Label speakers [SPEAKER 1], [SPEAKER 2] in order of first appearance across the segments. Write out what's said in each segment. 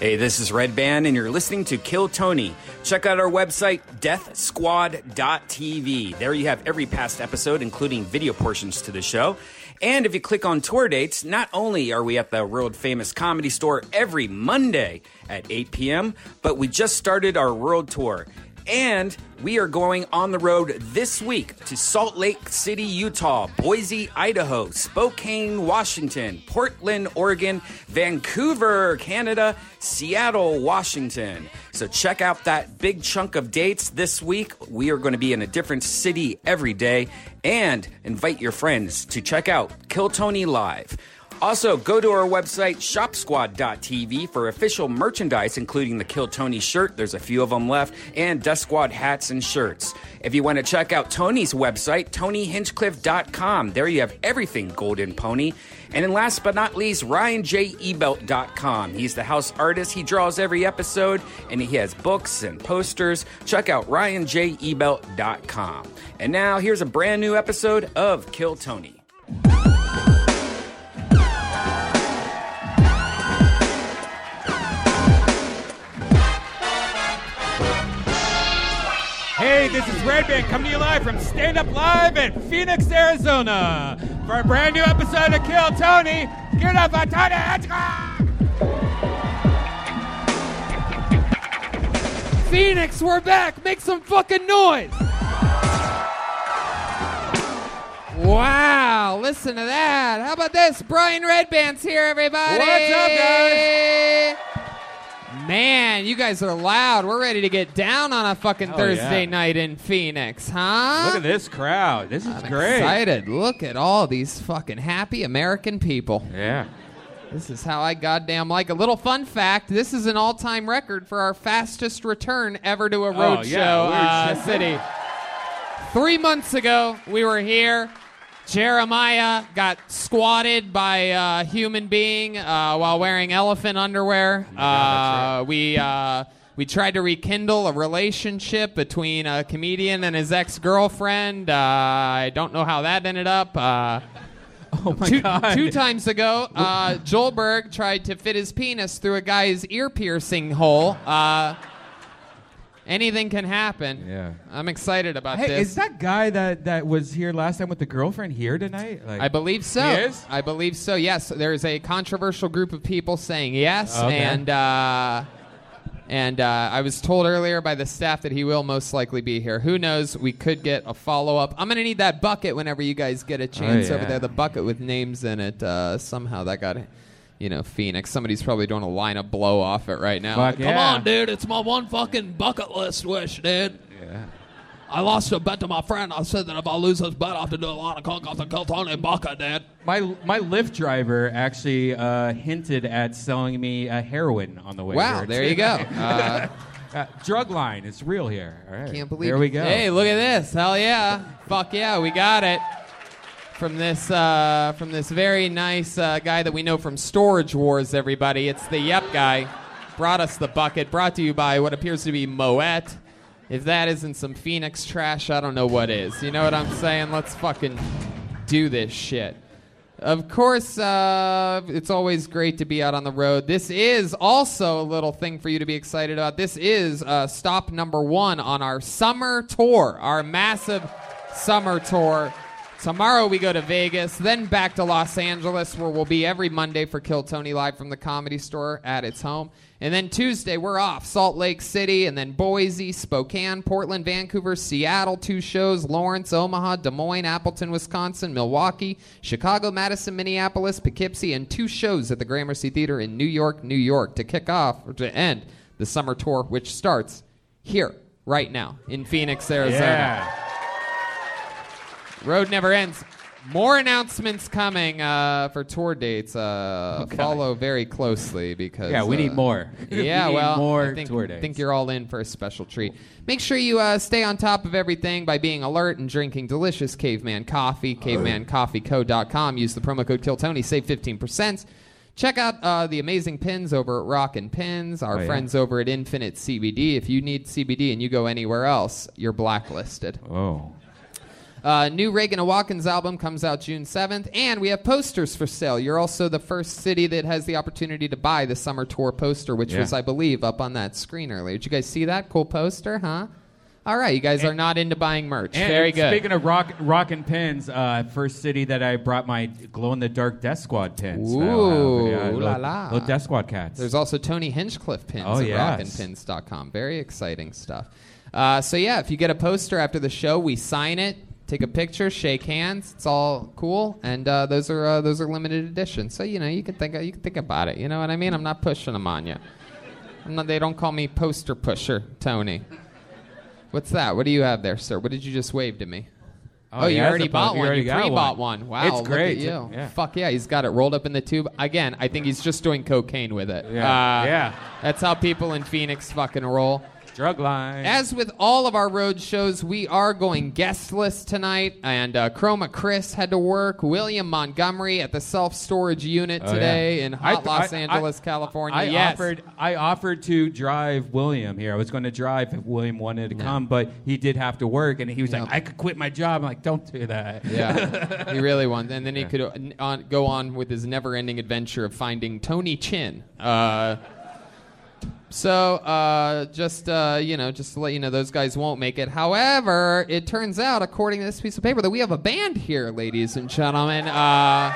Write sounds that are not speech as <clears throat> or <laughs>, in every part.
[SPEAKER 1] Hey, this is Red Band, and you're listening to Kill Tony. Check out our website, deathsquad.tv. There you have every past episode, including video portions to the show. And if you click on tour dates, not only are we at the world famous comedy store every Monday at 8 p.m., but we just started our world tour. And we are going on the road this week to Salt Lake City, Utah, Boise, Idaho, Spokane, Washington, Portland, Oregon, Vancouver, Canada, Seattle, Washington. So check out that big chunk of dates this week. We are going to be in a different city every day and invite your friends to check out Kill Tony Live. Also, go to our website, shopsquad.tv, for official merchandise, including the Kill Tony shirt. There's a few of them left, and Death Squad hats and shirts. If you want to check out Tony's website, tonyhinchcliffe.com. There you have everything Golden Pony. And then last but not least, ryanjebelt.com. He's the house artist. He draws every episode, and he has books and posters. Check out ryanjebelt.com. And now, here's a brand new episode of Kill Tony.
[SPEAKER 2] Hey, this is Red Band coming to you live from Stand Up Live in Phoenix, Arizona. For a brand new episode of Kill Tony, give it up for Tony Hitchcock! Phoenix, we're back! Make some fucking noise!
[SPEAKER 3] Wow, listen to that. How about this? Brian Redband's here, everybody.
[SPEAKER 2] What's up, guys?
[SPEAKER 3] Man, you guys are loud. We're ready to get down on a fucking
[SPEAKER 2] Hell
[SPEAKER 3] Thursday
[SPEAKER 2] yeah.
[SPEAKER 3] night in Phoenix, huh?
[SPEAKER 2] Look at this crowd. This is
[SPEAKER 3] I'm
[SPEAKER 2] great.
[SPEAKER 3] excited. Look at all these fucking happy American people.
[SPEAKER 2] Yeah.
[SPEAKER 3] This is how I goddamn like. A little fun fact this is an all time record for our fastest return ever to a roadshow
[SPEAKER 2] Oh, yeah, we're
[SPEAKER 3] uh,
[SPEAKER 2] just-
[SPEAKER 3] city. Three months ago, we were here. Jeremiah got squatted by a human being uh, while wearing elephant underwear.
[SPEAKER 2] God,
[SPEAKER 3] uh, we uh, we tried to rekindle a relationship between a comedian and his ex girlfriend. Uh, I don't know how that ended up. Uh,
[SPEAKER 2] <laughs> Oh my
[SPEAKER 3] two,
[SPEAKER 2] God.
[SPEAKER 3] two times ago, uh, Joel Berg tried to fit his penis through a guy's ear piercing hole. Uh, anything can happen.
[SPEAKER 2] Yeah.
[SPEAKER 3] I'm excited about
[SPEAKER 2] Hey,
[SPEAKER 3] this.
[SPEAKER 2] is that guy that, that was here last time with the girlfriend here tonight? Like,
[SPEAKER 3] I believe so.
[SPEAKER 2] He is?
[SPEAKER 3] I believe so. Yes, there is a controversial group of people saying yes,
[SPEAKER 2] Okay.
[SPEAKER 3] and uh, and uh, I was told earlier by the staff that he will most likely be here. Who knows? We could get a follow up. I'm gonna need that bucket whenever you guys get a chance over
[SPEAKER 2] Oh, yeah.
[SPEAKER 3] there. The bucket with names in it. Uh, somehow that got. You know, Phoenix. Somebody's probably doing a line of blow off it right now.
[SPEAKER 2] Fuck
[SPEAKER 3] Come
[SPEAKER 2] yeah.
[SPEAKER 3] on, dude. It's my one fucking bucket list wish, dude.
[SPEAKER 2] Yeah.
[SPEAKER 3] I lost a bet to my friend. I said that if I lose this bet, I have to do a lot of coke off the Keltone and Bucket, dude.
[SPEAKER 2] My my Lyft driver actually uh, hinted at selling me a heroin on the way.
[SPEAKER 3] Wow,
[SPEAKER 2] here,
[SPEAKER 3] there
[SPEAKER 2] too.
[SPEAKER 3] you go.
[SPEAKER 2] <laughs>
[SPEAKER 3] Uh,
[SPEAKER 2] Uh, drug line, it's real here. All right.
[SPEAKER 3] can't believe
[SPEAKER 2] There we go.
[SPEAKER 3] Hey, look at this. Hell yeah. Fuck yeah, we got it. From this, uh, from this very nice uh, guy that we know from Storage Wars, everybody. It's the Yep guy. Brought us the bucket. Brought to you by what appears to be Moet. If that isn't some Phoenix trash, I don't know what is. You know what I'm saying? Let's fucking do this shit. Of course, uh, it's always great to be out on the road. This is also a little thing for you to be excited about. This is uh, stop number one on our summer tour, our massive summer tour. Tomorrow we go to Vegas, then back to Los Angeles, where we'll be every Monday for Kill Tony Live from the Comedy Store at its home. And then Tuesday we're off Salt Lake City, and then Boise, Spokane, Portland, Vancouver, Seattle, two shows, Lawrence, Omaha, Des Moines, Appleton, Wisconsin, Milwaukee, Chicago, Madison, Minneapolis, Poughkeepsie, and two shows at the Gramercy Theater in New York, New York to kick off or to end the summer tour, which starts here right now in Phoenix, Arizona.
[SPEAKER 2] Yeah.
[SPEAKER 3] Road never ends. More announcements coming uh, for tour dates. Uh, Follow very closely because
[SPEAKER 2] Oh, Yeah, we
[SPEAKER 3] uh,
[SPEAKER 2] need
[SPEAKER 3] <laughs>
[SPEAKER 2] more. <laughs>
[SPEAKER 3] Yeah,
[SPEAKER 2] we need
[SPEAKER 3] well,
[SPEAKER 2] more
[SPEAKER 3] I think,
[SPEAKER 2] tour dates.
[SPEAKER 3] think you're all in for a special treat. Make sure you uh, stay on top of everything by being alert and drinking delicious Caveman coffee. CavemanCoffeeCo.com. Use the promo code KillTony. Save 15%. Check out uh, the amazing pins over at Rockin' Pins. Our
[SPEAKER 2] Oh, yeah.
[SPEAKER 3] friends over at Infinite CBD. If you need CBD and you go anywhere else, you're blacklisted.
[SPEAKER 2] Oh.
[SPEAKER 3] Uh, new Reagan and Watkins album comes out June 7th, and we have posters for sale. You're also the first city that has the opportunity to buy the summer tour poster, which
[SPEAKER 1] Yeah.
[SPEAKER 3] was, I believe, up on that screen earlier. Did you guys see that cool poster? Huh? All right, you guys are not into buying merch.
[SPEAKER 2] And
[SPEAKER 3] Very good.
[SPEAKER 2] Speaking of rock, rock and pins, uh, first city that I brought my glow in the dark Death Squad pins. that I'll
[SPEAKER 3] Ooh,
[SPEAKER 2] have. little,
[SPEAKER 3] la la.
[SPEAKER 2] little Death Squad cats.
[SPEAKER 3] There's also Tony Hinchcliffe pins
[SPEAKER 2] Oh,
[SPEAKER 3] at
[SPEAKER 2] yes.
[SPEAKER 3] rockinpins.com. Very exciting stuff. Uh, so, yeah, if you get a poster after the show, we sign it, take a picture, shake hands. It's all cool. And uh, those are uh, those are limited editions. So, you know, you can think you can think about it. You know what I mean? I'm not pushing them on you. I'm not, they don't call me poster pusher, Tony. What's that? What do you have there, sir? What did you just wave to me? Oh,
[SPEAKER 2] he
[SPEAKER 3] you
[SPEAKER 2] has
[SPEAKER 3] already
[SPEAKER 2] a bug.
[SPEAKER 3] bought
[SPEAKER 2] He
[SPEAKER 3] one.
[SPEAKER 2] already
[SPEAKER 3] you
[SPEAKER 2] got
[SPEAKER 3] pre-bought
[SPEAKER 2] one.
[SPEAKER 3] one. Wow,
[SPEAKER 2] It's
[SPEAKER 3] look
[SPEAKER 2] great.
[SPEAKER 3] At you.
[SPEAKER 2] Yeah.
[SPEAKER 3] Fuck yeah, he's got it rolled up in the tube. Again, I think he's just doing cocaine with it.
[SPEAKER 2] Yeah.
[SPEAKER 3] Uh,
[SPEAKER 2] Yeah.
[SPEAKER 3] That's how people in Phoenix fucking roll.
[SPEAKER 2] Drug line.
[SPEAKER 3] As with all of our road shows, we are going guestless tonight, and uh, Chroma Chris had to work. William Montgomery at the self storage unit
[SPEAKER 2] Oh, yeah.
[SPEAKER 3] today in
[SPEAKER 2] I
[SPEAKER 3] hot
[SPEAKER 2] th-
[SPEAKER 3] Los
[SPEAKER 2] I- I-
[SPEAKER 3] Angeles, California.
[SPEAKER 2] I
[SPEAKER 3] yes.
[SPEAKER 2] offered I offered to drive William here. I was going to drive if William wanted to come, but he did have to work, and he was like, "I could quit my job." I'm like, "Don't do that."
[SPEAKER 3] Yeah, he really won. And then he could uh, n- on, go on with his never-ending adventure of finding Tony Chin. Uh, so, uh, just uh, you know, just to let you know, those guys won't make it. However, it turns out, according to this piece of paper, that we have a band here, ladies and gentlemen. Uh,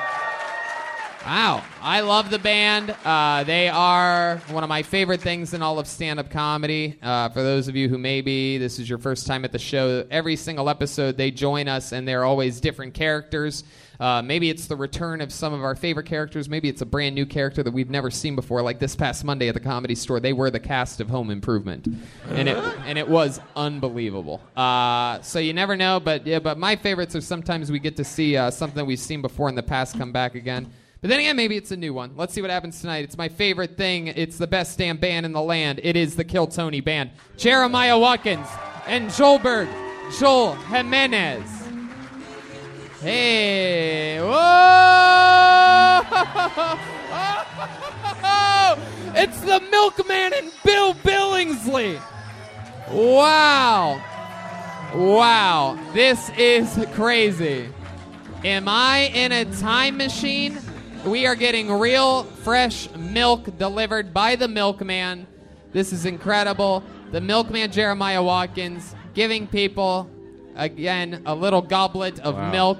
[SPEAKER 3] Wow, I love the band. Uh, they are one of my favorite things in all of stand-up comedy. Uh, for those of you who maybe this is your first time at the show, every single episode they join us, and they're always different characters. Uh, maybe it's the return of some of our favorite characters. Maybe it's a brand new character that we've never seen before. Like this past Monday at the Comedy Store, they were the cast of Home Improvement, and it and it was unbelievable. Uh, so you never know, but yeah, but my favorites are sometimes we get to see uh, something that we've seen before in the past come back again. But then again, maybe it's a new one. Let's see what happens tonight. It's my favorite thing. It's the best damn band in the land. It is the Kill Tony Band. Jeremiah Watkins and Joelberg, Joel Jimenez. Hey, whoa! <laughs> It's the Milkman and Bill Billingsley. Wow. Wow, this is crazy. Am I in a time machine? We are getting real fresh milk delivered by the milkman. This is incredible. The milkman Jeremiah Watkins giving people again a little goblet of
[SPEAKER 2] Wow.
[SPEAKER 3] milk.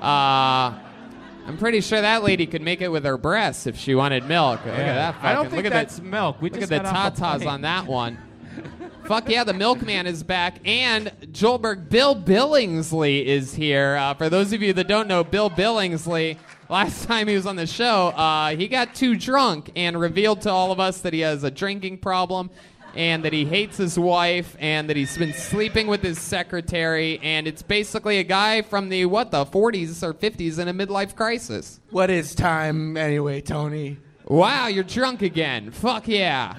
[SPEAKER 3] Uh, I'm pretty sure that lady could make it with her breasts if she wanted milk. Look at that. Fucking,
[SPEAKER 2] I don't think
[SPEAKER 3] look at
[SPEAKER 2] that's
[SPEAKER 3] that,
[SPEAKER 2] milk. We
[SPEAKER 3] Look at
[SPEAKER 2] just
[SPEAKER 3] the
[SPEAKER 2] got off the
[SPEAKER 3] tatas
[SPEAKER 2] plane.
[SPEAKER 3] on that one. Fuck yeah, the milkman is back, and Joelberg Bill Billingsley is here. Uh, for those of you that don't know, Bill Billingsley, last <laughs> time he was on the show, uh, he got too drunk and revealed to all of us that he has a drinking problem, and that he hates his wife, and that he's been sleeping with his secretary, and it's basically a guy from the what the 40s or 50s in a midlife crisis.
[SPEAKER 4] What is time anyway, Tony?
[SPEAKER 3] Wow, you're drunk again. Fuck yeah.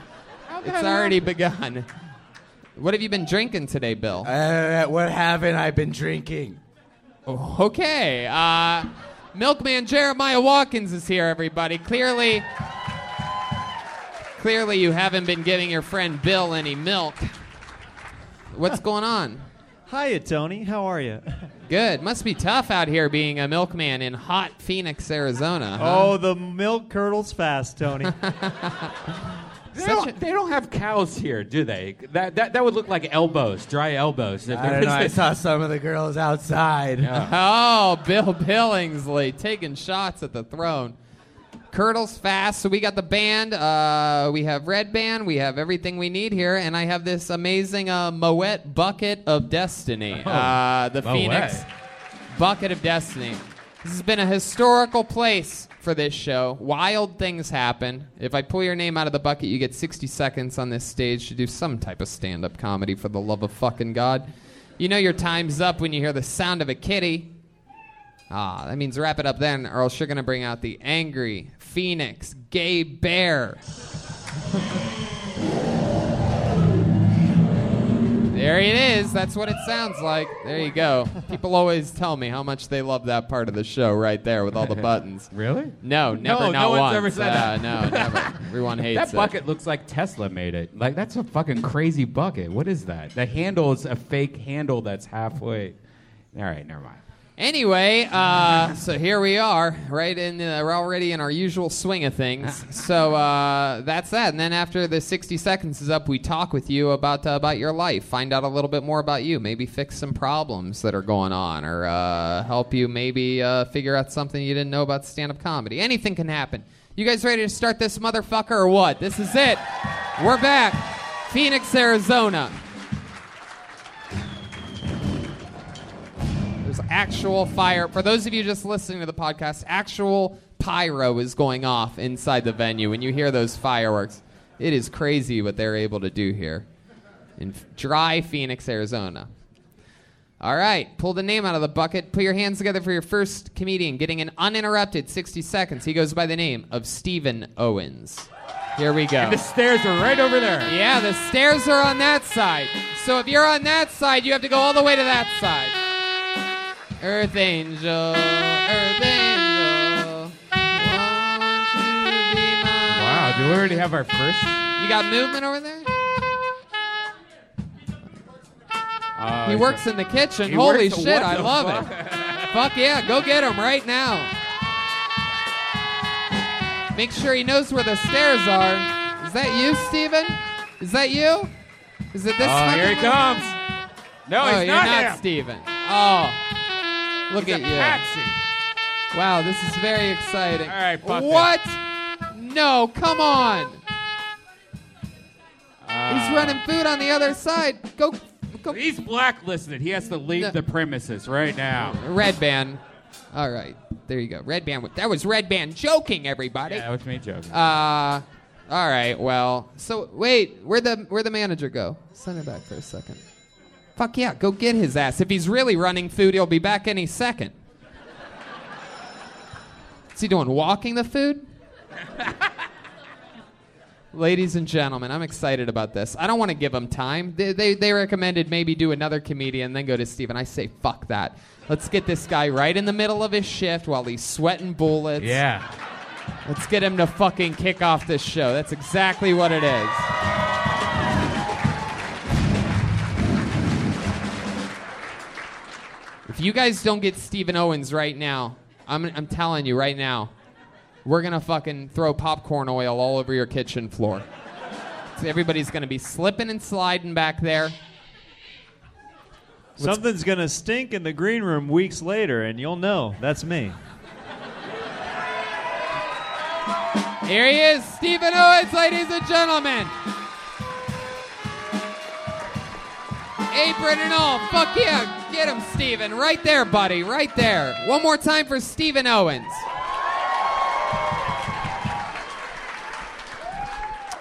[SPEAKER 3] It's already begun. What have you been drinking today, Bill?
[SPEAKER 4] Uh, what haven't I been drinking?
[SPEAKER 3] Oh, Okay. Uh, Milkman Jeremiah Watkins is here, everybody. Clearly, clearly you haven't been giving your friend Bill any milk.
[SPEAKER 4] <laughs>
[SPEAKER 3] What's going on?
[SPEAKER 5] Hiya, Tony. How are <laughs> you?
[SPEAKER 3] Good. Must be tough out here being a milkman in hot Phoenix, Arizona. huh?
[SPEAKER 5] Oh, the milk curdles
[SPEAKER 3] <laughs>
[SPEAKER 5] fast, Tony.
[SPEAKER 2] <laughs> They
[SPEAKER 3] Such
[SPEAKER 2] don't,
[SPEAKER 3] a-
[SPEAKER 2] they don't have cows here, do they? That, that that would look like elbows, dry elbows. If
[SPEAKER 4] I
[SPEAKER 2] there
[SPEAKER 4] don't know. I
[SPEAKER 2] was
[SPEAKER 4] saw some of
[SPEAKER 2] <laughs>
[SPEAKER 4] the
[SPEAKER 6] <laughs>
[SPEAKER 4] girls outside.
[SPEAKER 3] <laughs> Oh, Bill Billingsley taking shots at the throne. Curdles fast. So we got the band. Uh, we have Red Band. We have everything we need here. And I have this amazing uh, Moet Bucket of
[SPEAKER 2] Oh.
[SPEAKER 3] Destiny. uh, the
[SPEAKER 2] Moet.
[SPEAKER 3] Phoenix Bucket of Destiny. This has been a historical place for this show. Wild things happen. If I pull your name out of the bucket, you get 60 seconds on this stage to do some type of stand up comedy for the love of fucking God. You know your time's up when you hear the sound of a kitty. Ah, that means wrap it up then, or else you're gonna bring out the angry phoenix gay bear. there it is. That's what it sounds like. There you go. People always tell me how much they love that part of the show right there with all the buttons.
[SPEAKER 2] <laughs> really?
[SPEAKER 3] No, never,
[SPEAKER 2] No,
[SPEAKER 3] not
[SPEAKER 2] no one's
[SPEAKER 3] once.
[SPEAKER 2] ever said
[SPEAKER 3] Uh,
[SPEAKER 2] that.
[SPEAKER 3] No, never.
[SPEAKER 2] <laughs>
[SPEAKER 3] Everyone hates
[SPEAKER 2] That
[SPEAKER 3] it.
[SPEAKER 2] bucket looks like Tesla made it. Like that's a fucking crazy bucket. What is that? The handle is a fake handle that's halfway.
[SPEAKER 1] All right, never mind.
[SPEAKER 3] Anyway, uh, so here we are, right in the, we're already in our usual swing of things. So uh, that's that. And then after the 60 seconds is up, we talk with you about uh, about your life, find out a little bit more about you, maybe fix some problems that are going on, or uh, help you maybe uh, figure out something you didn't know about stand-up comedy. Anything can happen. You guys ready to start this motherfucker or what? This is it. We're back, Phoenix, Arizona. There's actual fire. For those of you just listening to the podcast, actual pyro is going off inside the venue when you hear those fireworks. It is crazy what they're able to do here in f- dry Phoenix, Arizona. All right, pull the name out of the bucket. Put your hands together for your first comedian getting an uninterrupted 60 seconds. He goes by the name of Stephen Owens. Here we go.
[SPEAKER 2] The stairs are right over there.
[SPEAKER 3] Yeah, the stairs are on that side. So if you're on that side, you have to go all the way to that side. Earth Angel, Earth Angel. won't you be mine?
[SPEAKER 2] Wow, do we already have our first?
[SPEAKER 3] You got movement over there?
[SPEAKER 2] Uh,
[SPEAKER 3] He works in the kitchen.
[SPEAKER 2] He
[SPEAKER 3] Holy
[SPEAKER 2] works-
[SPEAKER 3] shit,
[SPEAKER 2] what
[SPEAKER 3] I
[SPEAKER 2] the
[SPEAKER 3] love
[SPEAKER 2] fuck? <laughs>
[SPEAKER 3] it. Fuck yeah, go get him right now. Make sure he knows where the stairs are. Is that you, Steven? Is that you? Is it this
[SPEAKER 2] Oh, here he
[SPEAKER 3] fucking-
[SPEAKER 2] comes. No,
[SPEAKER 3] Oh,
[SPEAKER 2] he's
[SPEAKER 3] you're
[SPEAKER 2] not,
[SPEAKER 3] not
[SPEAKER 2] him.
[SPEAKER 3] Steven. Oh, look
[SPEAKER 2] He's
[SPEAKER 3] at
[SPEAKER 2] a
[SPEAKER 3] you.
[SPEAKER 2] patsy.
[SPEAKER 3] Wow, this is very exciting.
[SPEAKER 2] All right, fuck
[SPEAKER 3] What? No, come on.
[SPEAKER 2] Uh.
[SPEAKER 3] He's running food on the other side. Go, go.
[SPEAKER 2] He's blacklisted. He has to leave
[SPEAKER 3] No.
[SPEAKER 2] the premises right now.
[SPEAKER 3] Red band. All right, there you go. Red band. That was red band joking, everybody.
[SPEAKER 2] Yeah, which made joke.
[SPEAKER 3] Uh, all right. Well, so wait, where the where the manager go? Send her back for a second. Fuck yeah, go get his ass. If he's really running food, he'll be back any second. What's he doing? Walking the food? Ladies and gentlemen, I'm excited about this. I don't want to give them time. They, they, they recommended maybe do another comedian, then go to Steven. I say, fuck that. Let's get this guy right in the middle of his shift while he's sweating bullets.
[SPEAKER 2] yeah.
[SPEAKER 3] Let's get him to fucking kick off this show. That's exactly what it is. If you guys don't get Stephen Owens right now, I'm, I'm telling you right now, we're going to fucking throw popcorn oil all over your kitchen floor. So everybody's going to be slipping and sliding back there.
[SPEAKER 5] Something's gonna stink in the green room weeks later, and you'll know that's me.
[SPEAKER 3] Here he is, Stephen Owens, ladies and gentlemen. Apron and all. Fuck yeah. Get him, Stephen. Right there, buddy. Right there. One more time for Stephen Owens.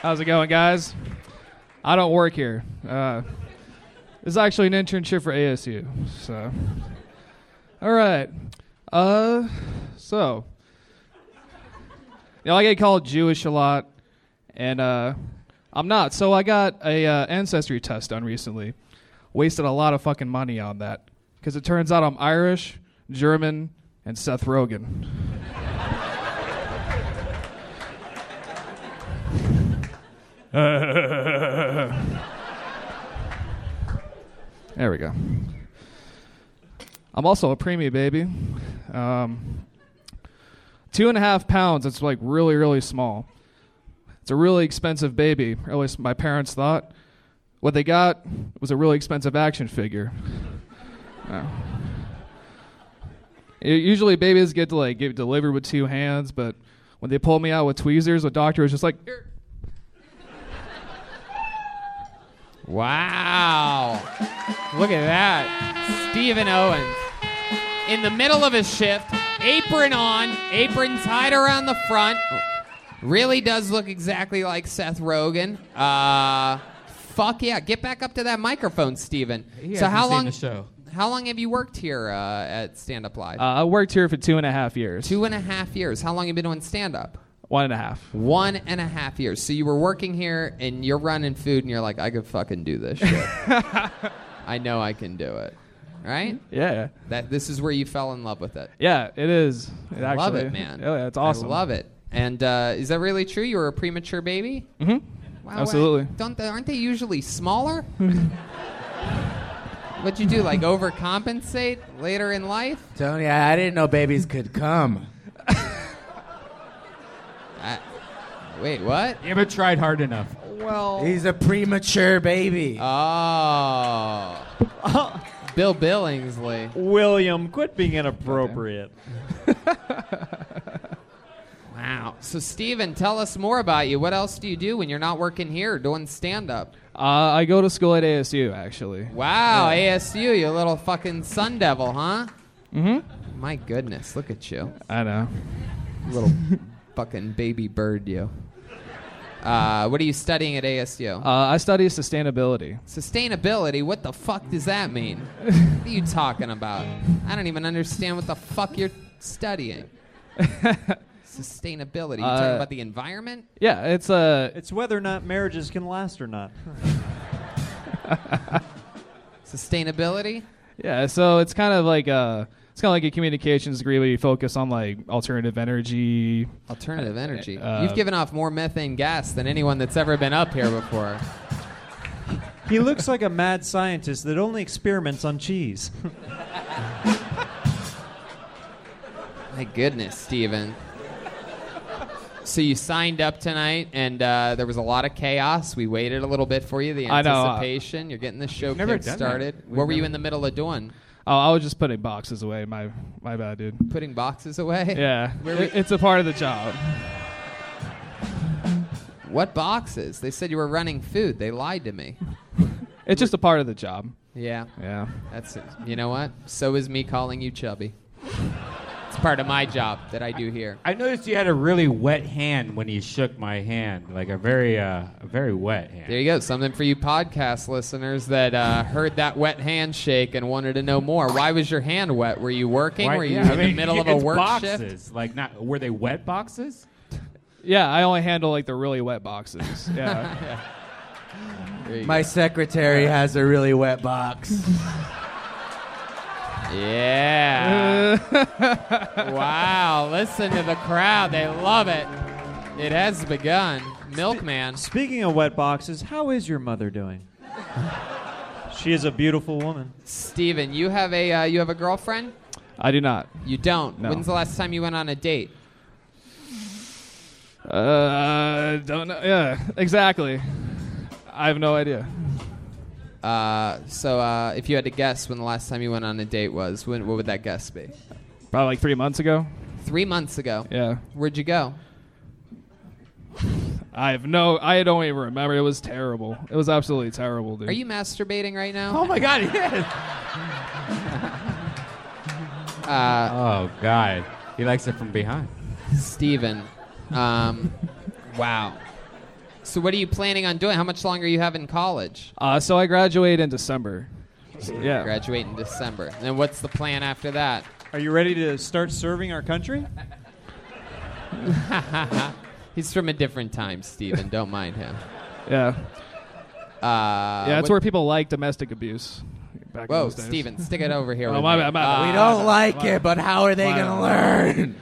[SPEAKER 7] How's it going, guys? I don't work here. Uh, this is actually an internship for ASU. So, all right. Uh, so you know, I get called Jewish a lot, and uh, I'm not. So I got a uh, ancestry test done recently. Wasted a lot of fucking money on that because it turns out I'm Irish, German, and Seth Rogen. There we go. I'm also a preemie baby. Um, two and a half pounds. It's like really, really small. It's a really expensive baby, or at least my parents thought. What they got was a really expensive action figure. <laughs> Oh. U- Usually babies get to like get delivered with two hands, but when they pulled me out with tweezers, the doctor was just like, "Here."
[SPEAKER 3] Wow. Look at that. Stephen Owens. In the middle of his shift, apron on, apron tied around the front. Really does look exactly like Seth Rogen. Uh, fuck yeah. Get back up to that microphone, Stephen. so how long How long have you worked here uh, at Stand Up Live?
[SPEAKER 7] uh, I worked here for two and a half years.
[SPEAKER 3] Two and a half years. How long have you been doing stand up?
[SPEAKER 7] One and a half.
[SPEAKER 3] One and a half years. So you were working here and you're running food and you're like, I could fucking do this shit. I know I can do it. Right?
[SPEAKER 7] Yeah.
[SPEAKER 3] That this is where you fell in love with it.
[SPEAKER 7] Yeah, it is. It
[SPEAKER 3] I
[SPEAKER 7] actually, Oh,
[SPEAKER 3] love it, man.
[SPEAKER 7] Yeah, it's awesome.
[SPEAKER 3] I love it. And uh, is that really true? You were a premature baby? Mm-hmm. Wow,
[SPEAKER 7] Absolutely.
[SPEAKER 3] I- don't they, aren't they usually smaller? What'd you do? Like overcompensate later in life?
[SPEAKER 4] Tony, I I didn't know babies could come.
[SPEAKER 3] Wait, what?
[SPEAKER 6] You haven't tried hard enough.
[SPEAKER 3] Well.
[SPEAKER 4] He's a premature baby.
[SPEAKER 3] Oh.
[SPEAKER 5] <laughs>
[SPEAKER 3] Bill Billingsley.
[SPEAKER 5] William, quit being inappropriate.
[SPEAKER 3] Wow. So, Steven, tell us more about you. What else do you do when you're not working here doing stand up?
[SPEAKER 7] Uh, I go to school at ASU, actually.
[SPEAKER 3] Wow, ASU, you little fucking sun devil, huh? Mm hmm. My goodness, look at you.
[SPEAKER 7] Mm-hmm. I know. <laughs>
[SPEAKER 3] Little fucking baby bird, you. Uh, what are you studying at ASU?
[SPEAKER 7] Uh, I study sustainability.
[SPEAKER 3] Sustainability, what the fuck does that
[SPEAKER 7] <laughs>
[SPEAKER 3] mean? what are you talking about? I don't even understand what the fuck you're
[SPEAKER 7] <laughs>
[SPEAKER 3] studying. Sustainability. You talking
[SPEAKER 7] Uh,
[SPEAKER 3] about the environment?
[SPEAKER 7] Yeah, it's uh, a.
[SPEAKER 5] It's whether or not marriages can last or not.
[SPEAKER 3] <laughs> Sustainability?
[SPEAKER 7] Yeah, so it's kind of like a. It's kind of like a communications degree where you focus on like alternative energy.
[SPEAKER 3] Alternative energy.
[SPEAKER 7] uh,
[SPEAKER 3] You've given off more methane gas than anyone that's ever been up here before.
[SPEAKER 5] He looks like a mad scientist that only experiments on cheese. <laughs>
[SPEAKER 3] My goodness, Steven. So you signed up tonight, and uh, there was a lot of chaos. We waited a little bit for you. The
[SPEAKER 7] I know, uh,
[SPEAKER 3] anticipation. You're getting the show
[SPEAKER 6] never
[SPEAKER 3] kick
[SPEAKER 6] done that.
[SPEAKER 3] started.
[SPEAKER 6] We've
[SPEAKER 3] What were you
[SPEAKER 6] never-
[SPEAKER 3] in the middle of doing?
[SPEAKER 7] Oh, I was just putting boxes away. My my bad, dude.
[SPEAKER 3] Putting boxes away?
[SPEAKER 7] Yeah,
[SPEAKER 3] Where we-
[SPEAKER 7] It- it's a part of the job.
[SPEAKER 3] What boxes? They said you were running food. They lied to me.
[SPEAKER 7] <laughs> It's just a part of the job.
[SPEAKER 3] Yeah.
[SPEAKER 7] Yeah.
[SPEAKER 3] That's it. You know what? So is me calling you chubby. It's part of my job that I do here.
[SPEAKER 6] I noticed you had a really wet hand when you shook my hand, like a very, uh, a very wet hand.
[SPEAKER 3] There you go. Something for you podcast listeners that uh, heard that wet handshake and wanted to know more. Why was your hand wet? Were you working?
[SPEAKER 6] Why-
[SPEAKER 3] Were you
[SPEAKER 6] yeah,
[SPEAKER 3] in
[SPEAKER 6] I
[SPEAKER 3] the
[SPEAKER 6] mean,
[SPEAKER 3] middle of a
[SPEAKER 6] it's
[SPEAKER 3] work
[SPEAKER 6] boxes.
[SPEAKER 3] shift?
[SPEAKER 6] Like, not were they wet boxes?
[SPEAKER 7] Yeah, I only handle like the really wet boxes.
[SPEAKER 3] <laughs>
[SPEAKER 7] Yeah.
[SPEAKER 4] My secretary has a really wet box.
[SPEAKER 6] <laughs>
[SPEAKER 3] Yeah. wow. Listen to the crowd. They love it. It has begun. Milkman.
[SPEAKER 5] Speaking of wet boxes, how is your mother doing? she is a beautiful woman.
[SPEAKER 3] Steven, you have a uh, you have a girlfriend?
[SPEAKER 7] I do not.
[SPEAKER 3] You don't.
[SPEAKER 7] No.
[SPEAKER 3] When's the last time you went on a date?
[SPEAKER 7] Uh, don't know. Yeah, exactly. I have no idea.
[SPEAKER 3] Uh, so uh, if you had to guess when the last time you went on a date was, when, what would that guess be?
[SPEAKER 7] Probably like three months ago.
[SPEAKER 3] Three months ago.
[SPEAKER 7] Yeah.
[SPEAKER 3] Where'd you go?
[SPEAKER 7] I have no. I don't even remember. It was terrible. It was absolutely terrible, dude.
[SPEAKER 3] Are you masturbating right
[SPEAKER 6] Oh
[SPEAKER 3] now?
[SPEAKER 6] my God! Yes.
[SPEAKER 3] uh,
[SPEAKER 6] oh God! He likes it from behind.
[SPEAKER 3] <laughs> Steven. Um, wow. So what are you planning on doing? How much longer you have in college?
[SPEAKER 7] Uh, so I graduate in December. Yeah.
[SPEAKER 3] Graduate in December. uh, And what's the plan after that?
[SPEAKER 5] Are you ready to start serving our country?
[SPEAKER 3] <laughs> He's from a different time, Steven. Don't mind him.
[SPEAKER 7] Yeah.
[SPEAKER 3] Uh,
[SPEAKER 7] Yeah. That's
[SPEAKER 3] what-
[SPEAKER 7] where people like domestic abuse. Back in
[SPEAKER 3] Whoa,
[SPEAKER 7] those days.
[SPEAKER 3] Steven, stick it over here.
[SPEAKER 7] Oh,
[SPEAKER 3] with
[SPEAKER 7] my
[SPEAKER 3] me.
[SPEAKER 7] bad, my bad.
[SPEAKER 4] we
[SPEAKER 3] Uh,
[SPEAKER 4] don't like it, but how are they
[SPEAKER 7] Wow.
[SPEAKER 4] gonna learn?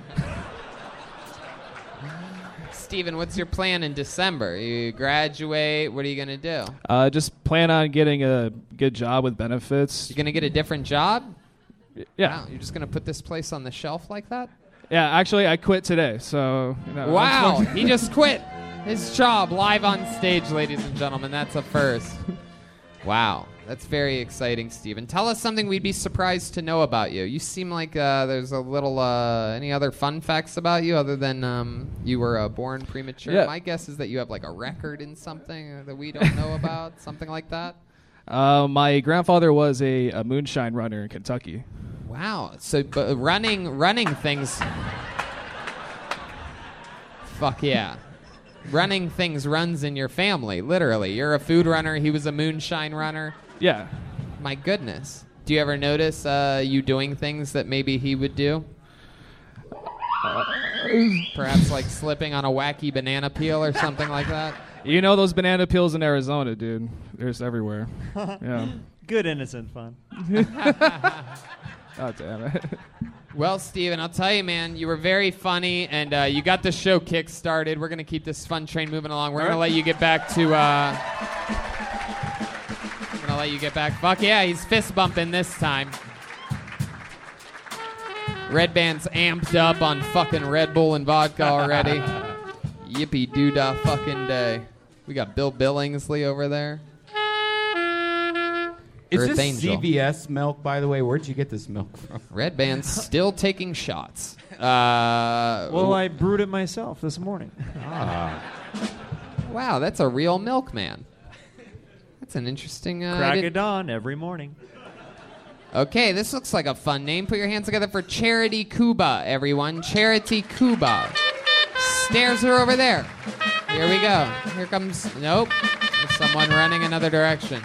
[SPEAKER 3] Steven, what's your plan in December? You graduate. What are you gonna do?
[SPEAKER 7] Uh, just plan on getting a good job with benefits.
[SPEAKER 3] You gonna get a different job?
[SPEAKER 7] Yeah.
[SPEAKER 3] Wow, you're just gonna put this place on the shelf like that?
[SPEAKER 7] Yeah. Actually, I quit today. So. You know,
[SPEAKER 3] Wow,
[SPEAKER 7] <laughs>
[SPEAKER 3] he just quit his job live on stage, ladies and gentlemen. That's a first. Wow, that's very exciting, Steven. Tell us something we'd be surprised to know about you. You seem like uh, there's a little. Uh, any other fun facts about you other than um, you were uh, born premature?
[SPEAKER 7] Yeah.
[SPEAKER 3] My guess is that you have like a record in something that we don't know about, something like that.
[SPEAKER 7] Uh, my grandfather was a, a moonshine runner in Kentucky.
[SPEAKER 3] Wow. So but running running things Fuck yeah. Running things runs in your family, literally. You're a food runner, he was a moonshine runner.
[SPEAKER 7] Yeah.
[SPEAKER 3] My goodness. Do you ever notice uh, you doing things that maybe he would do? Perhaps like slipping on a wacky banana peel or something like that?
[SPEAKER 7] <laughs> You know those banana peels in Arizona, dude. They're just everywhere. Yeah.
[SPEAKER 3] <laughs>
[SPEAKER 5] Good innocent fun.
[SPEAKER 7] <laughs> oh damn it.
[SPEAKER 3] <laughs> Well, Steven, I'll tell you, man, you were very funny, and uh, you got the show kick started. We're going to keep
[SPEAKER 7] <laughs>
[SPEAKER 3] this fun train moving along. We're going to let you get back to. Uh, I'm going to I'll let you get back. Fuck yeah, he's fist bumping this time. Red Band's amped up on fucking Red Bull and vodka
[SPEAKER 7] <laughs>
[SPEAKER 3] already. Yippee doo dah fucking day. We got Bill Billingsley over there.
[SPEAKER 6] Is
[SPEAKER 3] Earth
[SPEAKER 6] this
[SPEAKER 3] Angel.
[SPEAKER 6] CVS milk, by the way? Where'd you get this milk from?
[SPEAKER 3] Red
[SPEAKER 5] <laughs>
[SPEAKER 3] Band's still taking shots. Uh,
[SPEAKER 5] Well, I brewed it myself this morning.
[SPEAKER 3] Ah. Wow, that's a real milkman. That's an interesting. Uh, I
[SPEAKER 5] Crack
[SPEAKER 3] didn't-
[SPEAKER 5] of dawn every morning.
[SPEAKER 3] Okay, this looks like a fun name. Put your hands together for Charity Cuba, everyone. Charity Cuba. Stairs are over there. Here we go. Here comes. Nope. There's someone running another direction.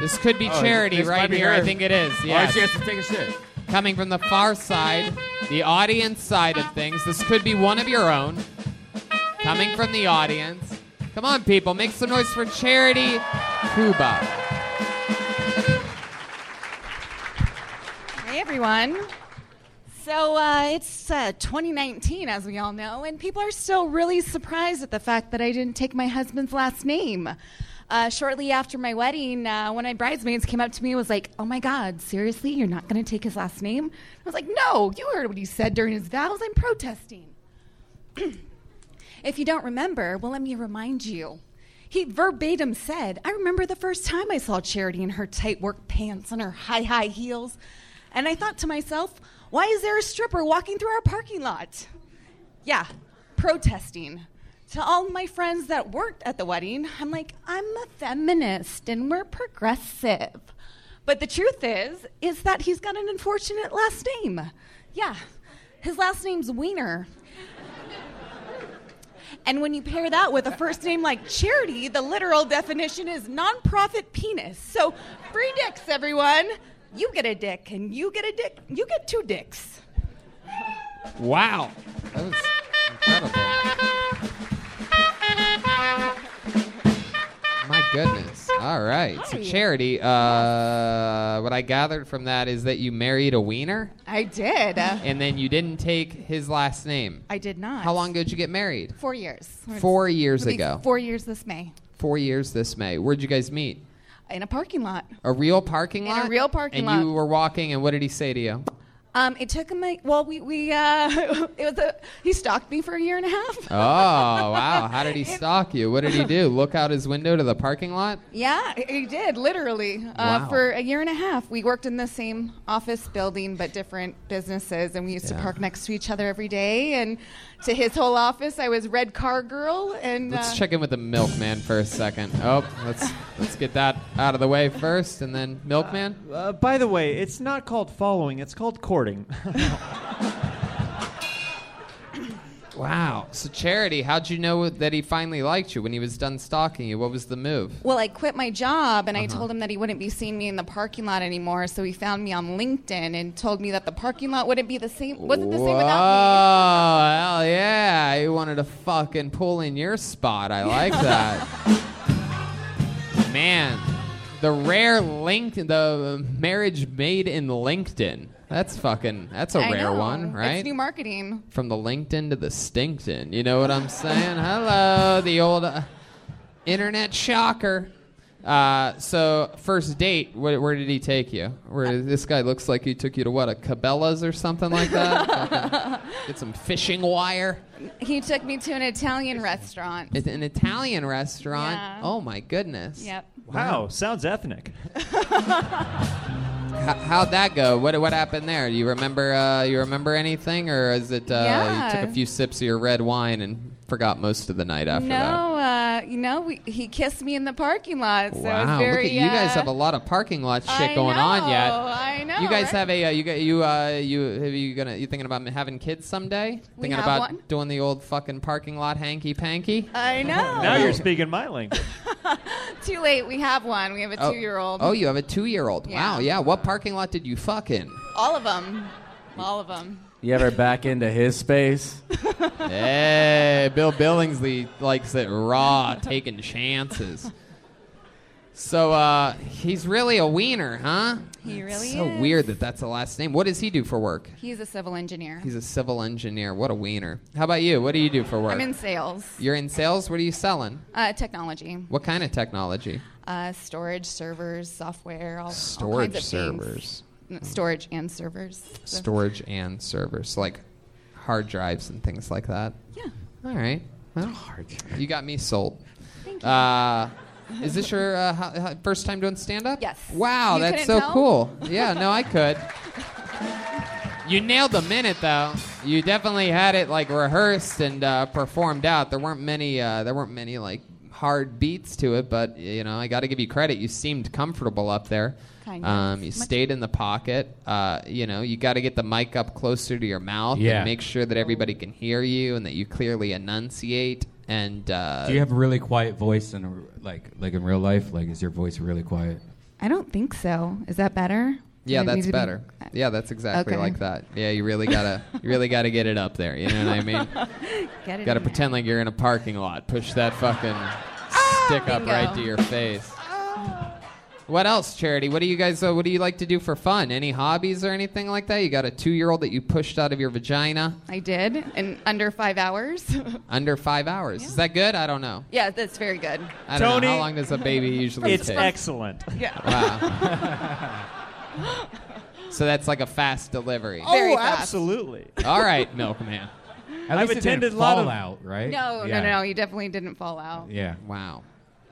[SPEAKER 3] This could be
[SPEAKER 6] Oh,
[SPEAKER 3] charity
[SPEAKER 6] this might
[SPEAKER 3] right
[SPEAKER 6] be
[SPEAKER 3] here. I
[SPEAKER 6] her.
[SPEAKER 3] think it is.
[SPEAKER 6] Oh,
[SPEAKER 3] Yes.
[SPEAKER 6] she has to take a shit.
[SPEAKER 3] Coming from the far side, the audience side of things. This could be one of your own. Coming from the audience. Come on, people, make some noise for charity Cuba.
[SPEAKER 8] Hey everyone. So uh, it's uh, 2019, as we all know, and people are still really surprised at the fact that I didn't take my husband's last name. Uh, shortly after my wedding, uh, one of my bridesmaids came up to me and was like, Oh my God, seriously? You're not going to take his last name? I was like, No, you heard what he said during his vows. I'm protesting. <clears throat> if you don't remember, well, let me remind you. He verbatim said, I remember the first time I saw Charity in her tight work pants and her high, high heels. And I thought to myself, why is there a stripper walking through our parking lot? Yeah, protesting. To all my friends that worked at the wedding, I'm like, I'm a feminist and we're progressive. But the truth is, is that he's got an unfortunate last name. Yeah, his last name's Wiener. And when you pair that with a first name like Charity, the literal definition is nonprofit penis. So free dicks, everyone. You get a dick, and you get a dick. You get two dicks.
[SPEAKER 3] Wow. That was incredible. My goodness. All right. So, Charity, uh, what I gathered from that is that you married a wiener
[SPEAKER 8] I did.
[SPEAKER 3] and then you didn't take his last name.
[SPEAKER 8] I did not.
[SPEAKER 3] How long ago did you get married?
[SPEAKER 8] Four years.
[SPEAKER 3] Four years
[SPEAKER 8] It'll be
[SPEAKER 3] ago.
[SPEAKER 8] Four years this May
[SPEAKER 3] Four years this May. Where'd you guys meet?
[SPEAKER 8] in a parking lot.
[SPEAKER 3] A real parking lot?
[SPEAKER 8] In a real parking
[SPEAKER 3] and
[SPEAKER 8] lot.
[SPEAKER 3] you were walking, and what did he say to you?
[SPEAKER 8] Um, it took him. Like, well, we we uh, <laughs> it was a he stalked me for a year and a half.
[SPEAKER 3] Oh, wow. How did he stalk you? What did he do? Look out his window to the parking lot?
[SPEAKER 8] Yeah, he did literally uh,
[SPEAKER 3] Wow.
[SPEAKER 8] for a year and a half. We worked in the same office building but different businesses, and we used
[SPEAKER 3] Yeah.
[SPEAKER 8] to park next to each other every day. And to his whole office, I was red car girl. And
[SPEAKER 3] Let's
[SPEAKER 8] uh,
[SPEAKER 3] check in with the milkman for a second. Oh, let's let's get that out of the way first, and then milkman.
[SPEAKER 5] Uh, by the way, it's not called following; it's called courting.
[SPEAKER 3] <laughs> Wow. So charity, how'd you know that he finally liked you when he was done stalking you? What was the move?
[SPEAKER 8] Well, I quit my job and I
[SPEAKER 3] Uh-huh.
[SPEAKER 8] told him that he wouldn't be seeing me in the parking lot anymore. So he found me on LinkedIn and told me that the parking lot wouldn't be the same. Wasn't the same without me.
[SPEAKER 3] Oh, hell yeah! He wanted to fucking pull in your spot.
[SPEAKER 8] <laughs>
[SPEAKER 3] I like that. Man, the rare link, the marriage made in LinkedIn. That's fucking. That's a
[SPEAKER 8] I
[SPEAKER 3] rare
[SPEAKER 8] know.
[SPEAKER 3] one, right?
[SPEAKER 8] It's new marketing.
[SPEAKER 3] From the LinkedIn to the Stinkton. You know what I'm saying? Hello, the old uh, internet shocker. Uh, so, first date, where, where did he take you?
[SPEAKER 8] Uh,
[SPEAKER 3] Where This guy looks like he took you to what, a Cabela's or something like that?
[SPEAKER 8] <laughs>
[SPEAKER 3] Fucking Get some fishing wire.
[SPEAKER 8] He took me to an Italian restaurant.
[SPEAKER 3] It's an Italian restaurant.
[SPEAKER 8] Yeah.
[SPEAKER 3] Oh my goodness.
[SPEAKER 8] Yep.
[SPEAKER 5] Wow,
[SPEAKER 8] <laughs>
[SPEAKER 5] sounds ethnic.
[SPEAKER 3] How, how'd that go? What what happened there? Do you remember uh, you remember anything, or is it uh,
[SPEAKER 8] Yeah.
[SPEAKER 3] you took a few sips of your red wine and forgot most of the night after that?
[SPEAKER 8] no, uh, you know, we, he kissed me in the parking lot. So it was
[SPEAKER 3] Wow,
[SPEAKER 8] very,
[SPEAKER 3] look at you guys
[SPEAKER 8] uh,
[SPEAKER 3] have a lot of parking lot shit
[SPEAKER 8] I
[SPEAKER 3] going on yet.
[SPEAKER 8] know, I know,
[SPEAKER 3] You guys
[SPEAKER 8] right?
[SPEAKER 3] have a uh, you got you uh, you have you gonna you thinking about having kids someday?
[SPEAKER 8] We
[SPEAKER 3] thinking
[SPEAKER 8] have
[SPEAKER 3] about
[SPEAKER 8] one.
[SPEAKER 3] doing the old fucking parking lot hanky panky. <laughs>
[SPEAKER 8] I know.
[SPEAKER 5] Now you're speaking my language.
[SPEAKER 8] Too late. We have one. We have a two-year-old.
[SPEAKER 3] Oh, you have a two-year-old.
[SPEAKER 8] Yeah.
[SPEAKER 3] Wow, yeah. What parking lot did you fuck in?
[SPEAKER 8] All of them. All of them.
[SPEAKER 4] You ever back into his space?
[SPEAKER 3] <laughs> hey, Bill Billingsley likes it
[SPEAKER 8] <laughs>
[SPEAKER 3] raw, taking chances. So uh, he's really a wiener, huh?
[SPEAKER 8] He
[SPEAKER 3] It's
[SPEAKER 8] really
[SPEAKER 3] so
[SPEAKER 8] is.
[SPEAKER 3] weird that that's the last name. What does he do for work?
[SPEAKER 8] He's a civil engineer.
[SPEAKER 3] He's a civil engineer. What a wiener. How about you? What do you do for work?
[SPEAKER 8] I'm in sales,
[SPEAKER 3] You're in sales. What are you selling?
[SPEAKER 8] uh, technology.
[SPEAKER 3] What kind of technology?
[SPEAKER 8] Uh, storage, servers, software, all- all
[SPEAKER 3] Storage
[SPEAKER 8] kinds of things.
[SPEAKER 3] servers.
[SPEAKER 8] N- Storage and servers. So-
[SPEAKER 3] Storage and servers, like hard drives and things like that.
[SPEAKER 8] Yeah.
[SPEAKER 3] All right. Well, You got me sold.
[SPEAKER 8] Thank
[SPEAKER 3] you. Uh, is
[SPEAKER 8] <laughs>
[SPEAKER 3] this your uh, ho- ho- first time doing stand up? Yes. Wow,
[SPEAKER 8] You
[SPEAKER 3] that's
[SPEAKER 8] couldn't
[SPEAKER 3] so
[SPEAKER 8] tell?
[SPEAKER 3] cool. Yeah, no,
[SPEAKER 8] <laughs>
[SPEAKER 3] I could. You nailed the minute though. You definitely had it like rehearsed and uh, performed out. There weren't many. Uh, there weren't many like hard beats to it, but you know, I got to give you credit. You seemed comfortable up there.
[SPEAKER 9] Kind of.
[SPEAKER 3] Um, you stayed in the pocket. Uh, you know, you got to get the mic up closer to your mouth
[SPEAKER 6] Yeah.
[SPEAKER 3] and make sure that everybody can hear you and that you clearly enunciate. And uh,
[SPEAKER 6] Do you have a really quiet voice in a, like like in real life? Like, is your voice really quiet?
[SPEAKER 8] I don't think so. Is that better? Does
[SPEAKER 3] Yeah,
[SPEAKER 8] it need
[SPEAKER 3] that's
[SPEAKER 8] to be-
[SPEAKER 3] better. Yeah, that's exactly
[SPEAKER 8] Okay.
[SPEAKER 3] like that. Yeah, you really gotta, you really gotta get it up there. You know what I mean?
[SPEAKER 8] <laughs> Get it
[SPEAKER 3] gotta
[SPEAKER 8] in
[SPEAKER 3] pretend like you're in a parking lot. Push that fucking stick up
[SPEAKER 8] Ah, Bingo.
[SPEAKER 3] right to your face. What else, Charity? What do you guys? Uh, what do you like to do for fun? Any hobbies or anything like that? You got a two-year-old that you pushed out of your vagina
[SPEAKER 8] I did in under five hours. <laughs>
[SPEAKER 3] under five hours. Is that good? I don't know.
[SPEAKER 8] yeah, that's very good.
[SPEAKER 3] I don't know. How long does a baby usually
[SPEAKER 8] It's
[SPEAKER 3] take?
[SPEAKER 8] excellent. <laughs> Yeah.
[SPEAKER 3] <laughs> Wow. <laughs> so that's like a fast delivery.
[SPEAKER 8] Oh, Very fast. absolutely.
[SPEAKER 3] All right, Milkman.
[SPEAKER 6] At least it didn't fall out, right?
[SPEAKER 8] No, no, no, You definitely didn't fall out.
[SPEAKER 6] Yeah.
[SPEAKER 3] Wow.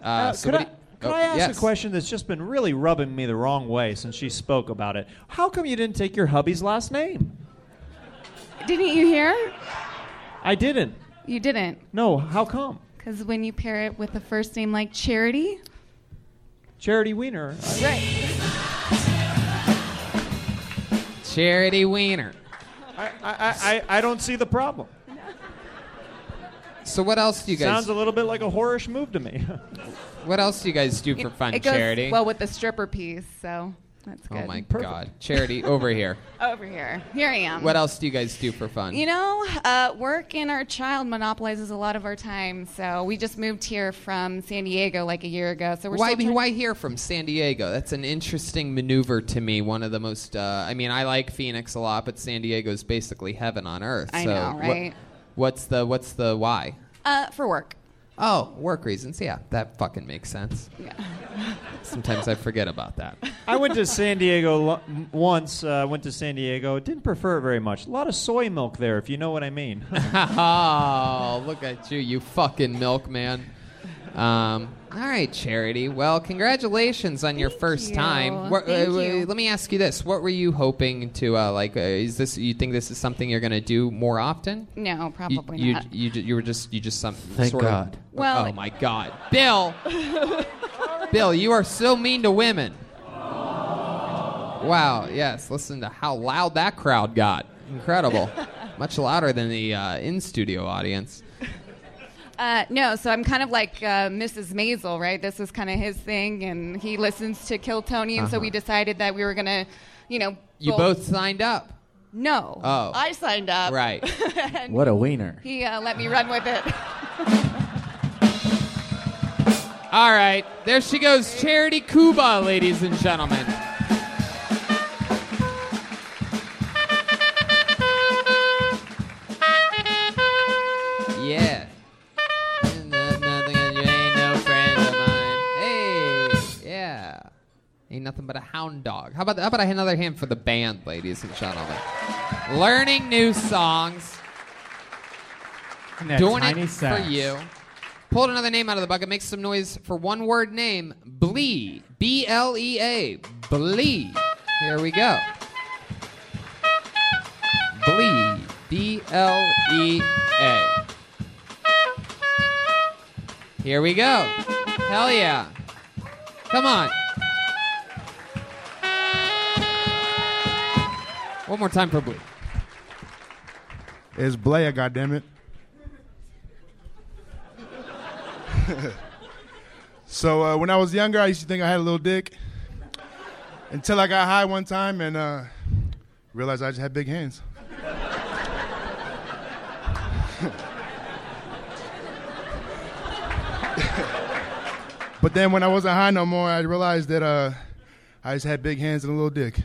[SPEAKER 5] Uh,
[SPEAKER 3] so
[SPEAKER 5] could
[SPEAKER 3] what
[SPEAKER 5] I,
[SPEAKER 3] do you-
[SPEAKER 5] could
[SPEAKER 3] oh,
[SPEAKER 5] I ask
[SPEAKER 3] yes.
[SPEAKER 5] a question that's just been really rubbing me the wrong way since she spoke about it? How come you didn't take your hubby's last name?
[SPEAKER 8] Didn't you hear?
[SPEAKER 5] I didn't.
[SPEAKER 8] You didn't.
[SPEAKER 5] No, how come?
[SPEAKER 8] Because when you pair it with a first name like Charity,
[SPEAKER 5] Charity Wiener.
[SPEAKER 8] right?
[SPEAKER 3] Charity Wiener.
[SPEAKER 5] I, I, I, I don't see the problem.
[SPEAKER 3] So what else do you guys?
[SPEAKER 5] Sounds a little bit like a whorish move to me.
[SPEAKER 3] what else do you guys do for fun,
[SPEAKER 8] it goes
[SPEAKER 3] Charity?
[SPEAKER 8] Well, with the stripper piece, so that's good.
[SPEAKER 3] oh my God, Charity, over here.
[SPEAKER 8] Over here, here I am.
[SPEAKER 3] What else do you guys do for fun?
[SPEAKER 8] You know, uh, work and our child monopolizes a lot of our time. So we just moved here from San Diego like a year ago. So we're
[SPEAKER 3] why,
[SPEAKER 8] still trying-
[SPEAKER 3] why here from San Diego? That's an interesting maneuver to me. One of the most, uh, I mean, I like Phoenix a lot, but San Diego is basically heaven on earth.
[SPEAKER 8] I
[SPEAKER 3] so
[SPEAKER 8] know,
[SPEAKER 3] what-
[SPEAKER 8] right?
[SPEAKER 3] what's the what's the why?
[SPEAKER 8] Uh, for work. <laughs>
[SPEAKER 3] Oh, work reasons. Yeah, that fucking makes sense.
[SPEAKER 8] Yeah.
[SPEAKER 3] Sometimes I forget about that.
[SPEAKER 5] <laughs> I went to San Diego lo- m- once. Uh, went to San Diego. Didn't prefer it very much. A lot of soy milk there, if you know what I mean. <laughs>
[SPEAKER 3] oh, look at you, you fucking milkman. Um, all right, Charity. Well, congratulations on your first
[SPEAKER 9] you.
[SPEAKER 3] time. What-
[SPEAKER 9] Thank you.
[SPEAKER 3] Let me ask you this: What were you hoping to uh, like? Uh, is this you think this is something you're going to do more often?
[SPEAKER 8] No,
[SPEAKER 3] You-
[SPEAKER 8] probably
[SPEAKER 3] you,
[SPEAKER 8] not.
[SPEAKER 3] You, ju- you were just you just some
[SPEAKER 9] Thank
[SPEAKER 3] sort
[SPEAKER 9] God.
[SPEAKER 3] of.
[SPEAKER 8] Well-
[SPEAKER 3] oh my God, Bill, Bill, you are so mean to women. Wow. Yes. Listen to how loud that crowd got. Incredible. Much louder than the uh, in studio audience.
[SPEAKER 8] <laughs> Uh, no, so I'm kind of like uh, Mrs. Maisel, right? This was kind of his thing, and he listens to Kill Tony, and so
[SPEAKER 3] Uh-huh.
[SPEAKER 8] we decided that we were gonna, you know,
[SPEAKER 3] You both signed up.
[SPEAKER 8] No,
[SPEAKER 3] Oh.
[SPEAKER 8] I signed up.
[SPEAKER 3] Right.
[SPEAKER 8] <laughs> And
[SPEAKER 4] What a wiener.
[SPEAKER 8] He uh, let me run with it. <laughs>
[SPEAKER 3] All right. There she goes, Charity Cuba, ladies and gentlemen. Yeah. And there's nothing and you ain't no friend of mine. Hey. Yeah. Ain't nothing but a hound dog. How about how about another hand for the band, ladies and gentlemen? Learning new songs.
[SPEAKER 6] And that
[SPEAKER 3] doing
[SPEAKER 6] tiny
[SPEAKER 3] it
[SPEAKER 6] sax.
[SPEAKER 3] for you. Pulled another name out of the bucket. Make some noise for one word name. Blee. B L E A. Blee. Here we go. Blee. B L E A. Here we go. Hell yeah. Come on. One more time for Blee.
[SPEAKER 10] It's Blair, goddammit. <laughs> so uh, when I was younger, I used to think I had a little dick until I got high one time and uh, realized I just had big hands. <laughs> but then when I wasn't high no more, I realized that uh, I just had big hands and a little dick.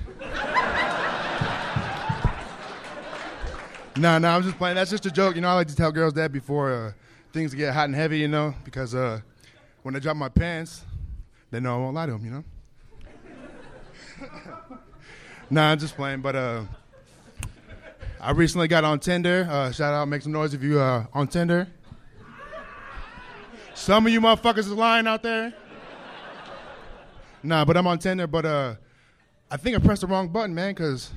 [SPEAKER 10] No, no, I'm just playing. That's just a joke. You know, I like to tell girls that before uh, things get hot and heavy, you know, because uh, when I drop my pants, They know I won't lie to them, you know? nah, I'm just playing, but uh, I recently got on Tinder. Uh, shout out, make some noise if you uh, on Tinder. Some of you motherfuckers is lying out there. Nah, but I'm on Tinder, but uh, I think I pressed the wrong button, man, because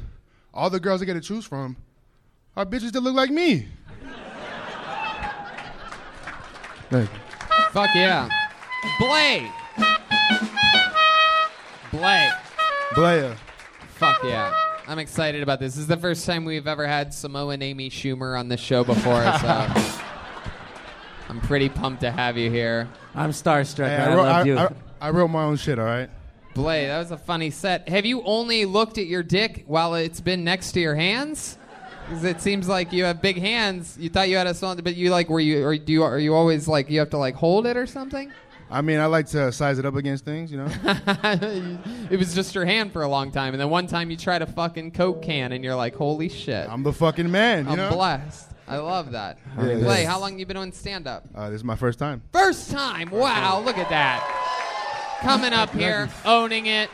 [SPEAKER 10] all the girls I get to choose from are bitches that look like me.
[SPEAKER 3] Fuck yeah. Blay. Blay.
[SPEAKER 10] Blair.
[SPEAKER 3] Fuck yeah. I'm excited about this. This is the first time we've ever had Samoa and Amy Schumer on this show before, so I'm pretty pumped to have you here.
[SPEAKER 4] I'm starstruck.
[SPEAKER 10] Hey,
[SPEAKER 4] man. I,
[SPEAKER 10] wrote,
[SPEAKER 4] love you.
[SPEAKER 10] I, I wrote my own shit, all right?
[SPEAKER 3] Blay, that was a funny set. Have you only looked at your dick while it's been next to your hands? 'Cause it seems like you have big hands. You thought you had a small, but you like were you or do you are you always like you have to like hold it or something?
[SPEAKER 10] I mean, I like to size it up against
[SPEAKER 3] <laughs>
[SPEAKER 10] things, you know?
[SPEAKER 3] it was just your hand for a long time, and then one time you tried a fucking coke can, and you're like, holy shit, I'm,
[SPEAKER 10] I'm the fucking man, you know?
[SPEAKER 3] blessed. I love that.
[SPEAKER 10] Yeah,
[SPEAKER 3] Blay,
[SPEAKER 10] yeah.
[SPEAKER 3] how long you been on stand up?
[SPEAKER 10] Uh, this is my first time.
[SPEAKER 3] First time. Wow, look at that. Coming up here, owning it.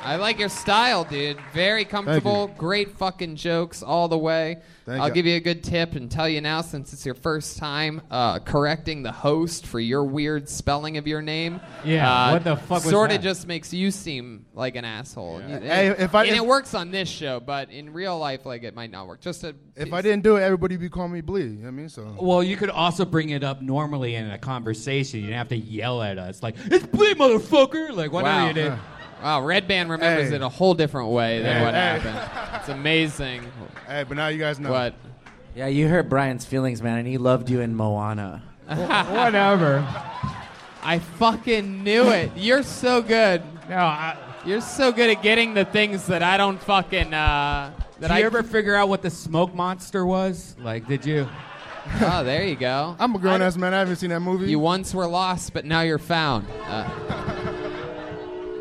[SPEAKER 3] I like your style, dude. Very comfortable. Great fucking jokes all the way.
[SPEAKER 10] Thank
[SPEAKER 3] I'll
[SPEAKER 10] you.
[SPEAKER 3] give you a good tip and tell you now, since it's your first time uh, correcting the host for your weird spelling of your name.
[SPEAKER 6] Yeah,
[SPEAKER 3] uh,
[SPEAKER 6] what the fuck was
[SPEAKER 3] Sort of
[SPEAKER 6] that?
[SPEAKER 3] just makes you seem like an asshole. You-
[SPEAKER 10] Hey, if I-
[SPEAKER 3] and
[SPEAKER 10] if-
[SPEAKER 3] it works on this show, but in real life, like it might not work. Just a,
[SPEAKER 10] If I didn't do it, everybody would be calling me Blee, you know what I mean? So,
[SPEAKER 6] Well, you could also bring it up normally in a conversation. You don't have to yell at us like it's bleed, motherfucker. Like whatever
[SPEAKER 3] Wow.
[SPEAKER 6] you did.
[SPEAKER 3] <laughs> Wow, Red Band remembers
[SPEAKER 10] Hey.
[SPEAKER 3] it a whole different way than
[SPEAKER 10] Hey.
[SPEAKER 3] what
[SPEAKER 10] Hey.
[SPEAKER 3] happened. It's amazing
[SPEAKER 10] hey, but now you guys know.
[SPEAKER 3] what.
[SPEAKER 4] yeah, you hurt Brian's feelings, man, and he loved you in Moana.
[SPEAKER 6] Whatever.
[SPEAKER 3] <laughs> I fucking knew it. You're so good.
[SPEAKER 6] No, I,
[SPEAKER 3] You're so good at getting the things that I don't fucking. Uh, that
[SPEAKER 6] did
[SPEAKER 3] I
[SPEAKER 6] you ever figure out what the smoke monster was? Like, did you?
[SPEAKER 3] <laughs> Oh, there you go.
[SPEAKER 10] I'm a grown ass man. I haven't seen that movie.
[SPEAKER 3] You once were lost, but now you're found. Uh,
[SPEAKER 5] <laughs>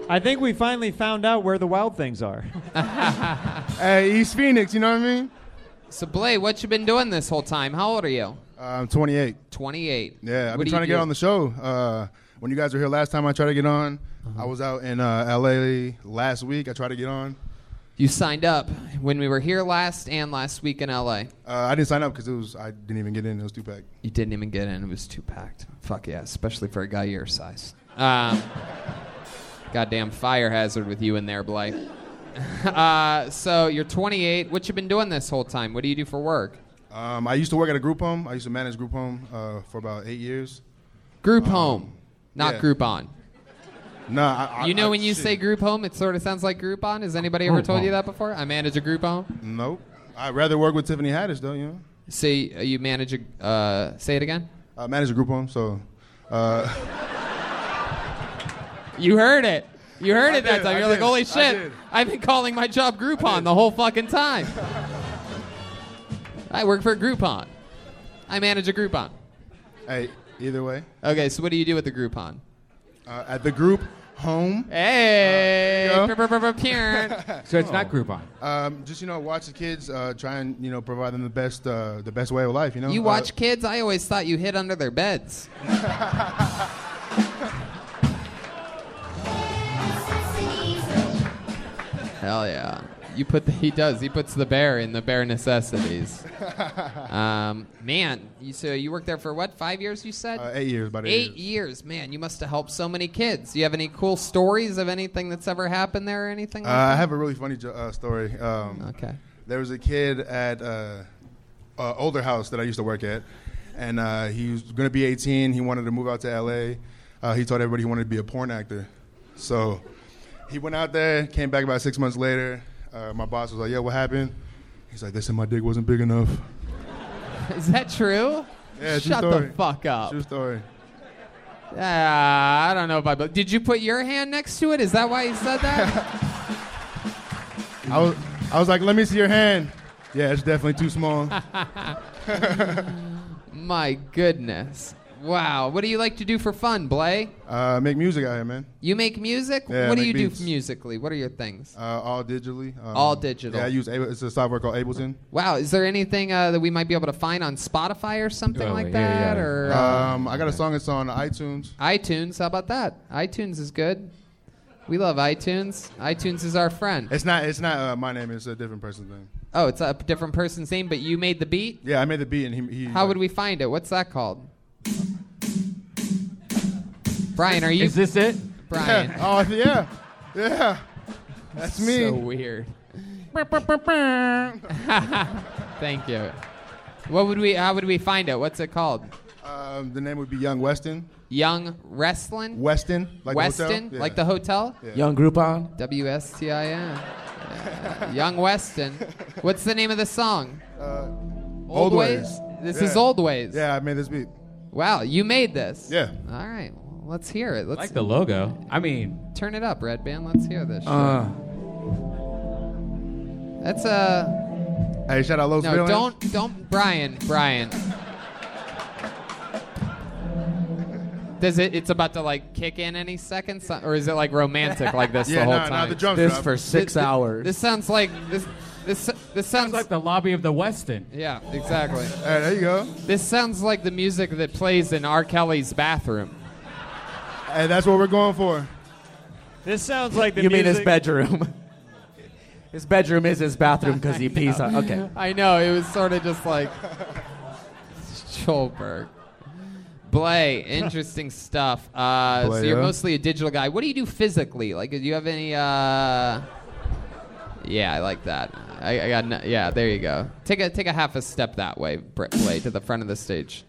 [SPEAKER 5] I think we finally found out where the wild
[SPEAKER 3] <laughs>
[SPEAKER 5] things are.
[SPEAKER 10] hey, East Phoenix, you know what I mean?
[SPEAKER 3] so, Blay, what you been doing this whole time? How old are you?
[SPEAKER 10] Uh, I'm 28.
[SPEAKER 3] 28.
[SPEAKER 10] Yeah, I've
[SPEAKER 3] What
[SPEAKER 10] been
[SPEAKER 3] do
[SPEAKER 10] trying to
[SPEAKER 3] you
[SPEAKER 10] get
[SPEAKER 3] do?
[SPEAKER 10] on the show. Uh, when you guys were here last time, I tried to get on.
[SPEAKER 3] Uh-huh.
[SPEAKER 10] I was out in uh, LA last week. I tried to get on.
[SPEAKER 3] You signed up when we were here last and last week in LA.
[SPEAKER 10] Uh, I didn't sign up because it was I didn't even get in. It was too packed.
[SPEAKER 3] You didn't even get in. It was too packed. Fuck yeah, especially for a guy your size. Um, goddamn fire hazard with you in there, Blake. <laughs> uh, so you're 28. What you been doing this whole time? What do you do for work?
[SPEAKER 10] Um, I used to work at a group home. I used to manage group home uh, for about eight years.
[SPEAKER 3] Group home, not
[SPEAKER 10] uh, yeah.
[SPEAKER 3] Groupon.
[SPEAKER 10] Nah, I, I,
[SPEAKER 3] You know
[SPEAKER 10] I-
[SPEAKER 3] when you
[SPEAKER 10] shit.
[SPEAKER 3] say group home, it sort of sounds like Groupon. Has anybody ever told you that before? I manage a group home.
[SPEAKER 10] Nope. I'd rather work with Tiffany Haddish though. You know,
[SPEAKER 3] Say uh, you manage a. Uh, say it again.
[SPEAKER 10] I manage a group home, so. Uh,
[SPEAKER 3] You heard it. You heard it that
[SPEAKER 10] did,
[SPEAKER 3] time.
[SPEAKER 10] I
[SPEAKER 3] You're like,
[SPEAKER 10] did,
[SPEAKER 3] holy
[SPEAKER 10] I
[SPEAKER 3] shit,
[SPEAKER 10] did.
[SPEAKER 3] I've been calling my job Groupon the whole fucking time. I work for Groupon. I manage a Groupon.
[SPEAKER 10] Hey, either way,
[SPEAKER 3] Okay, so what do you do with the Groupon?
[SPEAKER 10] uh, at the group home,
[SPEAKER 3] Hey!
[SPEAKER 10] Uh, there you go.
[SPEAKER 3] brr, brr, brr,
[SPEAKER 10] <laughs>
[SPEAKER 3] peer.
[SPEAKER 6] So it's not Groupon.
[SPEAKER 10] um, just you know, watch the kids, uh, try and you know, provide them the best, uh, the best way of life. You know,
[SPEAKER 3] you
[SPEAKER 10] Uh,
[SPEAKER 3] watch kids? I always thought you hid under their
[SPEAKER 10] <laughs>
[SPEAKER 3] beds. Hell yeah. You put the, he does. He puts the bear in the bear
[SPEAKER 10] <laughs>
[SPEAKER 3] necessities. Um, man, you, so you worked there for what? Five years? You said
[SPEAKER 10] uh, eight years, about eight,
[SPEAKER 3] Eight
[SPEAKER 10] years.
[SPEAKER 3] years, man. You must have helped so many kids. Do you have any cool stories of anything that's ever happened there or anything?
[SPEAKER 10] Uh,
[SPEAKER 3] Like
[SPEAKER 10] I have a really funny jo- uh, story. Um,
[SPEAKER 3] that? Mm-hmm. Okay.
[SPEAKER 10] There was a kid at uh, uh, older house that I used to work at, and uh, he was going to be 18. He wanted to move out to L.A. Uh, he told everybody he wanted to be a porn actor, so he went out there. Came back about six months later. Uh, my boss was like, "Yo, what happened?" He's like, "They said my dick wasn't big enough."
[SPEAKER 3] <laughs> Is that true?
[SPEAKER 10] Yeah, true
[SPEAKER 3] Shut
[SPEAKER 10] story.
[SPEAKER 3] the fuck up.
[SPEAKER 10] True story.
[SPEAKER 3] Uh, I don't know if I. But did you put your hand next to it? Is that why you said that?
[SPEAKER 10] I was, I was like, let me see your hand. <laughs>
[SPEAKER 3] <laughs>
[SPEAKER 10] Yeah, it's definitely too small.
[SPEAKER 3] My goodness. Wow. What do you like to do for fun, Blay?
[SPEAKER 10] Uh, make music out here, man.
[SPEAKER 3] You make music?
[SPEAKER 10] Yeah,
[SPEAKER 3] what do
[SPEAKER 10] make
[SPEAKER 3] you
[SPEAKER 10] beats.
[SPEAKER 3] do musically? What are your things?
[SPEAKER 10] Uh, all digitally. Um,
[SPEAKER 3] All digital.
[SPEAKER 10] Yeah, I use Able, it's a software called Ableton.
[SPEAKER 3] Wow, is there anything uh, that we might be able to find on Spotify or something
[SPEAKER 10] Oh,
[SPEAKER 3] like
[SPEAKER 10] yeah, yeah.
[SPEAKER 3] that? Or
[SPEAKER 10] Um, I got a song that's on iTunes.
[SPEAKER 3] iTunes. How about that? iTunes is good. We love iTunes. iTunes is our friend.
[SPEAKER 10] It's not. It's not uh, my name. It's a different person's name.
[SPEAKER 3] Oh, it's a different person's name, but you made the beat.
[SPEAKER 10] Yeah, I made the beat, and he. he
[SPEAKER 3] How would we find it? What's that called? Brian, are you?
[SPEAKER 10] Is
[SPEAKER 3] this it?
[SPEAKER 10] <laughs>
[SPEAKER 3] Brian.
[SPEAKER 10] Yeah. Oh yeah, yeah. That's me.
[SPEAKER 3] So weird. Thank you. What would we? How would we find it? What's it called?
[SPEAKER 10] Um, the name would be Young Weston.
[SPEAKER 3] Young Wrestling.
[SPEAKER 10] Weston. Like
[SPEAKER 3] Weston,
[SPEAKER 10] The hotel? Yeah.
[SPEAKER 3] like the hotel.
[SPEAKER 10] Yeah.
[SPEAKER 4] Young Groupon.
[SPEAKER 3] W S T I N. Yeah. Young Weston. What's the name of the song?
[SPEAKER 10] Uh,
[SPEAKER 3] Old Ways? This is Old Ways.
[SPEAKER 10] Yeah, I made this beat.
[SPEAKER 3] Wow, you made this.
[SPEAKER 10] Yeah.
[SPEAKER 3] All right, well, let's hear it. Let's
[SPEAKER 6] like the logo. I mean,
[SPEAKER 3] Turn it up, Red Band. Let's hear this. shit.
[SPEAKER 6] Uh.
[SPEAKER 3] That's a.
[SPEAKER 10] Hey, shout out Los
[SPEAKER 3] no,
[SPEAKER 10] Villains.
[SPEAKER 3] don't, don't, Brian, Brian. Does it? It's about to like kick in any second, so- or is it like romantic like
[SPEAKER 10] <laughs>
[SPEAKER 3] this
[SPEAKER 4] Yeah,
[SPEAKER 3] the whole
[SPEAKER 4] no, no,
[SPEAKER 3] time?
[SPEAKER 4] the drums This drop. for six
[SPEAKER 3] Th- th-
[SPEAKER 4] hours.
[SPEAKER 3] This sounds like this. This this sounds, like
[SPEAKER 6] the lobby of the Westin.
[SPEAKER 3] Yeah, exactly.
[SPEAKER 10] there you go.
[SPEAKER 3] This sounds like the music that plays in R. Kelly's bathroom.
[SPEAKER 10] Hey, that's what we're going for.
[SPEAKER 5] This sounds like
[SPEAKER 4] you mean his bedroom? <laughs> his bedroom is his bathroom because he pees on. Okay.
[SPEAKER 3] <laughs> I know it was sort of just like Schulberg. Blay, interesting stuff. Uh, so
[SPEAKER 4] Blay,
[SPEAKER 3] you're
[SPEAKER 4] yeah.
[SPEAKER 3] mostly a digital guy. What do you do physically? Like, do you have any? Uh... Yeah, I like that. I, I got. No, yeah, there you go. Take a take a half a step that way, Br- Blay, to the front of the stage.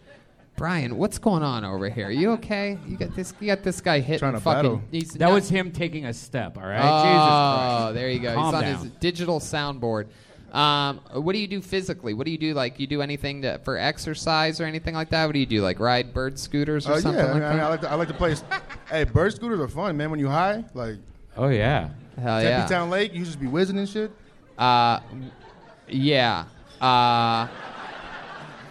[SPEAKER 3] Brian, what's going on over here? You okay? You got this. You got this guy hitting
[SPEAKER 6] Trying to
[SPEAKER 3] fucking.
[SPEAKER 6] battle.
[SPEAKER 3] he's
[SPEAKER 6] That
[SPEAKER 3] not-
[SPEAKER 6] was him taking a step. All right.
[SPEAKER 3] Oh,
[SPEAKER 6] Jesus Christ.
[SPEAKER 3] there you go.
[SPEAKER 6] Calm
[SPEAKER 3] He's on
[SPEAKER 6] down.
[SPEAKER 3] his digital soundboard. Um, what do you do physically? What do you do? Like, you do anything to, for exercise or anything like that? What do you do? Like, ride bird scooters or
[SPEAKER 10] Uh, yeah,
[SPEAKER 3] something
[SPEAKER 10] I
[SPEAKER 3] like
[SPEAKER 10] mean, I,
[SPEAKER 3] that?
[SPEAKER 10] like to, I like to play. hey, bird scooters are fun, man. When you high, like
[SPEAKER 6] Oh yeah.
[SPEAKER 3] Hell
[SPEAKER 10] Tempe
[SPEAKER 3] yeah.
[SPEAKER 10] Town Lake, you just be whizzing and shit.
[SPEAKER 3] Uh, yeah. Uh,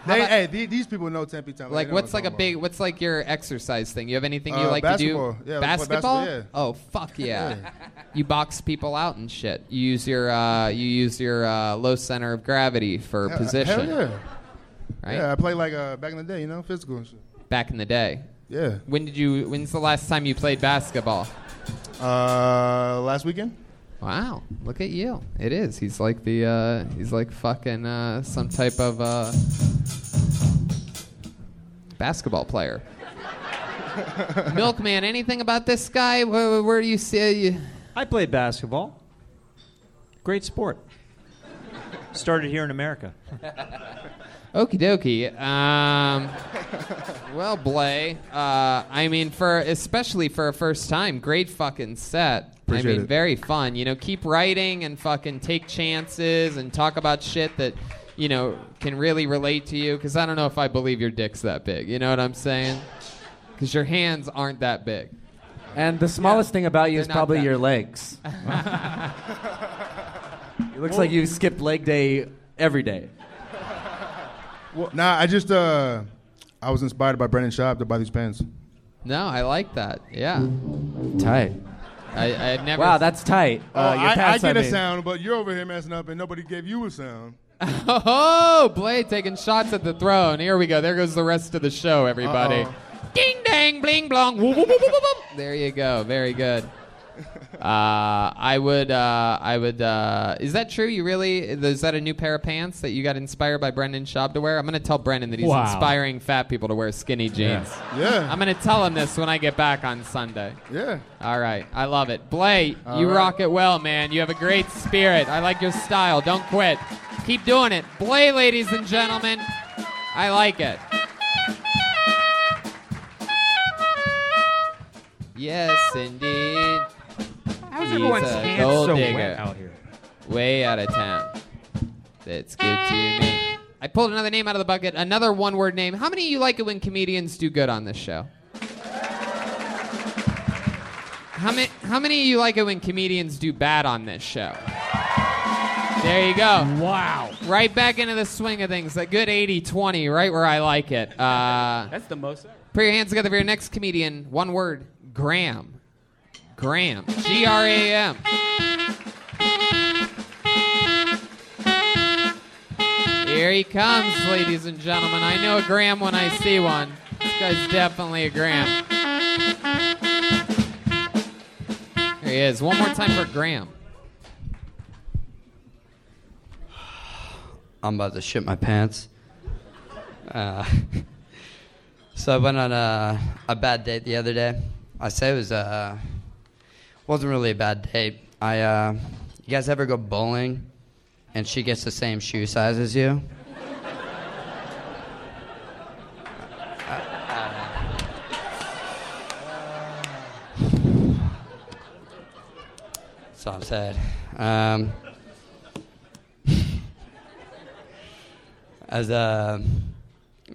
[SPEAKER 10] They, hey, the- these people know Tempe Town. Lake.
[SPEAKER 3] like,
[SPEAKER 10] They know
[SPEAKER 3] what's
[SPEAKER 10] what
[SPEAKER 3] like
[SPEAKER 10] I'm
[SPEAKER 3] a big? What's like your exercise thing? You have anything you
[SPEAKER 10] Uh,
[SPEAKER 3] like
[SPEAKER 10] basketball.
[SPEAKER 3] to do?
[SPEAKER 10] Yeah, I like to play
[SPEAKER 3] basketball.
[SPEAKER 10] basketball, <laughs> yeah.
[SPEAKER 3] Oh fuck yeah. You box people out and shit. You use your uh, you use your uh, low center of gravity for
[SPEAKER 10] talking about. Hell-
[SPEAKER 3] position.
[SPEAKER 10] Hell yeah.
[SPEAKER 3] Right.
[SPEAKER 10] Yeah, I play like uh, back in the day, you know, physical and shit.
[SPEAKER 3] back in the day.
[SPEAKER 10] Yeah.
[SPEAKER 3] When did you? When's the last time you played basketball?
[SPEAKER 10] Uh, last weekend.
[SPEAKER 3] Wow, look at you. It is. He's like the. Uh, he's like fucking uh, some type of uh,
[SPEAKER 10] <laughs>
[SPEAKER 3] basketball player. Milkman, anything about this guy? Where, where do you see? You?
[SPEAKER 5] I played basketball. Great sport. Started here in America.
[SPEAKER 3] Okie dokie. Um, well, Blay, uh, I mean, for especially for a first time, great fucking set. I
[SPEAKER 4] Appreciate
[SPEAKER 3] mean,
[SPEAKER 4] it.
[SPEAKER 3] very fun. You know, keep writing and fucking take chances and talk about shit that you know can really relate to you. Because I don't know if I believe your dick's that big. You know what I'm saying? Because your hands aren't that big.
[SPEAKER 4] And the smallest thing about you
[SPEAKER 3] They're
[SPEAKER 4] is
[SPEAKER 3] not
[SPEAKER 4] probably
[SPEAKER 3] that
[SPEAKER 4] your
[SPEAKER 3] big. <laughs>
[SPEAKER 4] <laughs> legs. It looks like you skipped leg day every day.
[SPEAKER 10] nah, I just uh, I was inspired by Brendan Schaub to buy these pants.
[SPEAKER 3] No, I like that. Yeah.
[SPEAKER 4] Tight.
[SPEAKER 3] I, I've never.
[SPEAKER 4] Wow, that's tight.
[SPEAKER 3] Oh,
[SPEAKER 4] Uh, your
[SPEAKER 10] Oh, I, I
[SPEAKER 4] pants, I
[SPEAKER 10] get a
[SPEAKER 4] mean.
[SPEAKER 10] sound, but you're over here messing up, and nobody gave you a sound.
[SPEAKER 3] <laughs> Oh, Blade taking shots at the throne. Here we go. There goes the rest of the show, everybody.
[SPEAKER 4] Uh-oh.
[SPEAKER 3] Ding dang, bling blong. Whoop, whoop, whoop, <laughs>
[SPEAKER 2] <laughs>
[SPEAKER 3] whoop, whoop. There you go. Very good. Uh, I would. Uh, I would. Uh, is that true? You really? Is that a new pair of pants that you got inspired by Brendan Schaub to wear? I'm gonna tell Brendan that he's
[SPEAKER 6] Wow.
[SPEAKER 3] inspiring fat people to wear skinny jeans.
[SPEAKER 10] Yeah.
[SPEAKER 3] I'm gonna tell him this when I get back on Sunday.
[SPEAKER 10] Yeah.
[SPEAKER 3] All right. I love it. Blay,
[SPEAKER 6] All
[SPEAKER 3] you
[SPEAKER 6] right.
[SPEAKER 3] rock it well, man. You have a great spirit. I like your style. Don't quit. Keep doing it. Blay, ladies and gentlemen. I like it. Yes, indeed.
[SPEAKER 6] How's
[SPEAKER 3] He's uh,
[SPEAKER 6] everyone's
[SPEAKER 3] a
[SPEAKER 6] hands
[SPEAKER 3] gold
[SPEAKER 6] so wet
[SPEAKER 3] digger.
[SPEAKER 6] out here?
[SPEAKER 3] Way out of town. That's good to me. I pulled another name out of the bucket. Another one-word name. How many of you like it when comedians do good on this show? How many? How many of you like it when comedians do bad on this show? There you go.
[SPEAKER 6] Wow.
[SPEAKER 3] Right back into the swing of things. A good 80-20, right where I like it. Uh,
[SPEAKER 6] That's the most.
[SPEAKER 3] Put your hands together for your next comedian. One word Graham. Graham. G R A M. Here he comes, ladies and gentlemen. I know a Graham when I see one. This guy's definitely a Graham. Here he is. One more time for Graham.
[SPEAKER 9] I'm about to shit my pants. Uh, <laughs> so I went on a, a bad date the other day. I say it was a wasn't really a bad date. I uh, you guys ever go bowling, and she gets the same shoe size as you? <sighs> That's all I'm saying. Um, as uh,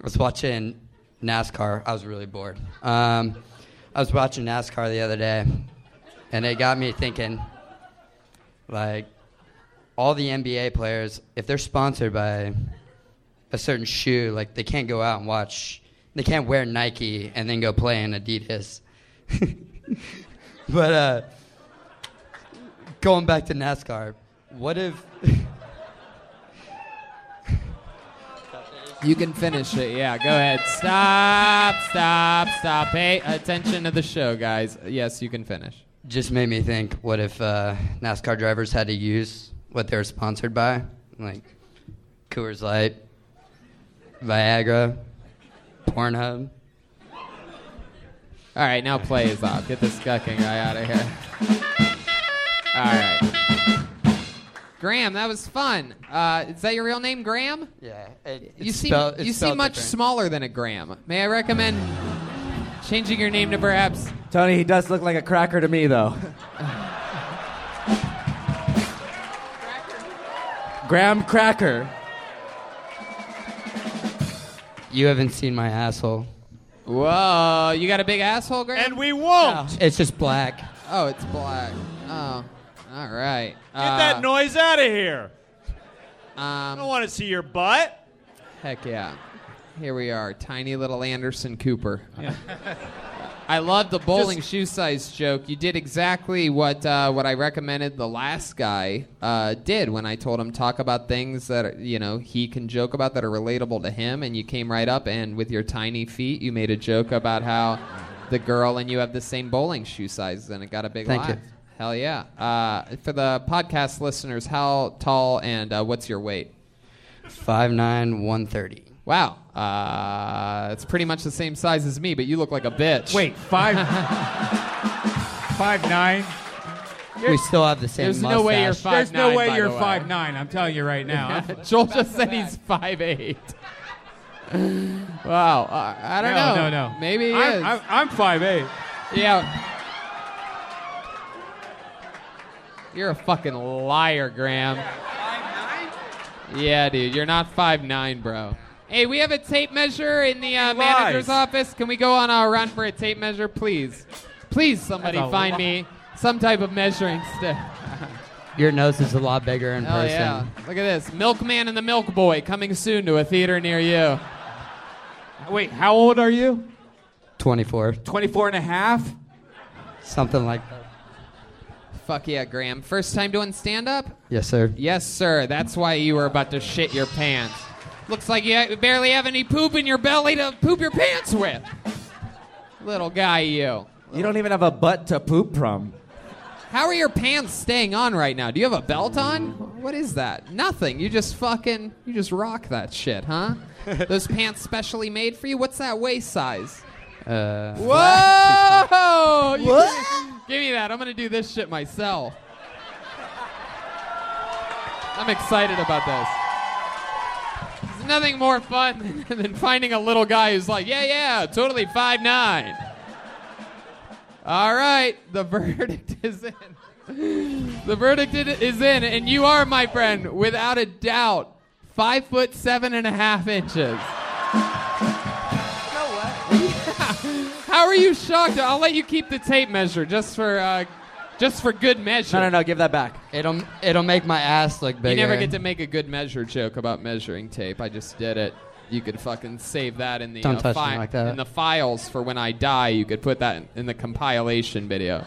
[SPEAKER 9] I was watching NASCAR, I was really bored. Um, I was watching NASCAR the other day, and it got me thinking, like, all the NBA players, if they're sponsored by a certain shoe, like they can't go out and watch, they can't wear Nike and then go play in Adidas. <laughs> but uh, going back to NASCAR, what if?
[SPEAKER 3] You can finish it. Yeah, go ahead. Stop, stop, stop. Pay attention to the show, guys. Yes, you can finish.
[SPEAKER 9] just made me think what if uh, NASCAR drivers had to use what they were sponsored by? Like Coors Light, Viagra, Pornhub.
[SPEAKER 3] All right, now play is off. Get this gucking guy out of here. All right. Graham, that was fun. Uh, is that your real name, Graham?
[SPEAKER 9] Yeah.
[SPEAKER 3] you
[SPEAKER 9] it's
[SPEAKER 3] seem
[SPEAKER 9] spelled- it's
[SPEAKER 3] you seem
[SPEAKER 9] spelled
[SPEAKER 3] much
[SPEAKER 9] different.
[SPEAKER 3] smaller than a Graham. May I recommend changing your name to perhaps?
[SPEAKER 4] Tony, he does look like a cracker to me, though. Graham Cracker.
[SPEAKER 9] You haven't seen my asshole.
[SPEAKER 3] Whoa, you got a big asshole, Graham? And
[SPEAKER 5] we won't.
[SPEAKER 9] It's just black.
[SPEAKER 3] Oh, it's black. Oh, all right. Uh,
[SPEAKER 5] Get that noise out of here.
[SPEAKER 3] I
[SPEAKER 5] don't want to see your butt.
[SPEAKER 3] um, Heck yeah. Here we are, tiny little Anderson Cooper. I love the bowling shoe size joke. You did exactly what uh, what I recommended the last guy uh, did when I told him talk about things that are, you know he can joke about that are relatable to him, and you came right up and with your tiny feet you made a joke about how the girl and you have the same bowling shoe size, and it got a big
[SPEAKER 9] Thank you.
[SPEAKER 3] laugh. Hell yeah! Uh, for the podcast listeners, how tall and uh, what's your weight?
[SPEAKER 9] Five nine one thirty.
[SPEAKER 3] Wow. Uh, it's pretty much the same size as me, but you look like a bitch. Wait, five. <laughs>
[SPEAKER 11] Five nine.
[SPEAKER 9] We still have the same
[SPEAKER 3] There's no way you're
[SPEAKER 9] mustache.
[SPEAKER 3] five
[SPEAKER 11] There's no
[SPEAKER 3] nine,
[SPEAKER 11] way
[SPEAKER 3] by
[SPEAKER 11] you're
[SPEAKER 3] the way.
[SPEAKER 11] five nine. I'm telling you right
[SPEAKER 6] <laughs>
[SPEAKER 11] now.
[SPEAKER 3] Joel just said he's five eight. wow. Uh, I don't
[SPEAKER 11] No,
[SPEAKER 3] know.
[SPEAKER 11] no, no.
[SPEAKER 3] Maybe he
[SPEAKER 11] I'm-
[SPEAKER 3] is.
[SPEAKER 11] I'm- I'm five eight.
[SPEAKER 3] Yeah. You're a fucking liar, Graham. Yeah, dude, you're not five nine, bro. Hey, we have a tape measure in the uh, manager's office. Can we go on a run for a tape measure, please? Please, somebody
[SPEAKER 9] That's a
[SPEAKER 3] find
[SPEAKER 9] lot.
[SPEAKER 3] me some type of measuring
[SPEAKER 11] <laughs>
[SPEAKER 3] stick.
[SPEAKER 9] Your nose is a lot bigger in
[SPEAKER 3] Hell
[SPEAKER 9] person.
[SPEAKER 3] yeah! Look at this, Milkman and the Milk Boy coming soon to a theater near you.
[SPEAKER 11] Wait, how old are you?
[SPEAKER 9] Twenty four.
[SPEAKER 11] 24 and a half?
[SPEAKER 9] Something like that.
[SPEAKER 3] Fuck yeah, Graham! First time doing stand up?
[SPEAKER 9] Yes, sir.
[SPEAKER 3] Yes, sir. That's why you were about to shit your pants. Looks like you barely have any poop in your belly to poop your pants with. Little guy, you.
[SPEAKER 4] You don't even have a butt to poop from.
[SPEAKER 3] How are your pants staying on right now? Do you have a belt on? What is that? Nothing. You just fucking, you just rock that shit,
[SPEAKER 4] <laughs>
[SPEAKER 3] huh? Those pants specially made for you? What's that waist size?
[SPEAKER 9] Uh,
[SPEAKER 3] Whoa! You- Give me that. I'm gonna do this shit myself. I'm excited about this. There's nothing more fun <laughs> than finding a little guy who's like, yeah, yeah, totally five nine. All right, the <laughs> verdict is in. The verdict i- is in, and you are, my friend, without a doubt, five foot seven and a half inches. <laughs> How are you shocked? I'll let you keep the tape measure just for uh, just for good measure.
[SPEAKER 9] No, no,
[SPEAKER 3] give that back.
[SPEAKER 9] It'll it'll make my ass look bigger.
[SPEAKER 3] You never get to make a good measure joke about measuring tape. I just did it. You could fucking save that in the uh,
[SPEAKER 9] Don't touch me
[SPEAKER 3] fi-
[SPEAKER 9] like that.
[SPEAKER 3] in the files for when I die. You could put that in, in the compilation video.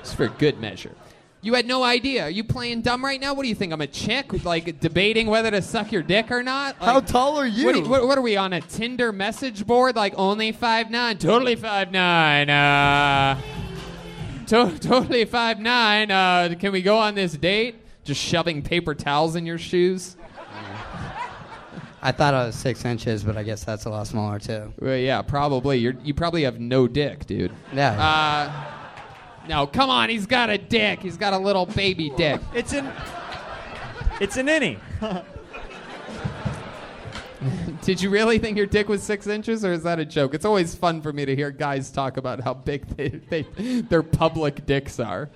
[SPEAKER 3] It's for good measure. You had no idea. Are you playing dumb right now? What do you think? I'm a chick, like debating whether to suck your dick or not. How
[SPEAKER 9] tall are
[SPEAKER 3] What, do what, what are we on a Tinder message board? Like only five nine, totally five nine. Uh, to- <laughs> totally five nine. Uh, can we go on this date? Just shoving paper towels in your shoes.
[SPEAKER 9] I thought I was six inches, but I guess that's a lot smaller too.
[SPEAKER 3] Well, yeah, probably. You're, you probably have no dick, dude.
[SPEAKER 9] Yeah.
[SPEAKER 3] Uh, no, come on. He's got a dick. He's got a little baby dick.
[SPEAKER 5] It's an. It's an innie.
[SPEAKER 3] <laughs> Did you really think your dick was six inches, or is that a joke? It's always fun for me to hear guys talk about how big they, they, their public dicks are.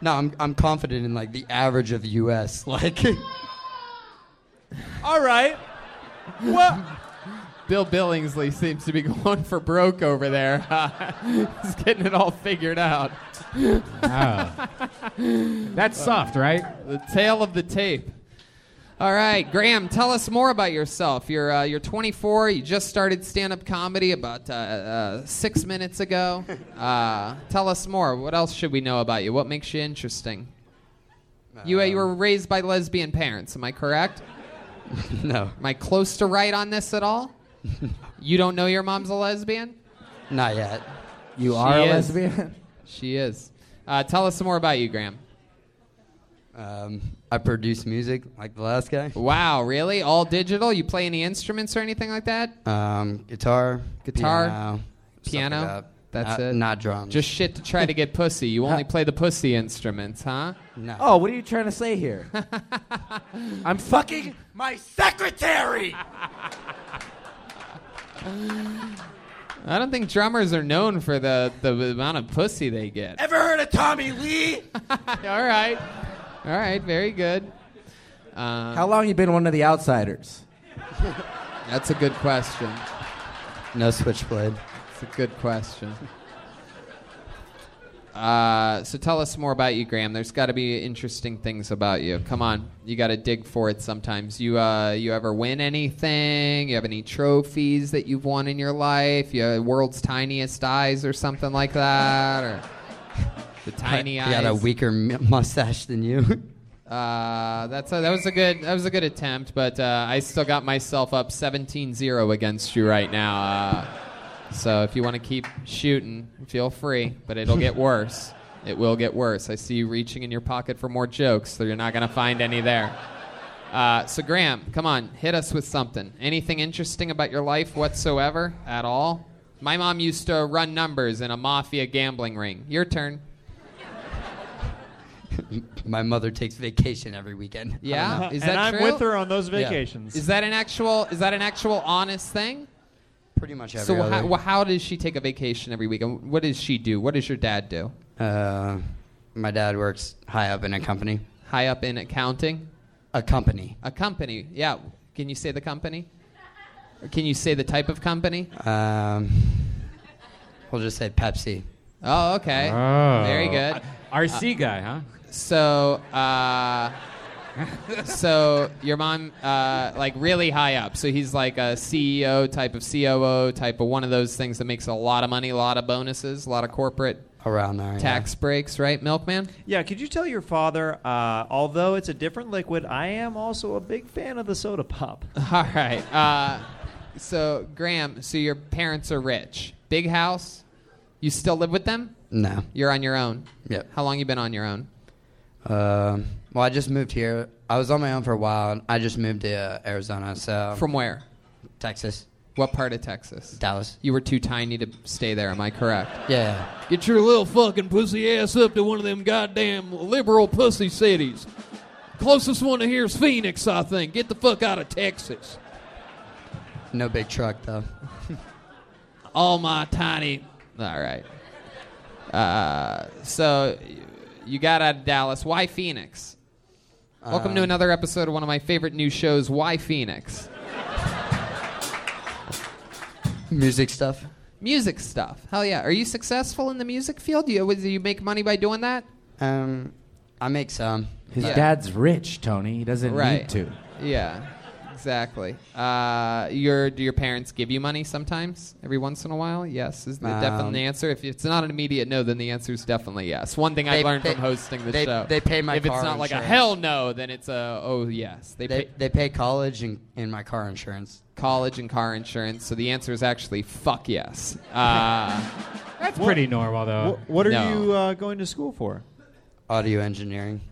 [SPEAKER 9] No, I'm I'm confident in like the average of the U.S. <laughs> Like,
[SPEAKER 5] All right. Well,
[SPEAKER 3] Bill Billingsley seems to be <laughs> going for broke over there. <laughs> he's getting it all figured out.
[SPEAKER 6] That's soft, right?
[SPEAKER 3] The tail of the tape. All right, Graham, tell us more about yourself. You're uh, you're 24. You just started stand-up comedy about uh, uh, six minutes ago. Uh, tell us more. What else should we know about you? What makes you interesting? You uh, you were raised by lesbian parents. Am I correct?
[SPEAKER 9] no,
[SPEAKER 3] Am I close to right on this at all? you don't know your mom's a lesbian?
[SPEAKER 9] not yet.
[SPEAKER 3] You
[SPEAKER 4] are a
[SPEAKER 3] lesbian. <laughs> She is. Uh, tell us some more about you, Graham.
[SPEAKER 9] Um, I produce music like the last guy.
[SPEAKER 3] Wow, really? All digital? You play any instruments or anything like that?
[SPEAKER 9] Um, guitar,
[SPEAKER 3] Guitar,
[SPEAKER 9] piano, stuff
[SPEAKER 3] piano?
[SPEAKER 9] like that.
[SPEAKER 3] That's
[SPEAKER 9] Not-
[SPEAKER 3] it?
[SPEAKER 9] Not drums.
[SPEAKER 3] Just shit to try
[SPEAKER 9] <laughs>
[SPEAKER 3] to get pussy. You only play the pussy instruments, huh?
[SPEAKER 9] no.
[SPEAKER 4] Oh, what are you trying to say here? I'm fucking <laughs> my secretary.
[SPEAKER 3] I don't think drummers are known for the, the amount of pussy they get.
[SPEAKER 4] Ever heard of Tommy Lee?
[SPEAKER 3] <laughs> All right. All right, very good. Uh,
[SPEAKER 4] How long you been one of the outsiders?
[SPEAKER 3] That's a good question.
[SPEAKER 9] No switchblade.
[SPEAKER 3] It's a good question. Uh, so tell us more about you, Graham. There's got to be interesting things about you. Come on, you got to dig for it sometimes. You uh, you ever win anything? You have any trophies that you've won in your life? You have world's tiniest eyes or something like that, or <laughs> the tiny
[SPEAKER 9] I
[SPEAKER 3] eyes.
[SPEAKER 9] got a weaker m- mustache than you. <laughs>
[SPEAKER 3] Uh, that's a, that was a good that was a good attempt, but uh, I still got myself up 17-0 against you right now. Uh, so if you want to keep shooting, feel free, but it'll get worse. It will get worse. I see you reaching in your pocket for more jokes, so you're not gonna find any there. Uh, so Graham, come on, hit us with something. Anything interesting about your life whatsoever at all? My mom used to run numbers in a mafia gambling ring. Your turn.
[SPEAKER 9] My mother takes vacation every weekend.
[SPEAKER 3] Yeah, is
[SPEAKER 5] and
[SPEAKER 3] that
[SPEAKER 5] I'm
[SPEAKER 3] true?
[SPEAKER 5] with her on those
[SPEAKER 9] Yeah.
[SPEAKER 5] vacations.
[SPEAKER 3] Is that an actual? Is that an actual honest thing?
[SPEAKER 9] Pretty much every
[SPEAKER 3] so
[SPEAKER 9] other.
[SPEAKER 3] how, well, how does she take a vacation every week? And what does she do? What does your dad do?
[SPEAKER 9] uh, my dad works high up in a company.
[SPEAKER 3] High up in accounting,
[SPEAKER 9] A company.
[SPEAKER 3] a company. Yeah, can you say the company? Or can you say the type of company?
[SPEAKER 9] Um, we'll just say Pepsi.
[SPEAKER 3] Oh, okay.
[SPEAKER 9] Oh.
[SPEAKER 3] Very good. Uh,
[SPEAKER 6] RC guy, huh?
[SPEAKER 3] So, uh, <laughs> so your mom, uh, like really high up. So he's like a CEO type of COO type of one of those things that makes a lot of money, a lot of bonuses, a lot of corporate
[SPEAKER 9] Around there. yeah.
[SPEAKER 3] tax <laughs> breaks, right, Milkman?
[SPEAKER 5] Yeah, could you tell your father, uh, although it's a different liquid, I am also a big fan of the soda pop.
[SPEAKER 3] All right. Uh, so Graham, so your parents are rich, big house. You still live with them?
[SPEAKER 9] No.
[SPEAKER 3] You're on your own.
[SPEAKER 9] Yep.
[SPEAKER 3] How long you been on your own?
[SPEAKER 9] Um, well, I just moved here. I was on my own for a while. and I just moved to uh, Arizona, so
[SPEAKER 3] From where?
[SPEAKER 9] Texas,
[SPEAKER 3] What part of Texas?
[SPEAKER 9] Dallas.
[SPEAKER 3] You were too tiny to stay there. Am I correct?
[SPEAKER 9] Yeah,
[SPEAKER 11] Get your little fucking pussy ass up to one of them goddamn liberal pussy cities. Closest one to here is Phoenix, I think. Get the fuck out of Texas.
[SPEAKER 9] no big truck though.
[SPEAKER 11] All my tiny.
[SPEAKER 3] All right. Uh, so y- you got out of Dallas. Why Phoenix? Welcome
[SPEAKER 9] Um,
[SPEAKER 3] to another episode of one of my favorite new shows, Why Phoenix.
[SPEAKER 9] Music stuff.
[SPEAKER 3] Music stuff. Hell yeah. Are you successful in the music field? Do you, do you make money by doing that?
[SPEAKER 9] Um, I make some.
[SPEAKER 4] His
[SPEAKER 3] Yeah.
[SPEAKER 4] dad's rich, Tony. He doesn't
[SPEAKER 3] Right.
[SPEAKER 4] need to.
[SPEAKER 3] Yeah. Exactly. Uh, your do your parents give you money sometimes? Every once in a while? Yes is the
[SPEAKER 9] Um,
[SPEAKER 3] definite answer. If it's not an immediate no, then the answer is definitely yes. One thing
[SPEAKER 9] They
[SPEAKER 3] I've learned
[SPEAKER 9] pay-
[SPEAKER 3] from hosting the
[SPEAKER 9] they-
[SPEAKER 3] show.
[SPEAKER 9] they pay my
[SPEAKER 3] If it's
[SPEAKER 9] car
[SPEAKER 3] not like a
[SPEAKER 9] insurance.
[SPEAKER 3] hell no, then it's a oh yes. They,
[SPEAKER 9] They they, pay
[SPEAKER 3] pay
[SPEAKER 9] college and, and my car insurance.
[SPEAKER 3] college and car insurance. So the answer is actually fuck yes. Uh,
[SPEAKER 6] That's pretty normal though.
[SPEAKER 9] wh- what are
[SPEAKER 3] No.
[SPEAKER 5] you uh, going to school for?
[SPEAKER 9] Audio engineering.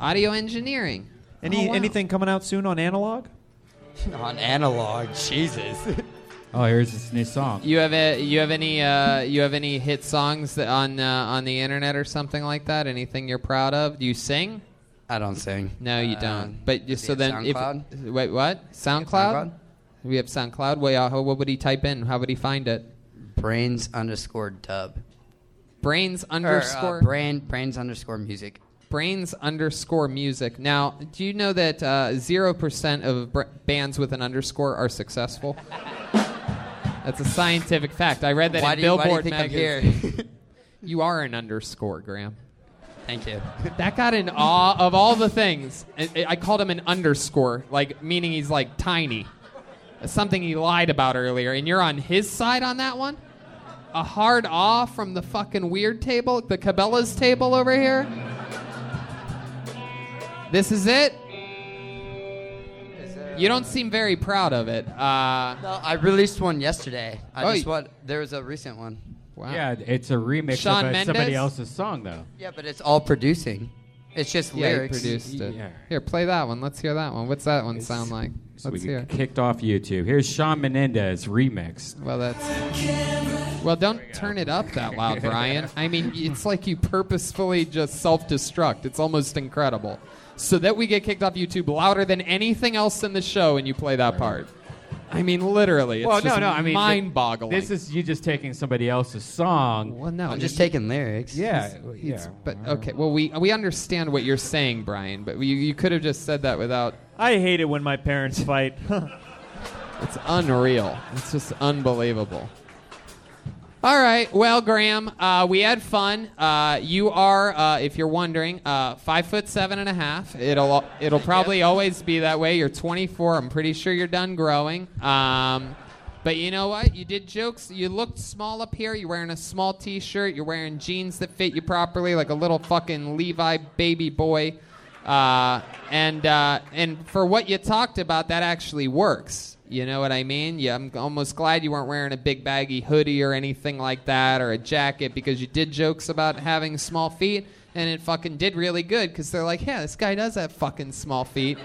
[SPEAKER 3] Audio engineering.
[SPEAKER 5] Any
[SPEAKER 3] Oh, wow.
[SPEAKER 5] anything coming out soon on
[SPEAKER 3] <laughs>
[SPEAKER 5] analog?
[SPEAKER 9] On analog, Jesus.
[SPEAKER 6] Oh, here's this new song.
[SPEAKER 3] You have a, you have any uh, you have any hit songs that on uh, on the internet or something like that? Anything you're proud of? Do you sing?
[SPEAKER 9] I don't sing.
[SPEAKER 3] No, you
[SPEAKER 9] Uh,
[SPEAKER 3] don't. But you, so
[SPEAKER 9] do you
[SPEAKER 3] then,
[SPEAKER 9] have
[SPEAKER 3] if wait, what? SoundCloud? We have SoundCloud. Wait, uh, how- what would he type in? How would he find it?
[SPEAKER 9] Brains underscore dub.
[SPEAKER 3] Brains
[SPEAKER 9] Or,
[SPEAKER 3] underscore
[SPEAKER 9] uh, brain brains underscore music.
[SPEAKER 3] brains underscore music. Now, do you know that uh, zero percent of br- bands with an underscore are successful? <laughs> That's a scientific fact. I read that
[SPEAKER 9] Why
[SPEAKER 3] in
[SPEAKER 9] do you- why do you
[SPEAKER 3] Billboard
[SPEAKER 9] think I'm here?
[SPEAKER 3] magazine. <laughs> you are an underscore, Graham.
[SPEAKER 9] Thank you.
[SPEAKER 3] That got an awe of all the things. I, I called him an underscore, like meaning he's like tiny. Something he lied about earlier, and you're on his side on that one? A hard awe from the fucking weird table, the Cabela's table over here? This is it? You don't seem very proud of it. Uh,
[SPEAKER 9] no, I released one yesterday. I
[SPEAKER 3] Oh,
[SPEAKER 9] just
[SPEAKER 3] y-
[SPEAKER 9] want there was a recent one.
[SPEAKER 3] Wow.
[SPEAKER 6] Yeah, it's a remix
[SPEAKER 9] Shawn
[SPEAKER 6] of uh, somebody
[SPEAKER 9] Mendes?
[SPEAKER 6] else's song though.
[SPEAKER 9] Yeah, but it's all producing. It's just
[SPEAKER 3] Yeah, he
[SPEAKER 9] lyrics.
[SPEAKER 3] produced it. Here, play that one. Let's hear that one. What's that one sound like?
[SPEAKER 6] So
[SPEAKER 3] Let's
[SPEAKER 6] we
[SPEAKER 3] hear.
[SPEAKER 6] get kicked off YouTube. Here's Shawn Menendez remix.
[SPEAKER 3] Well, that's. Well, don't turn it up that
[SPEAKER 6] <laughs>
[SPEAKER 3] loud, Brian. I mean, it's like you purposefully just self destruct. It's almost incredible. So that we get kicked off YouTube louder than anything else in the show, and you play that part. I mean, literally. It's
[SPEAKER 6] well, no,
[SPEAKER 3] just
[SPEAKER 6] no. I mean,
[SPEAKER 3] mind boggling.
[SPEAKER 6] This is you just taking somebody else's song.
[SPEAKER 3] Well, no,
[SPEAKER 9] I'm just taking lyrics.
[SPEAKER 6] Yeah,
[SPEAKER 3] It's-
[SPEAKER 6] yeah.
[SPEAKER 3] But okay, well, we we understand what you're saying, Brian. But you you could have just said that without.
[SPEAKER 5] I hate it when my parents
[SPEAKER 6] <laughs>
[SPEAKER 5] fight.
[SPEAKER 3] It's unreal. It's just unbelievable. All right. Well, Graham, uh, we had fun. Uh, you are, uh, if you're wondering, uh, five foot seven and a half. It'll it'll probably always be that way. You're 24. I'm pretty sure you're done growing. Um, but you know what? You did jokes. You looked small up here. You're wearing a small T-shirt. You're wearing jeans that fit you properly, like a little fucking Levi baby boy. Uh, and uh, and for what you talked about, that actually works. You know what I mean? Yeah, I'm almost glad you weren't wearing a big baggy hoodie or anything like that, or a jacket, because you did jokes about having small feet, and it fucking did really good, because they're like, yeah, this guy does have fucking small feet.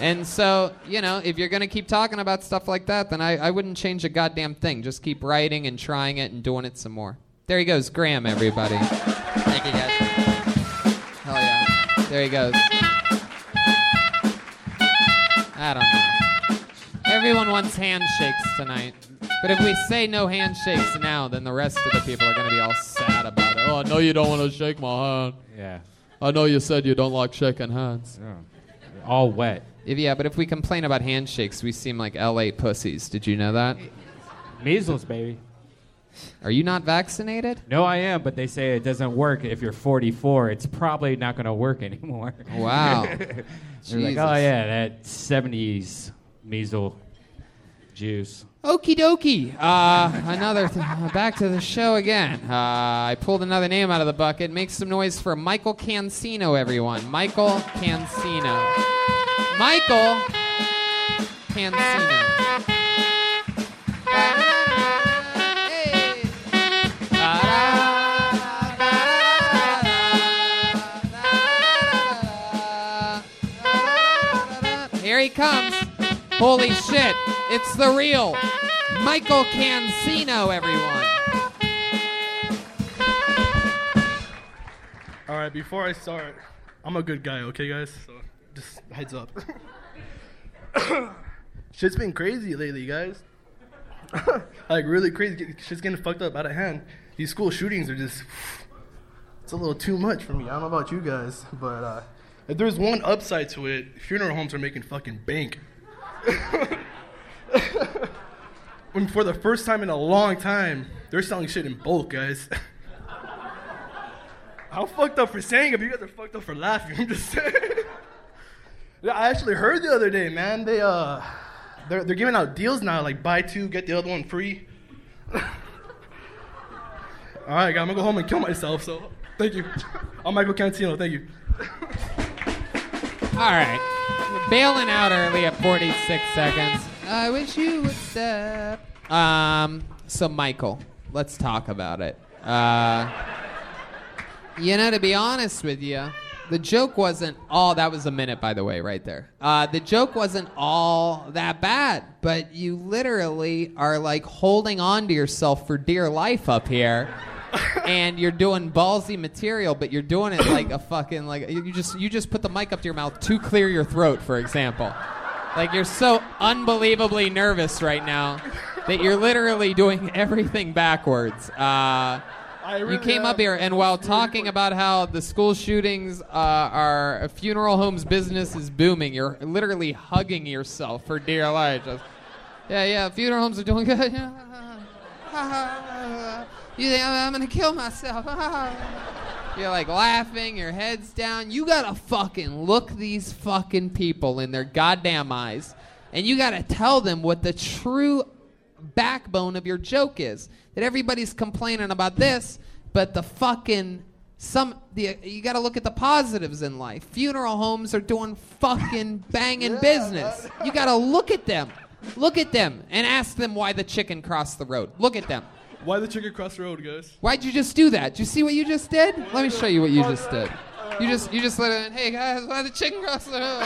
[SPEAKER 3] And so, you know, if you're going to keep talking about stuff like that, then I, I wouldn't change a goddamn thing. Just keep writing and trying it and doing it some more. There he goes, Graham, everybody.
[SPEAKER 9] Thank you guys. Hell yeah.
[SPEAKER 3] There he goes. I don't know. Everyone wants handshakes tonight. But if we say no handshakes now, then the rest of the people are going to be all sad about it.
[SPEAKER 11] Oh, I know you don't want to shake my hand.
[SPEAKER 6] Yeah.
[SPEAKER 11] I know you said you don't like shaking hands.
[SPEAKER 6] All wet.
[SPEAKER 3] If, yeah, but if we complain about handshakes, we seem like LA pussies. Did you know that?
[SPEAKER 6] Measles, baby.
[SPEAKER 3] Are you not vaccinated?
[SPEAKER 6] No, I am, but they say it doesn't work if you're 44. It's probably not going to work <laughs> anymore.
[SPEAKER 3] Wow.
[SPEAKER 6] <laughs> They're
[SPEAKER 3] Jesus.
[SPEAKER 6] like, oh yeah, that 70s measles juice.
[SPEAKER 3] Okie dokie. Uh, another th- back to the show again. Uh, I pulled another name out of the bucket. Make some noise for Michael Cancino, everyone. Michael Cancino. Michael Cancino. Here he comes. Holy shit. It's the real Michael Cancino, everyone.
[SPEAKER 12] All right, before I start, I'm a good guy, okay, guys? So just heads up. <coughs> Shit's been crazy lately, guys. <coughs> like, really crazy. Get- Shit's getting fucked up out of hand. These school shootings are just. It's a little too much for me. I don't know about you guys, but uh, if there's one upside to it, funeral homes are making fucking bank. and for the first time in a long time, they're selling shit in bulk, guys. <laughs> I'm fucked up for saying it, but you guys are fucked <laughs> up for laughing. I'm just saying. Yeah, I actually heard the other day, man. They uh, They're, they're giving out deals now, like buy two, get the other one free. <laughs> All right, guys, I'm gonna go home and kill myself. So, thank you. I'm Michael Cantino. Thank you.
[SPEAKER 3] All right. Bailing out early at 46 seconds. I wish you would stop. Um, so, Michael, let's talk about it. Uh, you know, to be honest with you, the joke wasn't all. That was a minute, by the way, right there. Uh, the joke wasn't all that bad, but you literally are like holding on to yourself for dear life up here. <laughs> and you're doing ballsy material, but you're doing it like a fucking like you you just you just put the mic up to your mouth to clear your throat, for example. Like you're so unbelievably nervous right now that you're literally doing <laughs> everything backwards. Uh, you came up here, and while talking about how the school shootings uh, are uh, funeral homes business is booming, you're literally hugging yourself for dear life. Just, yeah, yeah, funeral homes are doing <laughs> good. <laughs> You think I'm, I'm gonna kill myself? <laughs> You're like laughing, your head's down. You gotta fucking look these fucking people in their goddamn eyes, and you gotta tell them what the true backbone of your joke is. That everybody's complaining about this, but the fucking some the you gotta look at the positives in life. Funeral homes are doing fucking banging business. You gotta look at them, look at them, and ask them why the chicken crossed the road. Look at them.
[SPEAKER 12] Why the chicken cross the road, guys?
[SPEAKER 3] Why'd you just do that? Did you see what you just did? Let me show you what you just did. You just you just let it. Hey guys, why the chicken cross <laughs> the road?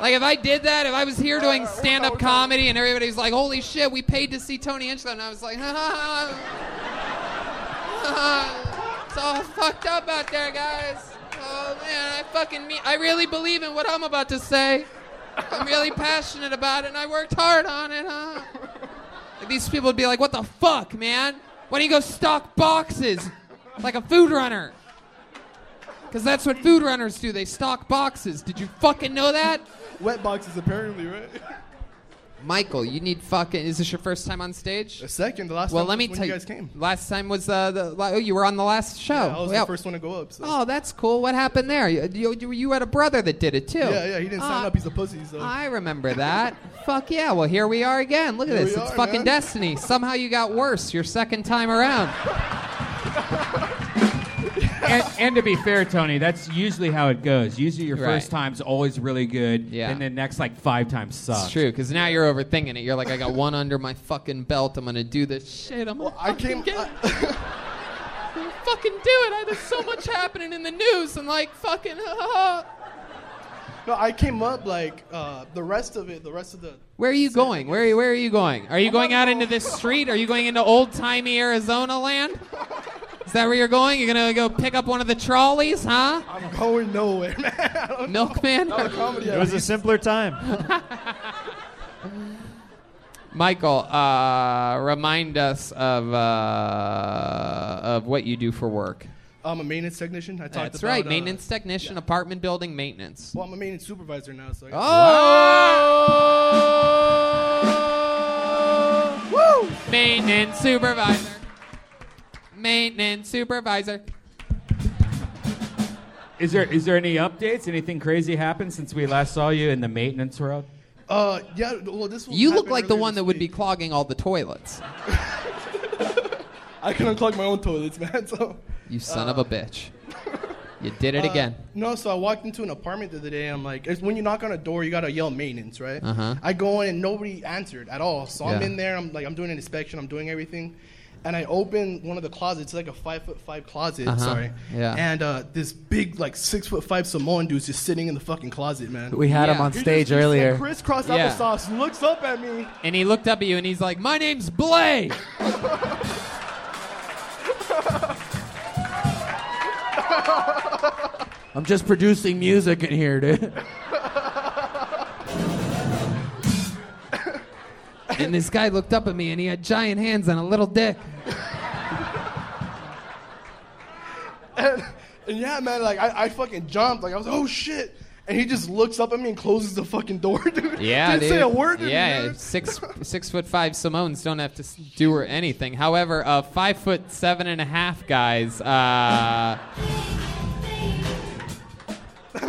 [SPEAKER 3] like if I did that, if I was here doing stand-up comedy and everybody's like, "Holy shit, we paid to see Tony Angelo," and I was like, <laughs> "Ha ha ha, <laughs> it's all fucked up out there, guys. Oh man, I fucking mean, I really believe in what I'm about to say. I'm really passionate about it, and I worked hard on it, huh?" Like, these people would be like, "What the fuck, man? Why don't you go stock boxes like a food runner?" Because that's what food runners do. They stock boxes. Did you fucking know that?
[SPEAKER 12] Wet boxes, apparently, right?
[SPEAKER 3] Michael, you need fucking. Is this your first time on stage?
[SPEAKER 12] The second, the last
[SPEAKER 3] well,
[SPEAKER 12] time
[SPEAKER 3] let
[SPEAKER 12] was
[SPEAKER 3] me
[SPEAKER 12] when
[SPEAKER 3] tell
[SPEAKER 12] you guys came.
[SPEAKER 3] Last time was uh, the. la- Oh, you were on the last show.
[SPEAKER 12] Yeah, I was
[SPEAKER 3] Yeah.
[SPEAKER 12] the first one to go up. So.
[SPEAKER 3] Oh, that's cool. What happened there? You, you, you had a brother that did it too.
[SPEAKER 12] Yeah, yeah, he didn't sign
[SPEAKER 3] Ah,
[SPEAKER 12] up. He's a pussy. So.
[SPEAKER 3] I remember that. <laughs> Fuck yeah. Well, here we are again. Look at
[SPEAKER 12] Here
[SPEAKER 3] this.
[SPEAKER 12] we
[SPEAKER 3] It's
[SPEAKER 12] are,
[SPEAKER 3] fucking
[SPEAKER 12] man.
[SPEAKER 3] destiny. Somehow you got worse your second time around.
[SPEAKER 6] and, and to be fair, Tony, that's usually how it goes. Usually, your
[SPEAKER 3] Right.
[SPEAKER 6] first time's always really good,
[SPEAKER 3] Yeah.
[SPEAKER 6] and the next like five times sucks.
[SPEAKER 3] It's true, because now you're overthinking it. You're like, I got one <laughs> under my fucking belt. I'm going to do this shit. I'm
[SPEAKER 12] I came.
[SPEAKER 3] fucking do it. <laughs> I, there's so much happening in the news. I'm like, fucking. <laughs>
[SPEAKER 12] No, I came up like uh, the rest of it. The rest of the
[SPEAKER 3] Where are you going? Where are you, where are you going? Are you going out into this street? Are you going into old timey Arizona land? Is that where you're going? You're gonna go pick up one of the trolleys, huh?
[SPEAKER 12] I'm going nowhere,
[SPEAKER 3] <laughs>
[SPEAKER 12] man.
[SPEAKER 3] Milkman.
[SPEAKER 12] Not a comedy
[SPEAKER 5] It was a simpler time.
[SPEAKER 3] <laughs> Michael, uh, remind us of uh, of what you do for work.
[SPEAKER 12] I'm a maintenance technician. I talked
[SPEAKER 3] That's
[SPEAKER 12] about,
[SPEAKER 3] right,
[SPEAKER 12] uh,
[SPEAKER 3] maintenance technician, apartment building maintenance.
[SPEAKER 12] Well, I'm a maintenance supervisor now, so. I
[SPEAKER 3] Oh! Maintenance supervisor. Maintenance supervisor.
[SPEAKER 6] Is there is there any updates? Anything crazy happened since we last saw you in the maintenance world?
[SPEAKER 12] Uh, yeah. Well, this.
[SPEAKER 3] You look like the one that would be clogging all the toilets.
[SPEAKER 12] <laughs> I can unclog my own toilets, man. <laughs> So.
[SPEAKER 3] You son of a bitch. You did it again.
[SPEAKER 12] Uh, No, so I walked into an apartment the other day. I'm like, it's when you knock on a door, you gotta yell maintenance, right?
[SPEAKER 3] Uh-huh.
[SPEAKER 12] I go in and nobody answered at all. So I'm
[SPEAKER 3] Yeah.
[SPEAKER 12] in there. I'm like, I'm doing an inspection. I'm doing everything, and I open one of the closets. It's like a five foot five closet.
[SPEAKER 3] Uh-huh.
[SPEAKER 12] Sorry.
[SPEAKER 3] Yeah.
[SPEAKER 12] And uh, this big like six foot five Samoan dude's just sitting in the fucking closet, man.
[SPEAKER 4] We had him Yeah. on
[SPEAKER 12] He
[SPEAKER 4] stage
[SPEAKER 12] just, he just, like,
[SPEAKER 4] earlier.
[SPEAKER 12] crisscross
[SPEAKER 3] Yeah.
[SPEAKER 12] applesauce looks up at me.
[SPEAKER 3] And he looked up at you and he's like, My name's Blay.
[SPEAKER 4] I'm just producing music in here, dude. <laughs>
[SPEAKER 3] and this guy looked up at me and he had giant hands and a little dick.
[SPEAKER 12] <laughs> And, and yeah, man, like I, I fucking jumped. Like I was, oh shit. And he just looks up at me and closes the fucking door, <laughs> dude.
[SPEAKER 3] Yeah,
[SPEAKER 12] Didn't
[SPEAKER 3] dude.
[SPEAKER 12] say a word. to me,
[SPEAKER 3] Yeah,
[SPEAKER 12] man.
[SPEAKER 3] <laughs> six six foot five Simones don't have to s- do or anything. However, uh, five foot seven and a half guys. Uh,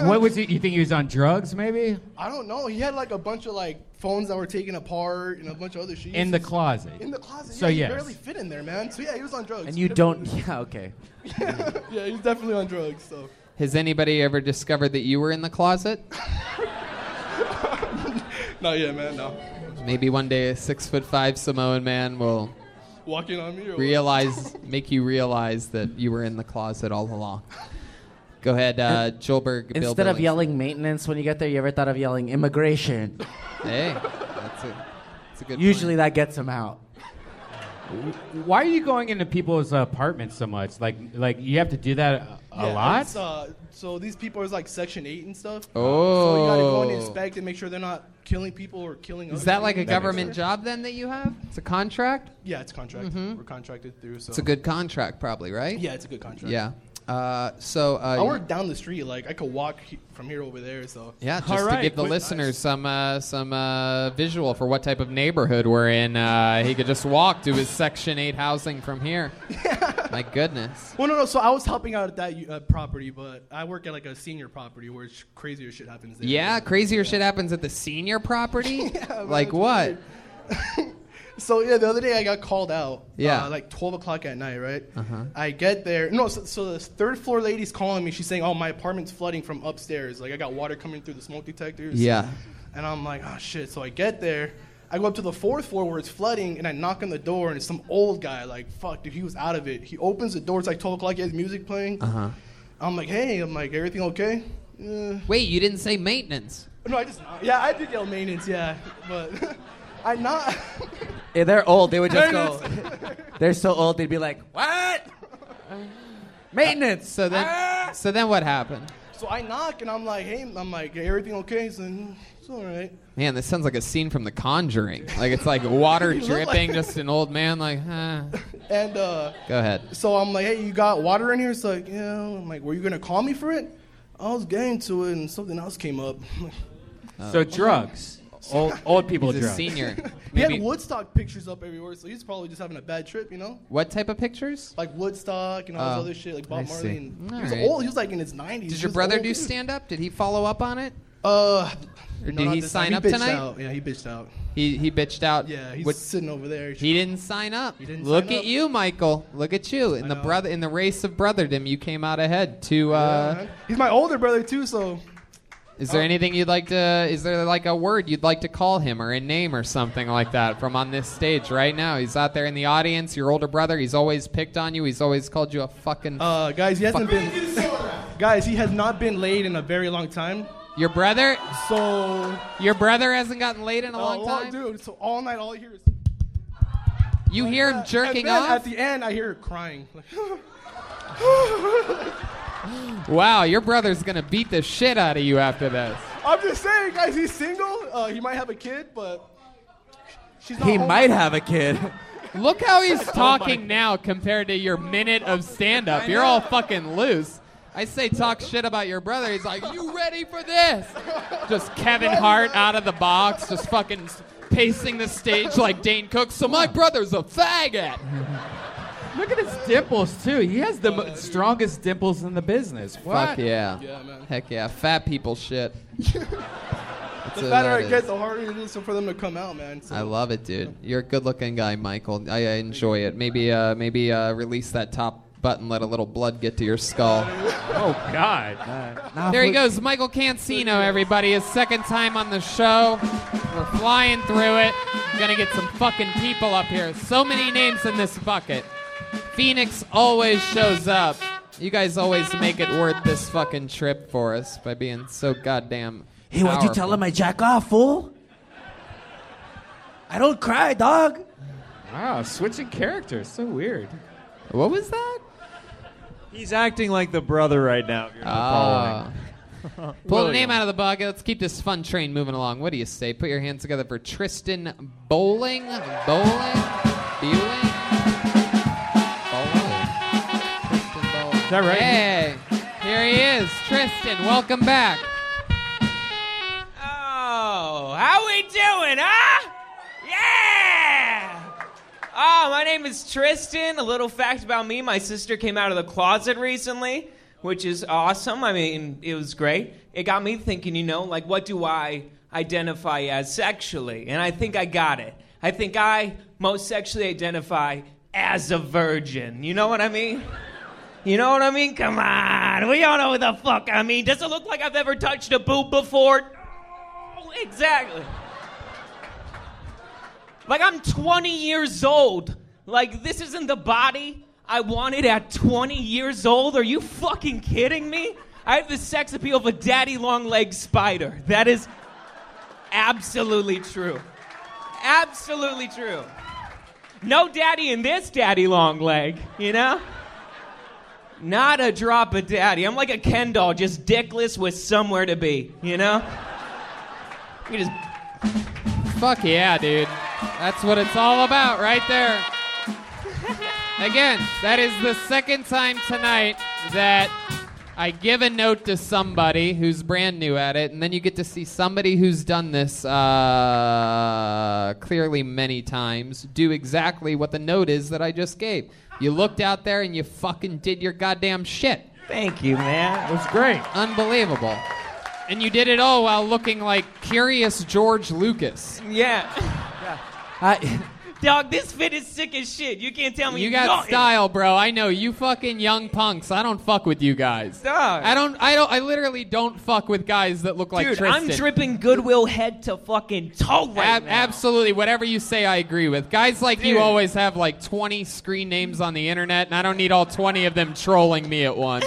[SPEAKER 6] what was he? You think he was on drugs, maybe?
[SPEAKER 12] I don't know. He had like a bunch of like phones that were taken apart and a bunch of other shit. He
[SPEAKER 6] In
[SPEAKER 12] was
[SPEAKER 6] the
[SPEAKER 12] just-
[SPEAKER 6] closet.
[SPEAKER 12] In the closet.
[SPEAKER 6] So
[SPEAKER 12] yeah,
[SPEAKER 6] yes.
[SPEAKER 12] he barely fit in there, man. So yeah, he was on drugs.
[SPEAKER 4] And you don't. <laughs>
[SPEAKER 12] <laughs>
[SPEAKER 4] Yeah, okay.
[SPEAKER 12] yeah, he was definitely on drugs. So <laughs>
[SPEAKER 3] Has anybody ever discovered that you were in the closet?
[SPEAKER 12] not yet, man. No.
[SPEAKER 3] Maybe one day a six foot five Samoan man will
[SPEAKER 12] Walking on me or what?
[SPEAKER 3] realize, make you realize that you were in the closet all along. Go ahead, uh, Joelberg. Bill
[SPEAKER 4] Instead of
[SPEAKER 3] Billings.
[SPEAKER 4] yelling maintenance when you get there, you ever thought of yelling immigration?
[SPEAKER 3] Hey, that's a, that's a good.
[SPEAKER 4] Usually that gets him out.
[SPEAKER 6] Why are you going into people's apartments so much? Like, like you have to do that a, a
[SPEAKER 12] Yeah,
[SPEAKER 6] lot.
[SPEAKER 12] it's, uh, so these people are like Section Eight and stuff. So you gotta go and
[SPEAKER 3] Oh.
[SPEAKER 12] inspect and make sure they're not killing people or killing.
[SPEAKER 3] Is
[SPEAKER 12] other
[SPEAKER 3] that like a
[SPEAKER 12] people.
[SPEAKER 3] government job then that you have? It's a contract.
[SPEAKER 12] Yeah, it's contract.
[SPEAKER 3] Mhm.
[SPEAKER 12] We're contracted through. So
[SPEAKER 3] It's a good contract, probably, right?
[SPEAKER 12] Yeah, it's a good contract.
[SPEAKER 3] Yeah. Uh, so uh,
[SPEAKER 12] I work down the street. Like I could walk he- from here over there. So
[SPEAKER 3] Yeah, just to give the listeners some uh, some uh, visual for what type of neighborhood we're in. Uh, he could just walk to his Section Eight housing from
[SPEAKER 12] <laughs>
[SPEAKER 3] here. My goodness.
[SPEAKER 12] Well, no, no. So I was helping out at that uh, property, but I work at like a senior property where sh- crazier shit happens. There.
[SPEAKER 3] Yeah, crazier shit happens at the senior
[SPEAKER 12] <laughs>
[SPEAKER 3] property. like what?
[SPEAKER 12] So yeah, the other day I got called out.
[SPEAKER 3] Yeah.
[SPEAKER 12] Uh, like twelve o'clock at night, right?
[SPEAKER 3] Uh-huh.
[SPEAKER 12] I get there. No, so, so the third floor lady's calling me. She's saying, "Oh, my apartment's flooding from upstairs. Like I got water coming through the smoke detectors."
[SPEAKER 3] Yeah.
[SPEAKER 12] And I'm like, "Oh shit!" So I get there. I go up to the fourth floor where it's flooding, and I knock on the door, and it's some old guy. Like, fuck, dude, he was out of it. He opens the door. It's like twelve o'clock. He has music playing.
[SPEAKER 3] huh.
[SPEAKER 12] I'm like, "Hey," I'm like, "Everything okay?" Yeah.
[SPEAKER 3] Wait, you didn't say maintenance.
[SPEAKER 12] No, I just yeah, I did yell maintenance, yeah, but <laughs> I not.
[SPEAKER 4] Yeah, they're old. They would <laughs> just
[SPEAKER 12] <laughs>
[SPEAKER 4] go.
[SPEAKER 12] Maintenance.
[SPEAKER 4] they're so old. They'd be like,
[SPEAKER 12] <laughs>
[SPEAKER 4] "What? Maintenance."
[SPEAKER 3] So then,
[SPEAKER 12] Ah!
[SPEAKER 3] so then what happened?
[SPEAKER 12] So I knock and I'm like, hey, I'm like, everything okay? He's like, "Mm, it's all right.
[SPEAKER 3] Man, this sounds like a scene from The Conjuring. Like it's like water
[SPEAKER 12] <laughs> You look like-
[SPEAKER 3] dripping, just an old man. Like, huh.
[SPEAKER 12] And uh,
[SPEAKER 3] Go ahead.
[SPEAKER 12] so I'm like, hey, you got water in here? It's like, yeah. I'm like, were you gonna call me for it? I was getting to it and something else came up. <laughs>
[SPEAKER 6] So drugs. Old, old people
[SPEAKER 3] He's a
[SPEAKER 6] drugs.
[SPEAKER 3] senior.
[SPEAKER 12] <laughs> he had
[SPEAKER 3] Maybe-
[SPEAKER 12] Woodstock pictures up everywhere, so he's probably just having a bad trip, you know?
[SPEAKER 3] What type of pictures?
[SPEAKER 12] Like Woodstock and all
[SPEAKER 3] Oh,
[SPEAKER 12] this other shit, like Bob
[SPEAKER 3] I
[SPEAKER 12] Marley.
[SPEAKER 3] see.
[SPEAKER 12] And
[SPEAKER 3] All
[SPEAKER 12] he was
[SPEAKER 3] right.
[SPEAKER 12] old. He was like in his 90s.
[SPEAKER 3] Did your brother do
[SPEAKER 12] <laughs>
[SPEAKER 3] stand up? Did he follow up on it?
[SPEAKER 12] Uh,
[SPEAKER 3] Or
[SPEAKER 12] no,
[SPEAKER 3] did
[SPEAKER 12] not
[SPEAKER 3] he
[SPEAKER 12] this
[SPEAKER 3] sign
[SPEAKER 12] time.
[SPEAKER 3] up
[SPEAKER 12] bitched
[SPEAKER 3] tonight?
[SPEAKER 12] out. Yeah, he bitched out.
[SPEAKER 3] He he bitched out.
[SPEAKER 12] Yeah, he's
[SPEAKER 3] What-
[SPEAKER 12] sitting over there.
[SPEAKER 3] he didn't sign up.
[SPEAKER 12] He didn't
[SPEAKER 3] Look
[SPEAKER 12] sign
[SPEAKER 3] at
[SPEAKER 12] up.
[SPEAKER 3] you, Michael. Look at you. In the brother in the race of brotherdom, you came out ahead. To uh,
[SPEAKER 12] he's my older brother too, so Oh.
[SPEAKER 3] is there anything you'd like to? Is there like a word you'd like to call him or a name or something like that from on this stage right now? He's out there in the audience. Your older brother. He's always picked on you. He's always called you a fucking.
[SPEAKER 12] Uh, guys, he hasn't been. guys, he has not been laid in a very long time.
[SPEAKER 3] Your brother?
[SPEAKER 12] So.
[SPEAKER 3] Your brother hasn't gotten laid in a long time?
[SPEAKER 12] dude. So all night, all I hear is.
[SPEAKER 3] You hear him jerking
[SPEAKER 12] and then
[SPEAKER 3] off?
[SPEAKER 12] At the end, I hear her crying. <laughs> Like,
[SPEAKER 3] Wow, your brother's gonna beat the shit out of you after this.
[SPEAKER 12] I'm just saying, guys. He's single. Uh, he might have a kid, but she's not.
[SPEAKER 3] He
[SPEAKER 12] home.
[SPEAKER 3] might
[SPEAKER 4] have a kid.
[SPEAKER 3] <laughs> Look how <laughs> he's
[SPEAKER 12] Oh my
[SPEAKER 3] talking now compared to your minute of stand up. You're all fucking loose. I say talk shit about your brother. He's like, you ready for this? Just Kevin Hart out of the box, just fucking s- pacing the stage like Dane Cook. So <laughs> my brother's a faggot.
[SPEAKER 6] Look at his dimples too. He has the mo- strongest dimples in the business. What?
[SPEAKER 3] Fuck yeah.
[SPEAKER 12] Yeah, man.
[SPEAKER 3] Heck yeah. Fat people
[SPEAKER 12] <laughs>
[SPEAKER 3] shit.
[SPEAKER 12] The
[SPEAKER 3] That's what
[SPEAKER 12] better
[SPEAKER 3] that
[SPEAKER 12] it
[SPEAKER 3] is.
[SPEAKER 12] gets, the harder it is for them to come out, man. So,
[SPEAKER 3] I love it, dude. You're a good-looking guy, Michael. I, I enjoy it. Maybe, uh, maybe uh, release that top button. Let a little blood get to your skull.
[SPEAKER 6] Oh God.
[SPEAKER 3] There he goes, Michael Cancino. Everybody, his second time on the show. We're flying through it. Gonna get some fucking people up here. So many names in this bucket. Phoenix always shows up. You guys always make it worth this fucking trip for us by being so goddamn.
[SPEAKER 4] Hey, why'd you
[SPEAKER 3] powerful.
[SPEAKER 4] tell him I jack off, fool? I don't cry, dog.
[SPEAKER 6] Wow, switching characters. So <laughs> weird.
[SPEAKER 3] What was that?
[SPEAKER 5] He's acting like the brother right now. If you're not <laughs> following.
[SPEAKER 3] Oh. Pull the name out of the bucket. Let's keep this fun train moving along. What do you say? Put your hands together for Tristan Bowling. Bowling? Bowling? Bowling. Tristan Bowling. Is
[SPEAKER 5] that right?
[SPEAKER 3] Hey, here he is. Tristan, welcome back.
[SPEAKER 13] Oh, how we doing, huh? Yeah! Oh, my name is Tristan. A little fact about me my sister came out of the closet recently. which is awesome. I mean, it was great. It got me thinking, you know, like, what do I identify as sexually? And I think I got it. I think I most sexually identify as a virgin. You know what I mean? You know what I mean? Come on. We all know what the fuck I mean. Does it look like I've ever touched a boob before? No, exactly. Like I'm 20 years old. Like this isn't the body I wanted at 20 years old. Are you fucking kidding me? I have the sex appeal of a daddy long leg spider. That is absolutely true. Absolutely true. No daddy in this daddy long leg, you know? Not a drop of daddy. I'm like a Ken doll, just dickless with somewhere to be, you know? You just
[SPEAKER 3] Fuck yeah, dude. That's what it's all about right there. Again, that is the second time tonight that I give a note to somebody who's brand new at it, and then you get to see somebody who's done this uh, clearly many times do exactly what the note is that I just gave. You looked out there and you fucking did your goddamn shit.
[SPEAKER 13] Thank you, man. It
[SPEAKER 3] was great. Unbelievable. And you did it all while looking like curious George Lucas.
[SPEAKER 13] Yeah. <laughs> Dog, this fit is sick as shit. You can't tell me
[SPEAKER 3] <laughs> You got
[SPEAKER 13] nothing.
[SPEAKER 3] style, bro. I know you fucking young punks. I don't fuck with you guys.
[SPEAKER 13] Dog.
[SPEAKER 3] I don't. I don't. I literally don't fuck with guys that look like
[SPEAKER 13] Dude,
[SPEAKER 3] Tristan.
[SPEAKER 13] I'm dripping Goodwill head to fucking toe right
[SPEAKER 3] Ab-
[SPEAKER 13] now.
[SPEAKER 3] absolutely, whatever you say, I agree with. Guys like
[SPEAKER 13] Dude.
[SPEAKER 3] you always have like 20 screen names on the internet, and I don't need all 20 of them trolling me at
[SPEAKER 13] <laughs>
[SPEAKER 3] once.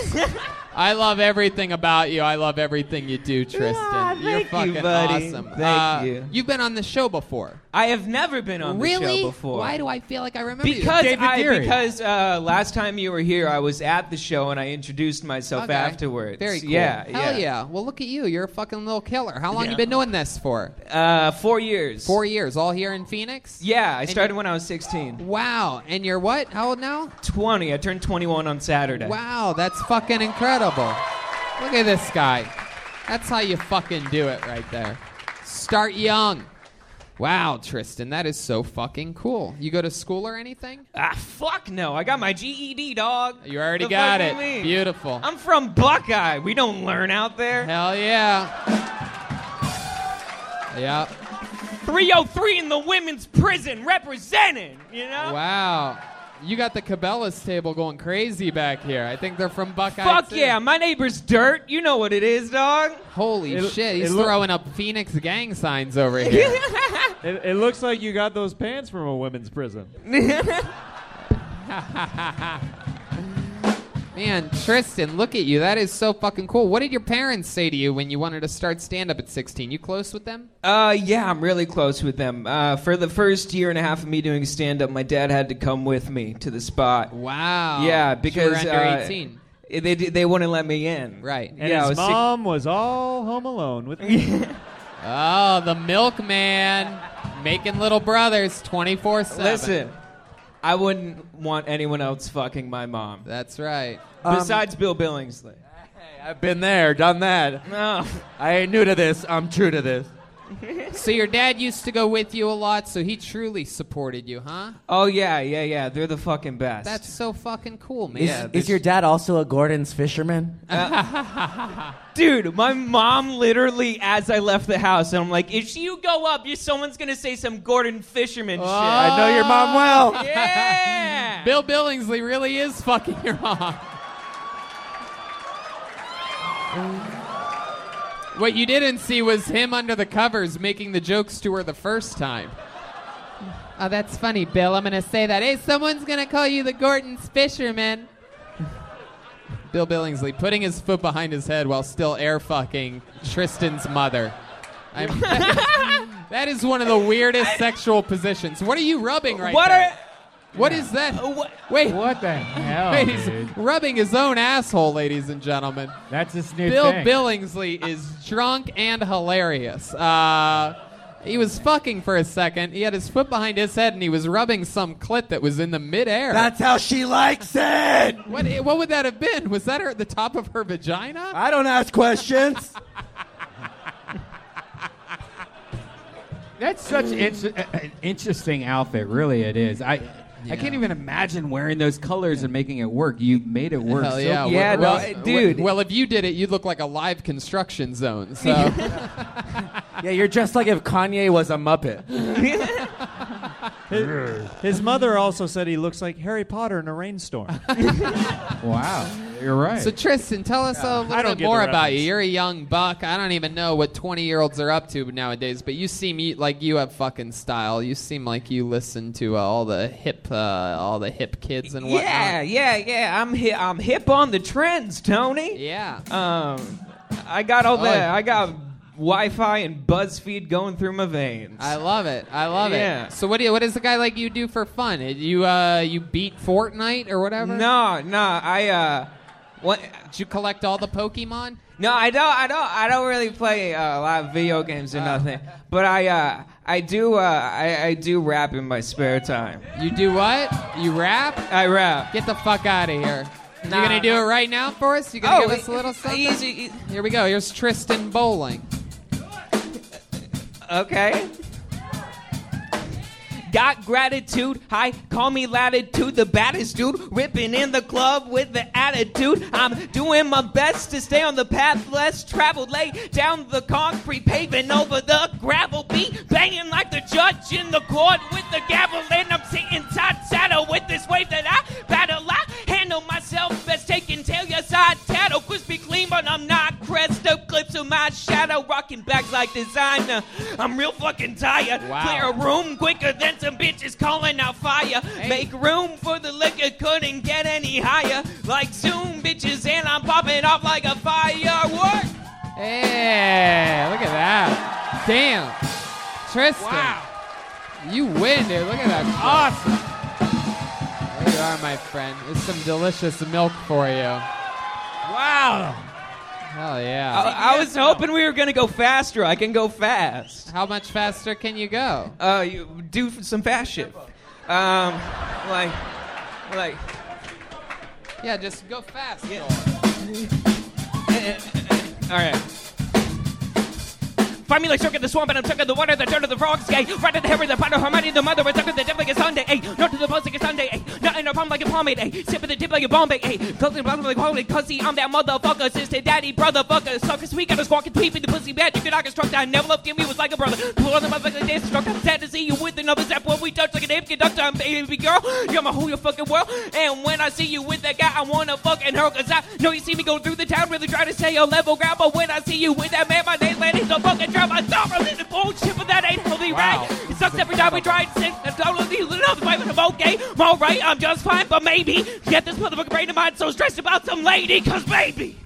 [SPEAKER 3] I love everything about you. I love everything you do, Tristan. You're
[SPEAKER 13] Ah, thank you,
[SPEAKER 3] fucking
[SPEAKER 13] buddy.
[SPEAKER 3] awesome.
[SPEAKER 13] Thank
[SPEAKER 3] Uh,
[SPEAKER 13] you.
[SPEAKER 3] You've been on the show before.
[SPEAKER 13] I have never been on the
[SPEAKER 3] Really?
[SPEAKER 13] show before.
[SPEAKER 3] Why do I feel like I remember you?
[SPEAKER 13] Because I, because uh, last time you were here, I was at the show and I introduced myself
[SPEAKER 3] Okay.
[SPEAKER 13] afterwards.
[SPEAKER 3] Very cool.
[SPEAKER 13] Yeah,
[SPEAKER 3] Hell yeah. Well, look at you. You're a fucking little killer. How long
[SPEAKER 13] Yeah.
[SPEAKER 3] you been doing this for?
[SPEAKER 13] Uh, four years.
[SPEAKER 3] Four years, all here in Phoenix.
[SPEAKER 13] Yeah, I
[SPEAKER 3] And
[SPEAKER 13] started
[SPEAKER 3] you-
[SPEAKER 13] when I was 16.
[SPEAKER 3] Wow. And you're what? How old now?
[SPEAKER 13] 20. I turned 21 on Saturday.
[SPEAKER 3] Wow, that's fucking incredible. Look at this guy. That's how you fucking do it right there. Start young. Wow, Tristan, that is so fucking cool. You go to school or anything?
[SPEAKER 13] Ah, fuck no. I got my GED, dog.
[SPEAKER 3] You already
[SPEAKER 13] The
[SPEAKER 3] got
[SPEAKER 13] fuck
[SPEAKER 3] it.
[SPEAKER 13] you mean?
[SPEAKER 3] Beautiful.
[SPEAKER 13] I'm from Buckeye. We don't learn out there.
[SPEAKER 3] Hell yeah. Yeah.
[SPEAKER 13] 303 in the women's prison representing, you know? <laughs>
[SPEAKER 3] Wow. You got the Cabela's table going crazy back here. I think they're from Buckeye.
[SPEAKER 13] Fuck
[SPEAKER 3] too.
[SPEAKER 13] yeah, my neighbor's dirt. You know what it is, dog.
[SPEAKER 3] Holy
[SPEAKER 13] It-
[SPEAKER 3] shit, he's
[SPEAKER 13] it look-
[SPEAKER 3] throwing up Phoenix gang signs
[SPEAKER 5] <laughs>
[SPEAKER 3] over here.
[SPEAKER 5] It, it looks like you got those pants from a women's prison.
[SPEAKER 3] Man, Tristan, look at you. That is so fucking cool. What did your parents say to you when you wanted to start stand up at 16? You close with them?
[SPEAKER 13] Uh, yeah, I'm really close with them. Uh, for the first year and a half of me doing stand up, my dad had to come with me to the spot.
[SPEAKER 3] Wow. So
[SPEAKER 13] Yeah,
[SPEAKER 3] you were
[SPEAKER 13] because
[SPEAKER 3] under
[SPEAKER 13] uh,
[SPEAKER 3] 18.
[SPEAKER 13] They they wouldn't let me in.
[SPEAKER 3] Right.
[SPEAKER 5] And
[SPEAKER 13] yeah, I
[SPEAKER 5] his
[SPEAKER 13] was sick-
[SPEAKER 5] mom was all home alone with me.
[SPEAKER 13] <laughs>
[SPEAKER 3] Oh, the milkman making little brothers 24 7.
[SPEAKER 13] Listen, I wouldn't want anyone else fucking my mom.
[SPEAKER 3] That's right.
[SPEAKER 4] Um,
[SPEAKER 13] Besides Bill Billingsley.
[SPEAKER 4] I've been there, done that.
[SPEAKER 13] No.
[SPEAKER 4] I ain't new to this. I'm true to this.
[SPEAKER 3] <laughs> So your dad used to go with you a lot, so he truly supported you, huh?
[SPEAKER 13] Oh yeah, yeah, yeah. They're the fucking best.
[SPEAKER 3] That's so fucking cool, man.
[SPEAKER 4] Is, is your dad also a Gordon's fisherman?
[SPEAKER 13] Dude, my mom literally, as I left the house, I'm like, if you go up, you someone's gonna say some Gordon Fisherman shit.
[SPEAKER 3] Oh.
[SPEAKER 4] I know your mom well.
[SPEAKER 13] Yeah.
[SPEAKER 3] Bill Billingsley really is fucking your mom. What you didn't see was him under the covers making the jokes to her the first time. Oh, that's funny, Bill. I'm going to say that. Hey, someone's going to call you the Gordon's Fisherman. Bill Billingsley putting his foot behind his head while still air fucking Tristan's mother. I'm, <laughs> that is one of the weirdest sexual positions. What are you rubbing right
[SPEAKER 13] What
[SPEAKER 3] there?
[SPEAKER 13] are-
[SPEAKER 3] What is that? Wait. What the hell? Wait, he's
[SPEAKER 14] dude?
[SPEAKER 3] rubbing his own asshole, ladies and gentlemen.
[SPEAKER 14] That's his new
[SPEAKER 3] Bill
[SPEAKER 14] thing.
[SPEAKER 3] Billingsley is drunk and hilarious. Uh, he was fucking for a second. He had his foot behind his head and he was rubbing some clit that was in the midair.
[SPEAKER 4] That's how she likes it.
[SPEAKER 3] What, eh, what would that have been? Was that her at the top of her vagina?
[SPEAKER 4] I don't
[SPEAKER 3] <laughs>
[SPEAKER 4] ask questions.
[SPEAKER 3] Mm. <laughs>
[SPEAKER 6] uh,
[SPEAKER 14] That's such an inter- an interesting outfit. Really, it is. I
[SPEAKER 6] I can't even imagine wearing those colors and making it work. You made it work.
[SPEAKER 3] Hell
[SPEAKER 6] so
[SPEAKER 3] yeah.
[SPEAKER 6] well.
[SPEAKER 3] well, well, Well, if you did it, you'd look like a live construction zone. So
[SPEAKER 15] Yeah, you're just like if Kanye was a Muppet.
[SPEAKER 5] <laughs> His, his mother also said he looks like Harry Potter in
[SPEAKER 3] <laughs>
[SPEAKER 5] a rainstorm.
[SPEAKER 6] wow, you're right.
[SPEAKER 3] So Tristan, tell us
[SPEAKER 5] Yeah.
[SPEAKER 3] a
[SPEAKER 5] I
[SPEAKER 3] little
[SPEAKER 5] don't
[SPEAKER 3] bit
[SPEAKER 5] get the
[SPEAKER 3] more about you.
[SPEAKER 5] reference.
[SPEAKER 3] You're a young buck. I don't even know what 20 year olds are up to nowadays, but you seem you- like you have fucking style. You seem like you listen to uh, all the hip, uh, all the hip kids and whatnot.
[SPEAKER 4] Yeah, yeah, yeah. I'm hi- I'm hip on the trends, Tony.
[SPEAKER 3] Yeah.
[SPEAKER 4] Um, I got all
[SPEAKER 3] Oh,
[SPEAKER 4] that.
[SPEAKER 3] yeah.
[SPEAKER 4] I got Wi-Fi and BuzzFeed going through my veins.
[SPEAKER 3] I love it. I love
[SPEAKER 4] Yeah.
[SPEAKER 3] it. So what do you, what does a guy like you do for fun? You uh, you beat Fortnite or whatever?
[SPEAKER 4] No, no. I uh, what?
[SPEAKER 3] Did you collect all the Pokemon?
[SPEAKER 4] No, I don't. I don't. I don't really play uh, a lot of video games
[SPEAKER 3] <laughs>
[SPEAKER 4] or nothing. But I uh, I do. Uh, I, I do rap in my spare time.
[SPEAKER 3] You do what? You rap?
[SPEAKER 4] I rap.
[SPEAKER 3] Get the fuck out of here.
[SPEAKER 4] Nah,
[SPEAKER 3] You're gonna do
[SPEAKER 4] nah.
[SPEAKER 3] it right now for us? You gonna
[SPEAKER 4] Oh,
[SPEAKER 3] give us a little something?
[SPEAKER 4] easy- e-,
[SPEAKER 3] Here we go. Here's Tristan Bowling.
[SPEAKER 4] Okay. Got gratitude, hi, call me latitude, the baddest dude, ripping in the club with the attitude. I'm doing my best to stay on the path less traveled, late down the concrete paving over the gravel beat, banging like the judge in the court with the gavel, and I'm sitting tight saddle with this wave that I battle. I handle myself best, taking tail, yes, I tattle, crispy clean, but I'm not crest up clips of my shadow, rocking bags like designer. I'm real fucking tired.
[SPEAKER 13] Wow.
[SPEAKER 4] Clear a room quicker than some bitches calling out fire. Make room for the liquor, couldn't get any higher. Like Zoom bitches, and I'm popping off like a firework.
[SPEAKER 3] Hey, look at that. Damn. Tristan. Wow. You win, dude. Look at that. Awesome. There you are, my friend. There's some delicious milk for you.
[SPEAKER 4] Wow.
[SPEAKER 3] Hell yeah.
[SPEAKER 4] I, I was hoping we were gonna go faster. I can go fast.
[SPEAKER 3] How much faster can you go?
[SPEAKER 4] Uh, you do f- some fast shit. Um, like, like.
[SPEAKER 3] Yeah, just go fast.
[SPEAKER 4] <laughs> Eh, All right. Find me like circuit the swamp, and I'm tucking the water, the dirt of the frogs, gay. Right at the hammer, the potter, Hermione, the mother, we're tucking the dip like a Sunday, ayy. Not to the pulse like a Sunday, ayy. Not in a palm like a pomade, ayy. Sipping the dip like a Bombay, ayy. Closing bottom like holy cussy, I'm that motherfucker, sister, daddy, brother, fucker. Suckers, we got a squawking peep in the pussy bad. You could not construct, I never loved him, he was like a brother. Pull on the motherfucking dance struck, I'm sad to see you with another zap. When we touch like a damn conductor, I'm baby girl. You're my whole your fucking world. And when I see you with that guy, I wanna fucking hurl, cause I know you see me go through the town, really try to say a level ground. But when I see you with that man, my name, ladies, don't fucking drown. I stop really the bullshit, but that ain't healthy,
[SPEAKER 13] Wow.
[SPEAKER 4] right? It sucks every time we try and sing. That's all of you. Another fight with a okay. I'm alright, I'm just fine, but maybe get this motherfucking brain of mine so stressed about some lady, cause baby.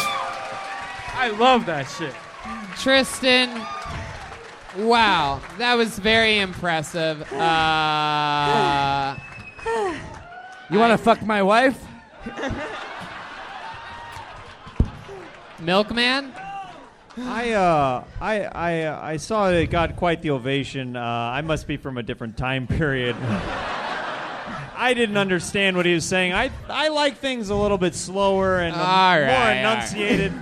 [SPEAKER 6] I love that shit.
[SPEAKER 3] Tristan. Wow, that was very impressive. Uh,
[SPEAKER 15] You want to fuck my wife?
[SPEAKER 3] Milkman?
[SPEAKER 5] I uh, I I uh, I saw it got quite the ovation. Uh, I must be from a different time period. <laughs> I didn't understand what he was saying. I I like things a little bit slower and um,
[SPEAKER 3] All right, all
[SPEAKER 5] more
[SPEAKER 3] right.
[SPEAKER 5] enunciated.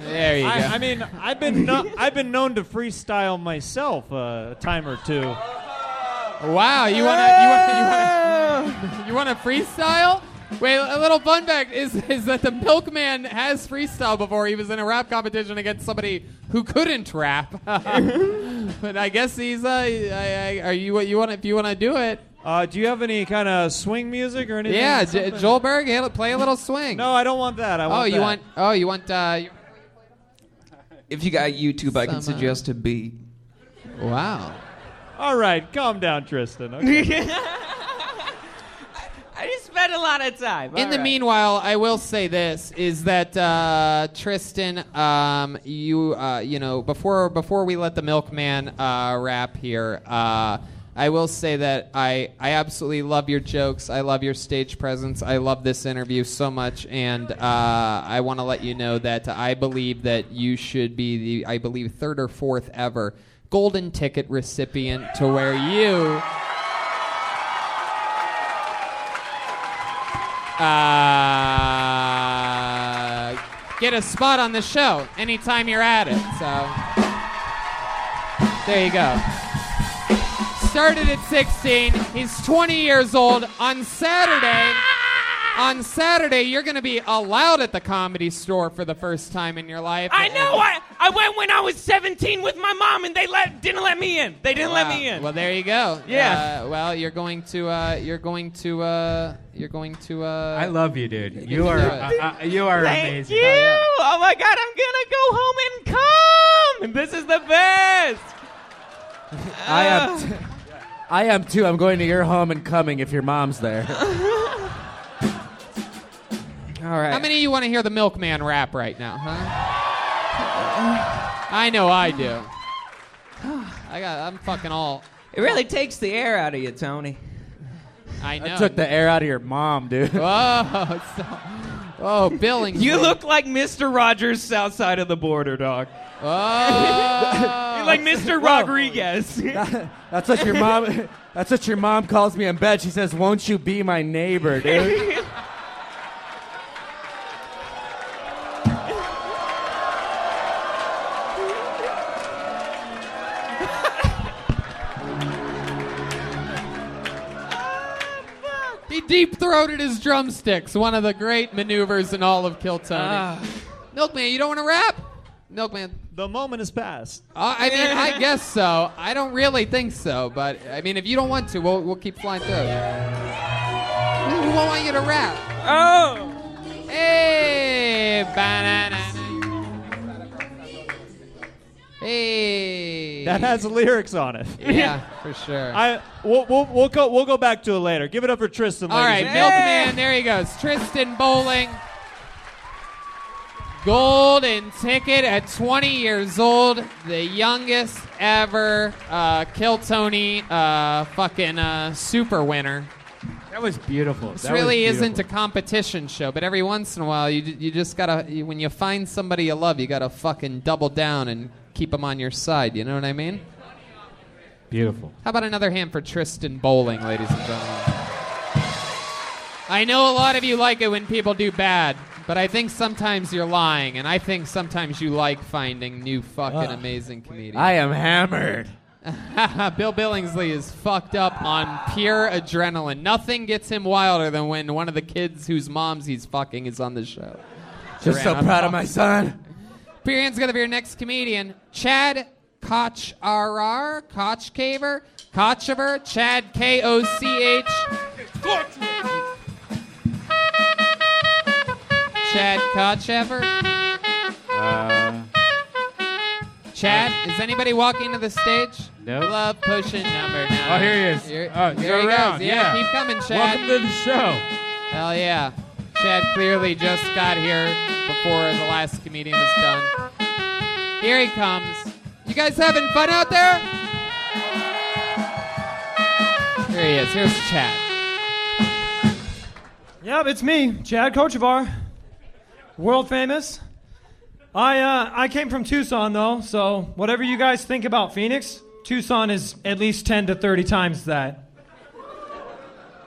[SPEAKER 3] There you
[SPEAKER 5] I,
[SPEAKER 3] go.
[SPEAKER 5] I mean, I've been no, I've been known to freestyle myself uh, a time or two.
[SPEAKER 3] Wow, you wanna you wanna you wanna, <laughs> you wanna freestyle? Wait, a little fun fact is is that the Milkman has freestyle before. He was in a rap competition against somebody who couldn't rap. <laughs> but I guess he's uh, I, I, are you what you want if you want to do it?
[SPEAKER 5] Uh, do you have any kind of swing music or anything?
[SPEAKER 3] Yeah, J-
[SPEAKER 5] Something?
[SPEAKER 3] Joel Berg, hey, play a little swing. No,
[SPEAKER 5] I don't want that. I want
[SPEAKER 3] oh, you
[SPEAKER 5] that.
[SPEAKER 3] want oh you want uh, you-
[SPEAKER 4] If you got YouTube, I
[SPEAKER 3] can Some, uh, suggest
[SPEAKER 4] a beat.
[SPEAKER 3] Wow.
[SPEAKER 5] All right, calm down, Tristan.
[SPEAKER 3] <laughs>
[SPEAKER 4] <laughs>
[SPEAKER 5] Okay.
[SPEAKER 4] I just spent a lot of time.
[SPEAKER 3] In the meanwhile, I will say this: is that uh, Tristan, um, you, uh, you know, before before we let the milkman uh, rap here, uh, I will say that I I absolutely love your jokes. I love your stage presence. I love this interview so much, and uh, I want to let you know that I believe that you should be the I believe third or fourth ever golden ticket recipient to where you. uh, get a spot on the show anytime you're at it. So there you go. Started at 16. He's 20 years old. On Saturday, on Saturday, you're going to be allowed at the comedy store for the first time in your life.
[SPEAKER 13] I know. I, I went when I was 17 with my mom, and they let, didn't let me in. They didn't let
[SPEAKER 3] Wow.
[SPEAKER 13] me in.
[SPEAKER 3] Well,
[SPEAKER 13] <laughs>
[SPEAKER 3] there you go.
[SPEAKER 13] Yeah.
[SPEAKER 3] Uh, well, you're going to. Uh, you're going to. Uh, you're going to. Uh,
[SPEAKER 6] I love you, dude.
[SPEAKER 3] can
[SPEAKER 6] You are
[SPEAKER 3] do it.
[SPEAKER 6] uh, uh, you are
[SPEAKER 13] Thank
[SPEAKER 6] amazing.
[SPEAKER 13] you. Oh my God, I'm gonna go home and come. This is the best.
[SPEAKER 4] I
[SPEAKER 13] Oh.
[SPEAKER 4] am. T- I am too. I'm going to your home and coming if your mom's there.
[SPEAKER 3] All right. How many of you want to hear the milkman rap right now, huh? I know I do. <laughs> I got. I'm fucking all.
[SPEAKER 13] It really takes the air out of you, Tony.
[SPEAKER 3] I know.
[SPEAKER 4] I took
[SPEAKER 3] <laughs>
[SPEAKER 4] the air out of your mom, dude.
[SPEAKER 3] Whoa. Oh, Billings.
[SPEAKER 13] You look like Mr. Rogers south side of the border, dog.
[SPEAKER 3] Oh.
[SPEAKER 13] You're like
[SPEAKER 3] <laughs>
[SPEAKER 13] Mr. Rodriguez.
[SPEAKER 4] That's what your
[SPEAKER 13] <laughs>
[SPEAKER 4] mom. That's what your mom calls me in bed. She says, "Won't you be my neighbor, dude?"
[SPEAKER 3] He deep throated his drumsticks, one of the great maneuvers in all of Kill Tony.
[SPEAKER 5] Ah.
[SPEAKER 3] Milkman, you don't want to rap? Milkman.
[SPEAKER 5] The moment has passed.
[SPEAKER 3] Uh, I mean, I
[SPEAKER 5] <laughs>
[SPEAKER 3] guess so. I don't really think so, but I mean, if you don't want to, we'll, we'll keep flying through. We we won't want you to rap.
[SPEAKER 13] Oh.
[SPEAKER 3] Hey, banana. Hey.
[SPEAKER 5] That has lyrics on it. <laughs>
[SPEAKER 3] Yeah, for sure.
[SPEAKER 5] I we'll, we'll, we'll go we'll go back to it later. Give it up for Tristan.
[SPEAKER 3] All right,
[SPEAKER 5] ladies and
[SPEAKER 3] Milkman, there he goes. Tristan Bowling. Golden ticket at 20 years old, the youngest ever uh, Kill Tony uh, fucking uh, super winner.
[SPEAKER 6] That was beautiful.
[SPEAKER 3] This
[SPEAKER 6] That was
[SPEAKER 3] really
[SPEAKER 6] beautiful.
[SPEAKER 3] isn't a competition show, but every once in a while, you, ju- you just gotta, you, when you find somebody you love, you gotta fucking double down and keep them on your side. You know what I mean?
[SPEAKER 6] beautiful.
[SPEAKER 3] How about another hand for Tristan Bowling, ladies and gentlemen? I know a lot of you like it when people do bad, but I think sometimes you're lying, and I think sometimes you like finding new fucking
[SPEAKER 4] Ugh.
[SPEAKER 3] amazing comedians.
[SPEAKER 4] Ah. I am hammered.
[SPEAKER 3] Bill Billingsley is fucked up on pure adrenaline. Nothing gets him wilder than when one of the kids whose moms he's fucking is on the show.
[SPEAKER 4] Just so
[SPEAKER 3] Duran.
[SPEAKER 4] proud of my son.
[SPEAKER 3] Pure hands together for your next comedian, Chad Koch RR, Koch Caver, Kochever, Chad K O C <laughs> H. Chad Kochever. Uh, Chad, is anybody walking to the stage?
[SPEAKER 6] No.
[SPEAKER 3] Love pushing number
[SPEAKER 6] Oh,
[SPEAKER 3] nine.
[SPEAKER 6] here he is.
[SPEAKER 3] Here-
[SPEAKER 6] Oh,
[SPEAKER 3] there
[SPEAKER 6] go
[SPEAKER 3] he
[SPEAKER 6] around,
[SPEAKER 3] goes. Yeah,
[SPEAKER 6] yeah.
[SPEAKER 3] keep coming, Chad.
[SPEAKER 6] Welcome to the
[SPEAKER 3] <laughs>
[SPEAKER 6] show.
[SPEAKER 3] Hell yeah. Chad clearly just got here before the last comedian was done. Here he comes. You guys having fun out there? Here he is. Here's Chad.
[SPEAKER 16] Yep, it's me, Chad Kochevar, world famous. I uh, I came from Tucson though, so whatever you guys think about Phoenix, Tucson is at least 10 to 30 times that.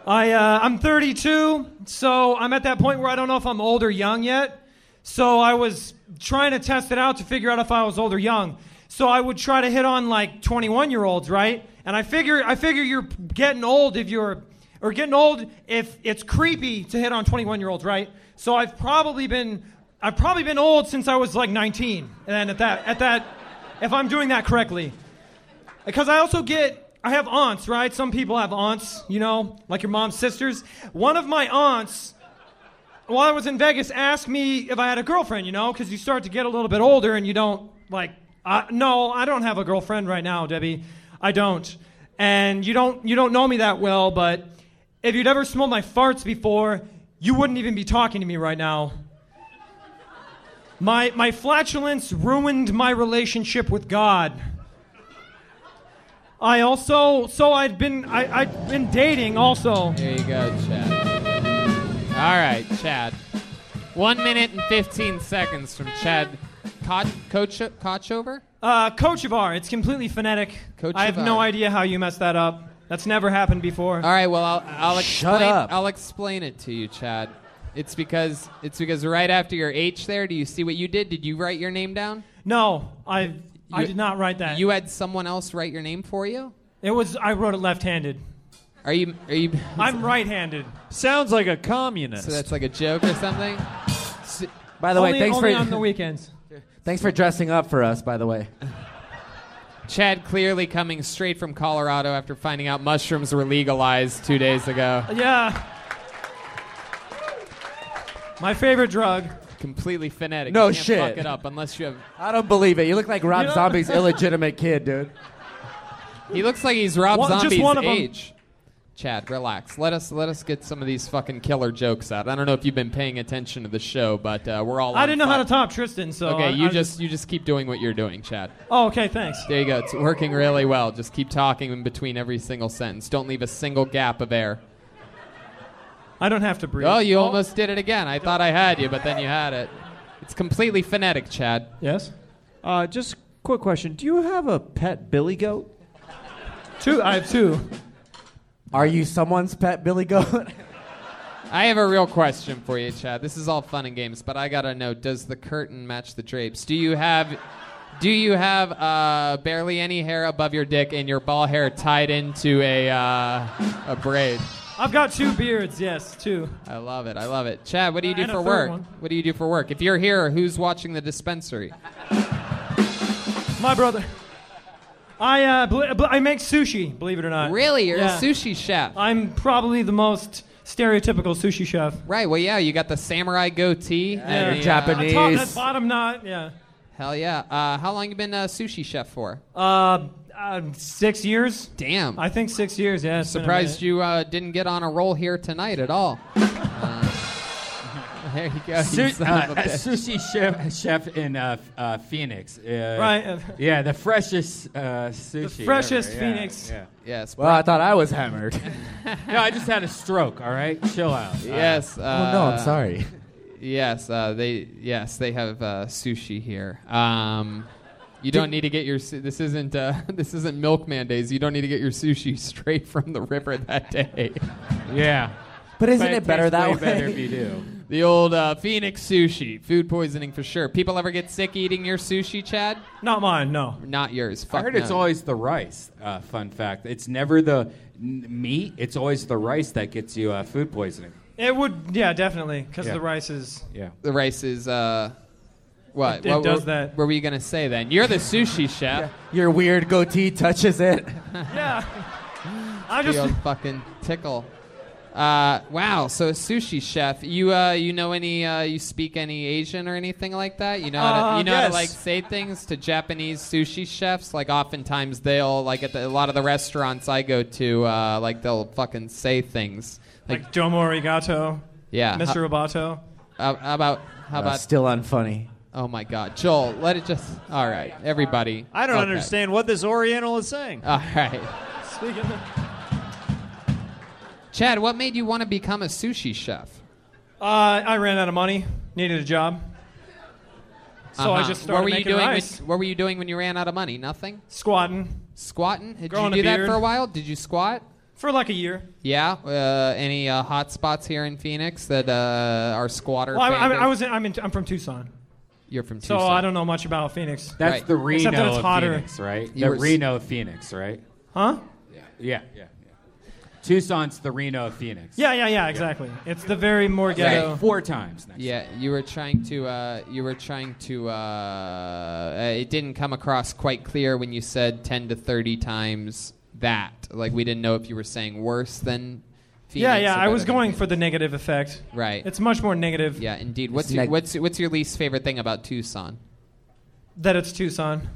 [SPEAKER 16] I uh, I'm 32, so I'm at that point where I don't know if I'm old or young yet. So I was trying to test it out to figure out if I was old or young. So I would try to hit on like 21 year olds, right? And I figure I figure you're getting old if you're or getting old if it's creepy to hit on 21 year olds, right? So I've probably been I've probably been old since I was like 19. And then at that at that if I'm doing that correctly. Because I also get, I have aunts, right? Some people have aunts, you know, like your mom's sisters. One of my aunts, while I was in Vegas, asked me if I had a girlfriend, you know, because you start to get a little bit older and you don't, like, I, no, I don't have a girlfriend right now, Debbie. I don't. And you don't, you don't know me that well, but if you'd ever smelled my farts before, you wouldn't even be talking to me right now. My, my flatulence ruined my relationship with God. I also so I'd been I, I'd been dating also.
[SPEAKER 3] There you go, Chad. All right, Chad. One minute and 15 seconds from Chad Koch, Koch, Kochover?
[SPEAKER 16] Uh, Kochevar, it's completely phonetic. I have no
[SPEAKER 3] Kochevar.
[SPEAKER 16] idea how you messed that up. That's never happened before. All
[SPEAKER 3] right, well I'll I'll
[SPEAKER 16] Shut
[SPEAKER 3] explain-
[SPEAKER 16] up.
[SPEAKER 3] I'll explain it to you, Chad. It's because it's because right after your H there, do you see what you did? Did you write your name down?
[SPEAKER 16] No, I I did not write that.
[SPEAKER 3] You had someone else write your name for you?
[SPEAKER 16] It was I wrote it left-handed.
[SPEAKER 3] Are you are you
[SPEAKER 16] I'm right-handed.
[SPEAKER 5] Sounds like a communist.
[SPEAKER 3] So that's like a joke or something?
[SPEAKER 4] By the way,
[SPEAKER 16] Only-
[SPEAKER 4] thanks
[SPEAKER 16] only
[SPEAKER 4] for
[SPEAKER 16] on
[SPEAKER 4] <laughs>
[SPEAKER 16] the weekends.
[SPEAKER 4] Thanks for dressing up for us. By the way,
[SPEAKER 3] Chad clearly coming straight from Colorado after finding out mushrooms were legalized two days ago.
[SPEAKER 16] <laughs> Yeah. My favorite drug.
[SPEAKER 3] Completely phonetic.
[SPEAKER 4] No
[SPEAKER 3] you can't
[SPEAKER 4] shit.
[SPEAKER 3] Fuck it up unless you have.
[SPEAKER 4] I don't believe it. You look like Rob
[SPEAKER 3] You know-
[SPEAKER 4] Zombie's illegitimate kid, <laughs> dude.
[SPEAKER 3] He looks like he's Rob
[SPEAKER 4] One- just
[SPEAKER 3] Zombie's
[SPEAKER 4] one of 'em.
[SPEAKER 3] age. Chad, relax. Let us let us get some of these fucking killer jokes out. I don't know if you've been paying attention to the show, but uh, we're all.
[SPEAKER 16] I
[SPEAKER 3] on
[SPEAKER 16] didn't know
[SPEAKER 3] fire.
[SPEAKER 16] how to top Tristan, so
[SPEAKER 3] okay,
[SPEAKER 16] I-
[SPEAKER 3] you
[SPEAKER 16] I-
[SPEAKER 3] just you just keep doing what you're doing, Chad.
[SPEAKER 16] Oh, okay, thanks.
[SPEAKER 3] There you go. It's working really well. Just keep talking in between every single sentence. Don't leave a single gap of air.
[SPEAKER 16] I don't have to breathe.
[SPEAKER 3] Oh, you almost did it again. I thought I had you, but then you had it. It's completely phonetic, Chad.
[SPEAKER 16] Yes.
[SPEAKER 5] Uh, just
[SPEAKER 3] Eh.
[SPEAKER 5] quick question: Do you have a pet billy goat?
[SPEAKER 16] Two. I have two.
[SPEAKER 4] Are you someone's pet Billy Goat?
[SPEAKER 3] I have a real question for you, Chad. This is all fun and games, but I gotta know: Does the curtain match the drapes? Do you have, do you have uh, barely any hair above your dick and your ball hair tied into a uh, a braid?
[SPEAKER 16] I've got two beards. Yes, two. Uh,
[SPEAKER 3] I love it. I love it. Chad, what do you do
[SPEAKER 16] And a
[SPEAKER 3] for work?
[SPEAKER 16] third one.
[SPEAKER 3] What do you do for work? If you're here, who's watching the dispensary?
[SPEAKER 16] My brother. I uh, bel- bel- I make sushi. Believe it or not.
[SPEAKER 3] Really? You're a sushi chef.
[SPEAKER 16] I'm probably the most stereotypical sushi chef.
[SPEAKER 3] Right. Well, yeah, you got the samurai goatee. and
[SPEAKER 16] Yeah.
[SPEAKER 3] the, uh,
[SPEAKER 16] I taught that bottom knot. Yeah.
[SPEAKER 3] Hell yeah. Uh, how long you been a sushi chef for?
[SPEAKER 16] Uh, uh, six years.
[SPEAKER 3] Damn.
[SPEAKER 16] I think six years. Yeah. it's been a
[SPEAKER 3] Surprised
[SPEAKER 16] minute.
[SPEAKER 3] you uh, didn't get on a roll here tonight at
[SPEAKER 16] <laughs>
[SPEAKER 3] all. Uh, <laughs> there you go. you
[SPEAKER 14] Su-
[SPEAKER 3] son
[SPEAKER 14] uh,
[SPEAKER 3] of a
[SPEAKER 14] a
[SPEAKER 3] bitch.
[SPEAKER 14] sushi chef, chef in uh, f- uh, Phoenix. Uh,
[SPEAKER 16] Right. <laughs>
[SPEAKER 14] Yeah, the freshest uh, sushi. ever,
[SPEAKER 16] freshest
[SPEAKER 14] yeah,
[SPEAKER 16] Phoenix.
[SPEAKER 14] Yeah.
[SPEAKER 3] Yes. <laughs>
[SPEAKER 4] Well, I thought I was hammered.
[SPEAKER 14] no, I just had a stroke. All right, chill out.
[SPEAKER 3] <laughs> <laughs> Yes. Uh,
[SPEAKER 14] Uh,
[SPEAKER 4] Oh, no, I'm sorry.
[SPEAKER 3] Yes, uh, they yes they have uh, sushi here. Um, you don't need to get your su- this isn't uh, <laughs> this isn't Milkman days. You don't need to get your sushi <laughs> straight from the river that day.
[SPEAKER 14] Yeah.
[SPEAKER 4] But isn't But it it better tastes that way way? better
[SPEAKER 14] if you do.
[SPEAKER 3] The old uh, Phoenix sushi, food poisoning for sure. People ever get sick eating your sushi, Chad?
[SPEAKER 16] Not mine, no.
[SPEAKER 3] Not yours.
[SPEAKER 14] I
[SPEAKER 3] <laughs> Fuck
[SPEAKER 14] heard it's
[SPEAKER 3] no.
[SPEAKER 14] always the rice. Uh, fun fact: it's never the n- meat; it's always the rice that gets you uh, food poisoning.
[SPEAKER 16] It would. Yeah, definitely. Because
[SPEAKER 14] Yeah.
[SPEAKER 16] the rice is.
[SPEAKER 14] Yeah.
[SPEAKER 3] The rice is uh, what?
[SPEAKER 16] It- it
[SPEAKER 3] what
[SPEAKER 16] does
[SPEAKER 3] were- What were you gonna say then? You're the sushi chef.
[SPEAKER 4] Your weird goatee touches it.
[SPEAKER 16] Yeah. I
[SPEAKER 3] The
[SPEAKER 16] just.
[SPEAKER 3] old fucking tickle. Uh, wow. So a sushi chef. You uh, you know any? Uh, you speak any Asian or anything like that? You know how to,
[SPEAKER 16] Uh,
[SPEAKER 3] you know how to
[SPEAKER 16] yes.
[SPEAKER 3] like say things to Japanese sushi chefs. Like oftentimes they'll like at the, a lot of the restaurants I go to, uh, like they'll fucking say things. Like,
[SPEAKER 16] Like Domo Arigato.
[SPEAKER 3] Yeah.
[SPEAKER 16] Mr. Roboto.
[SPEAKER 3] uh, how about how
[SPEAKER 4] Uh,
[SPEAKER 3] about?
[SPEAKER 4] still unfunny.
[SPEAKER 3] Oh my God, Joel. Let it just. All right, everybody.
[SPEAKER 5] I don't
[SPEAKER 3] Okay.
[SPEAKER 5] understand what this Oriental is saying.
[SPEAKER 3] All right,
[SPEAKER 16] Speaking. Of,
[SPEAKER 3] Chad. What made you want to become a sushi chef?
[SPEAKER 16] uh, I ran out of money. Needed a job. So I
[SPEAKER 3] Uh-huh.
[SPEAKER 16] just started
[SPEAKER 3] what were you
[SPEAKER 16] making
[SPEAKER 3] doing
[SPEAKER 16] rice.
[SPEAKER 3] When, what were you doing when you ran out of money? Nothing.
[SPEAKER 16] Squatting.
[SPEAKER 3] Squatting. Did
[SPEAKER 16] Growing a
[SPEAKER 3] you do that
[SPEAKER 16] beard.
[SPEAKER 3] for a while? Did you squat?
[SPEAKER 16] For like a year.
[SPEAKER 3] Yeah. Uh, any uh, hot spots here in Phoenix that uh, are squatter?
[SPEAKER 16] Well, I, I,
[SPEAKER 3] fan base-
[SPEAKER 16] I was. In, I'm, in, I'm from Tucson.
[SPEAKER 3] You're from
[SPEAKER 16] So
[SPEAKER 3] Tucson.
[SPEAKER 16] I don't know much about Phoenix.
[SPEAKER 14] That's the Reno
[SPEAKER 16] Except that it's
[SPEAKER 14] of
[SPEAKER 16] hotter.
[SPEAKER 14] Phoenix, right?
[SPEAKER 16] You
[SPEAKER 14] the
[SPEAKER 16] were s-
[SPEAKER 14] Reno of Phoenix, right?
[SPEAKER 16] Huh?
[SPEAKER 14] Yeah. Yeah. Yeah. yeah. Tucson's the Reno of Phoenix.
[SPEAKER 16] Yeah, yeah, yeah. Exactly. It's the very more ghetto.
[SPEAKER 14] Four times.
[SPEAKER 3] Yeah, you were trying to. Uh, you were trying to. Uh, uh, it didn't come across quite clear when you said ten to thirty times that. Like we didn't know if you were saying worse than. Phoenix
[SPEAKER 16] yeah, yeah.
[SPEAKER 3] or
[SPEAKER 16] I
[SPEAKER 3] better
[SPEAKER 16] was
[SPEAKER 3] than
[SPEAKER 16] going for the negative effect.
[SPEAKER 3] Right.
[SPEAKER 16] It's much more negative.
[SPEAKER 3] Yeah, indeed. What's your,
[SPEAKER 16] neg-
[SPEAKER 3] what's what's your least favorite thing about Tucson?
[SPEAKER 16] That it's Tucson.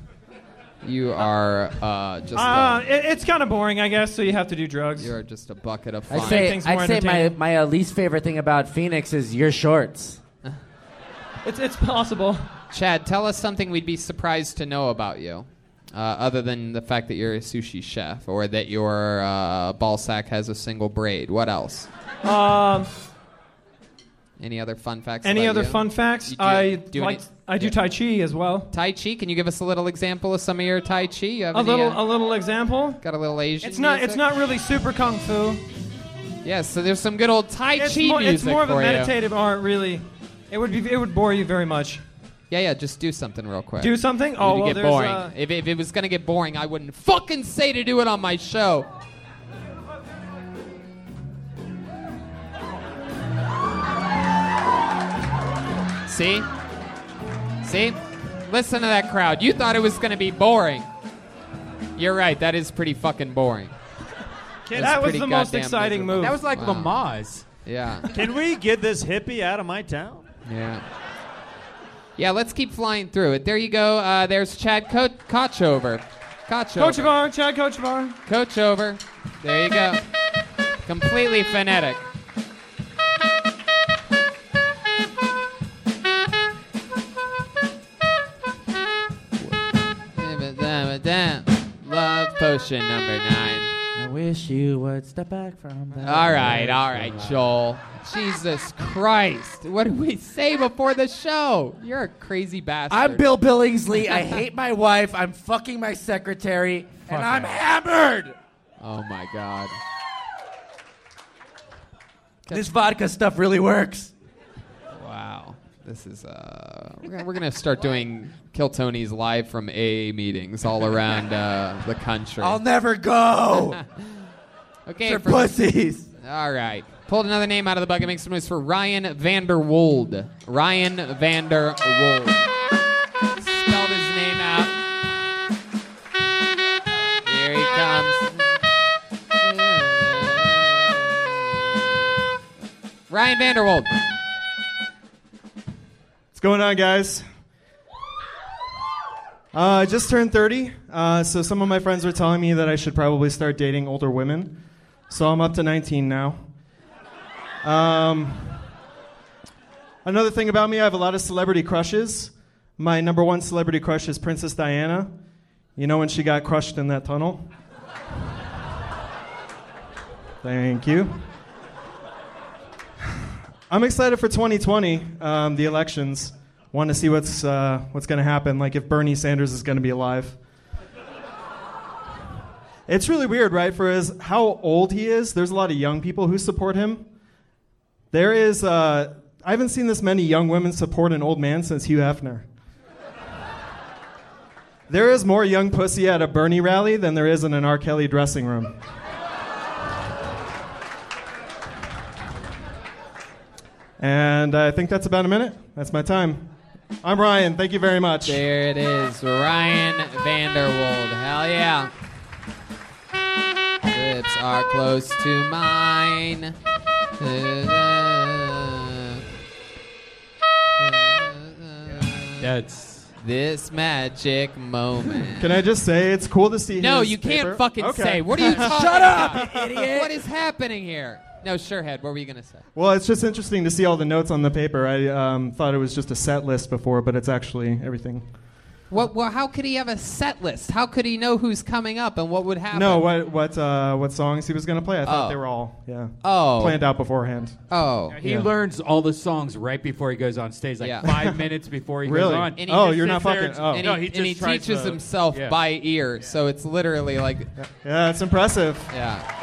[SPEAKER 3] You are uh, just
[SPEAKER 16] Uh, it, it's kind of boring, I guess. So you have to do drugs.
[SPEAKER 3] You're just a bucket of
[SPEAKER 4] I'd
[SPEAKER 3] fun.
[SPEAKER 4] say,
[SPEAKER 16] things more
[SPEAKER 4] I'd say my,
[SPEAKER 16] entertaining.
[SPEAKER 4] my uh, least favorite thing about Phoenix is your shorts.
[SPEAKER 16] It's it's possible.
[SPEAKER 3] Chad, tell us something we'd be surprised to know about you, uh, other than the fact that you're a sushi chef or that your uh, ball sack has a single braid. What else?
[SPEAKER 16] Um,
[SPEAKER 3] Any other fun facts?
[SPEAKER 16] any
[SPEAKER 3] about
[SPEAKER 16] other
[SPEAKER 3] you?
[SPEAKER 16] fun facts?
[SPEAKER 3] You do-
[SPEAKER 16] I
[SPEAKER 3] do
[SPEAKER 16] like.
[SPEAKER 3] any-
[SPEAKER 16] I do Tai Chi as well.
[SPEAKER 3] Tai Chi. Can you give us a little example of some of your Tai Chi? You have
[SPEAKER 16] A
[SPEAKER 3] any,
[SPEAKER 16] little
[SPEAKER 3] uh,
[SPEAKER 16] a little example.
[SPEAKER 3] got a little Asian.
[SPEAKER 16] It's not
[SPEAKER 3] music?
[SPEAKER 16] it's not really super kung fu.
[SPEAKER 3] Yes, so there's some good old Tai
[SPEAKER 16] it's,
[SPEAKER 3] Chi
[SPEAKER 16] more,
[SPEAKER 3] music
[SPEAKER 16] it's more of a
[SPEAKER 3] for you.
[SPEAKER 16] meditative art, really. It would be it would bore you very much.
[SPEAKER 3] Yeah, yeah. Just do something real quick.
[SPEAKER 16] Do something?
[SPEAKER 3] If
[SPEAKER 16] Oh,
[SPEAKER 3] it
[SPEAKER 16] well,
[SPEAKER 3] get
[SPEAKER 16] there's,
[SPEAKER 3] boring.
[SPEAKER 16] uh,
[SPEAKER 3] If, if it was gonna get boring, I wouldn't fucking say to do it on my show. See, see, listen to that crowd. You thought it was gonna be boring. You're right. That is pretty fucking boring. That's
[SPEAKER 16] that was
[SPEAKER 3] pretty
[SPEAKER 16] the most
[SPEAKER 3] goddamn
[SPEAKER 16] exciting
[SPEAKER 3] miserable.
[SPEAKER 16] move. That was like
[SPEAKER 3] Wow.
[SPEAKER 16] Lamaze.
[SPEAKER 3] Yeah.
[SPEAKER 5] Can we get this hippie out of my town?
[SPEAKER 3] Yeah. Yeah, let's keep flying through it. There you go. Uh, there's Chad Co- Kochover.
[SPEAKER 16] Coach
[SPEAKER 3] Kochover.
[SPEAKER 16] Avar, Chad Coach Avar.
[SPEAKER 3] Coach over. There you go. Completely phonetic. Love potion number nine.
[SPEAKER 17] I wish you would step back from that.
[SPEAKER 3] All right, all right, Joel. Jesus Christ. What did we say before the show? You're a crazy bastard.
[SPEAKER 17] I'm Bill Billingsley. I hate my wife. I'm fucking my secretary,
[SPEAKER 3] Fuck
[SPEAKER 17] and I'm
[SPEAKER 3] off.
[SPEAKER 17] hammered.
[SPEAKER 3] Oh my god.
[SPEAKER 17] This vodka stuff really works.
[SPEAKER 3] Wow. This is uh we're gonna, we're gonna start doing Kill Tony's live from AA meetings all around uh, the country.
[SPEAKER 17] I'll never go.
[SPEAKER 3] <laughs> okay,
[SPEAKER 17] They're
[SPEAKER 3] for-
[SPEAKER 17] pussies.
[SPEAKER 3] All right. Pulled another name out of the bucket. Make some noise for Ryan Vanderwold. Ryan Vanderwold. Spelled his name out. Here he comes. Ryan Vanderwold.
[SPEAKER 18] What's going on, guys? Uh, I just turned 30, uh, so some of my friends were telling me that I should probably start dating older women. So I'm up to 19 now. Um, another thing about me, I have a lot of celebrity crushes. My number one celebrity crush is Princess Diana. You know when she got crushed in that tunnel? Thank you. I'm excited for 2020, um, the elections. Want to see what's uh, what's going to happen, like if Bernie Sanders is going to be alive. It's really weird, right? For as how old he is, there's a lot of young people who support him. There is, uh, I haven't seen this many young women support an old man since Hugh Hefner. There is more young pussy at a Bernie rally than there is in an R. Kelly dressing room. And I think that's about a minute. That's my time. I'm Ryan. Thank you very much.
[SPEAKER 3] There it is, Ryan Vanderwold. Hell yeah. Lips are close to mine.
[SPEAKER 14] That's
[SPEAKER 3] this magic moment.
[SPEAKER 18] Can I just say it's cool to see
[SPEAKER 3] No,
[SPEAKER 18] his
[SPEAKER 3] you can't
[SPEAKER 18] paper?
[SPEAKER 3] fucking
[SPEAKER 18] Okay.
[SPEAKER 3] say. What are
[SPEAKER 18] <laughs>
[SPEAKER 3] you talking
[SPEAKER 18] Shut up,
[SPEAKER 3] about?
[SPEAKER 18] idiot.
[SPEAKER 3] What is happening here? No, Surehead, what were you going to say?
[SPEAKER 18] Well, it's just interesting to see all the notes on the paper. I um, thought it was just a set list before, but it's actually everything.
[SPEAKER 3] What, well, how could he have a set list? How could he know who's coming up and what would happen?
[SPEAKER 18] No, what what uh, what songs he was gonna play? I thought they were all yeah
[SPEAKER 3] Oh.
[SPEAKER 18] planned out beforehand.
[SPEAKER 3] Oh,
[SPEAKER 14] he
[SPEAKER 18] Yeah.
[SPEAKER 14] learns all the songs right before he goes on stage, like five <laughs> minutes
[SPEAKER 3] <laughs>
[SPEAKER 14] before he goes
[SPEAKER 18] Really?
[SPEAKER 14] on.
[SPEAKER 18] And he Oh, just you're
[SPEAKER 14] sits
[SPEAKER 18] not
[SPEAKER 14] there
[SPEAKER 18] fucking-
[SPEAKER 14] and-
[SPEAKER 18] oh.
[SPEAKER 3] And
[SPEAKER 14] No,
[SPEAKER 3] he,
[SPEAKER 14] he
[SPEAKER 3] and
[SPEAKER 14] just
[SPEAKER 3] he
[SPEAKER 14] tries
[SPEAKER 3] teaches
[SPEAKER 14] to-
[SPEAKER 3] himself
[SPEAKER 14] yeah.
[SPEAKER 3] by ear, so it's literally like.
[SPEAKER 18] yeah, it's impressive.
[SPEAKER 3] Yeah.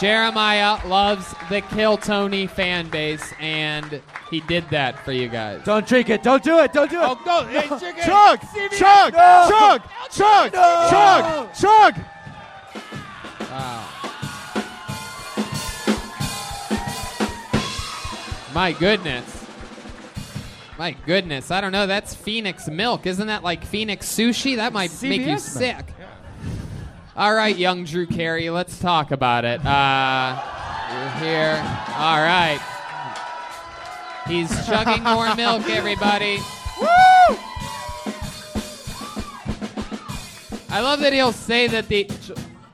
[SPEAKER 3] Jeremiah loves the Kill Tony fan base, and he did that for you guys.
[SPEAKER 17] Don't drink it. Don't do it. Don't do it.
[SPEAKER 3] Oh, no.
[SPEAKER 17] <laughs>
[SPEAKER 3] Hey,
[SPEAKER 18] Chug, chug, chug, chug, chug, chug.
[SPEAKER 3] Wow. My goodness. My goodness. I don't know. That's Phoenix milk. Isn't that like Phoenix sushi? That might make you
[SPEAKER 17] CBS milk.
[SPEAKER 3] sick. All right, young Drew Carey, let's talk about it. Uh, you're here. All right. He's chugging
[SPEAKER 2] <laughs>
[SPEAKER 3] more milk, everybody. Woo! I love that he'll say that the.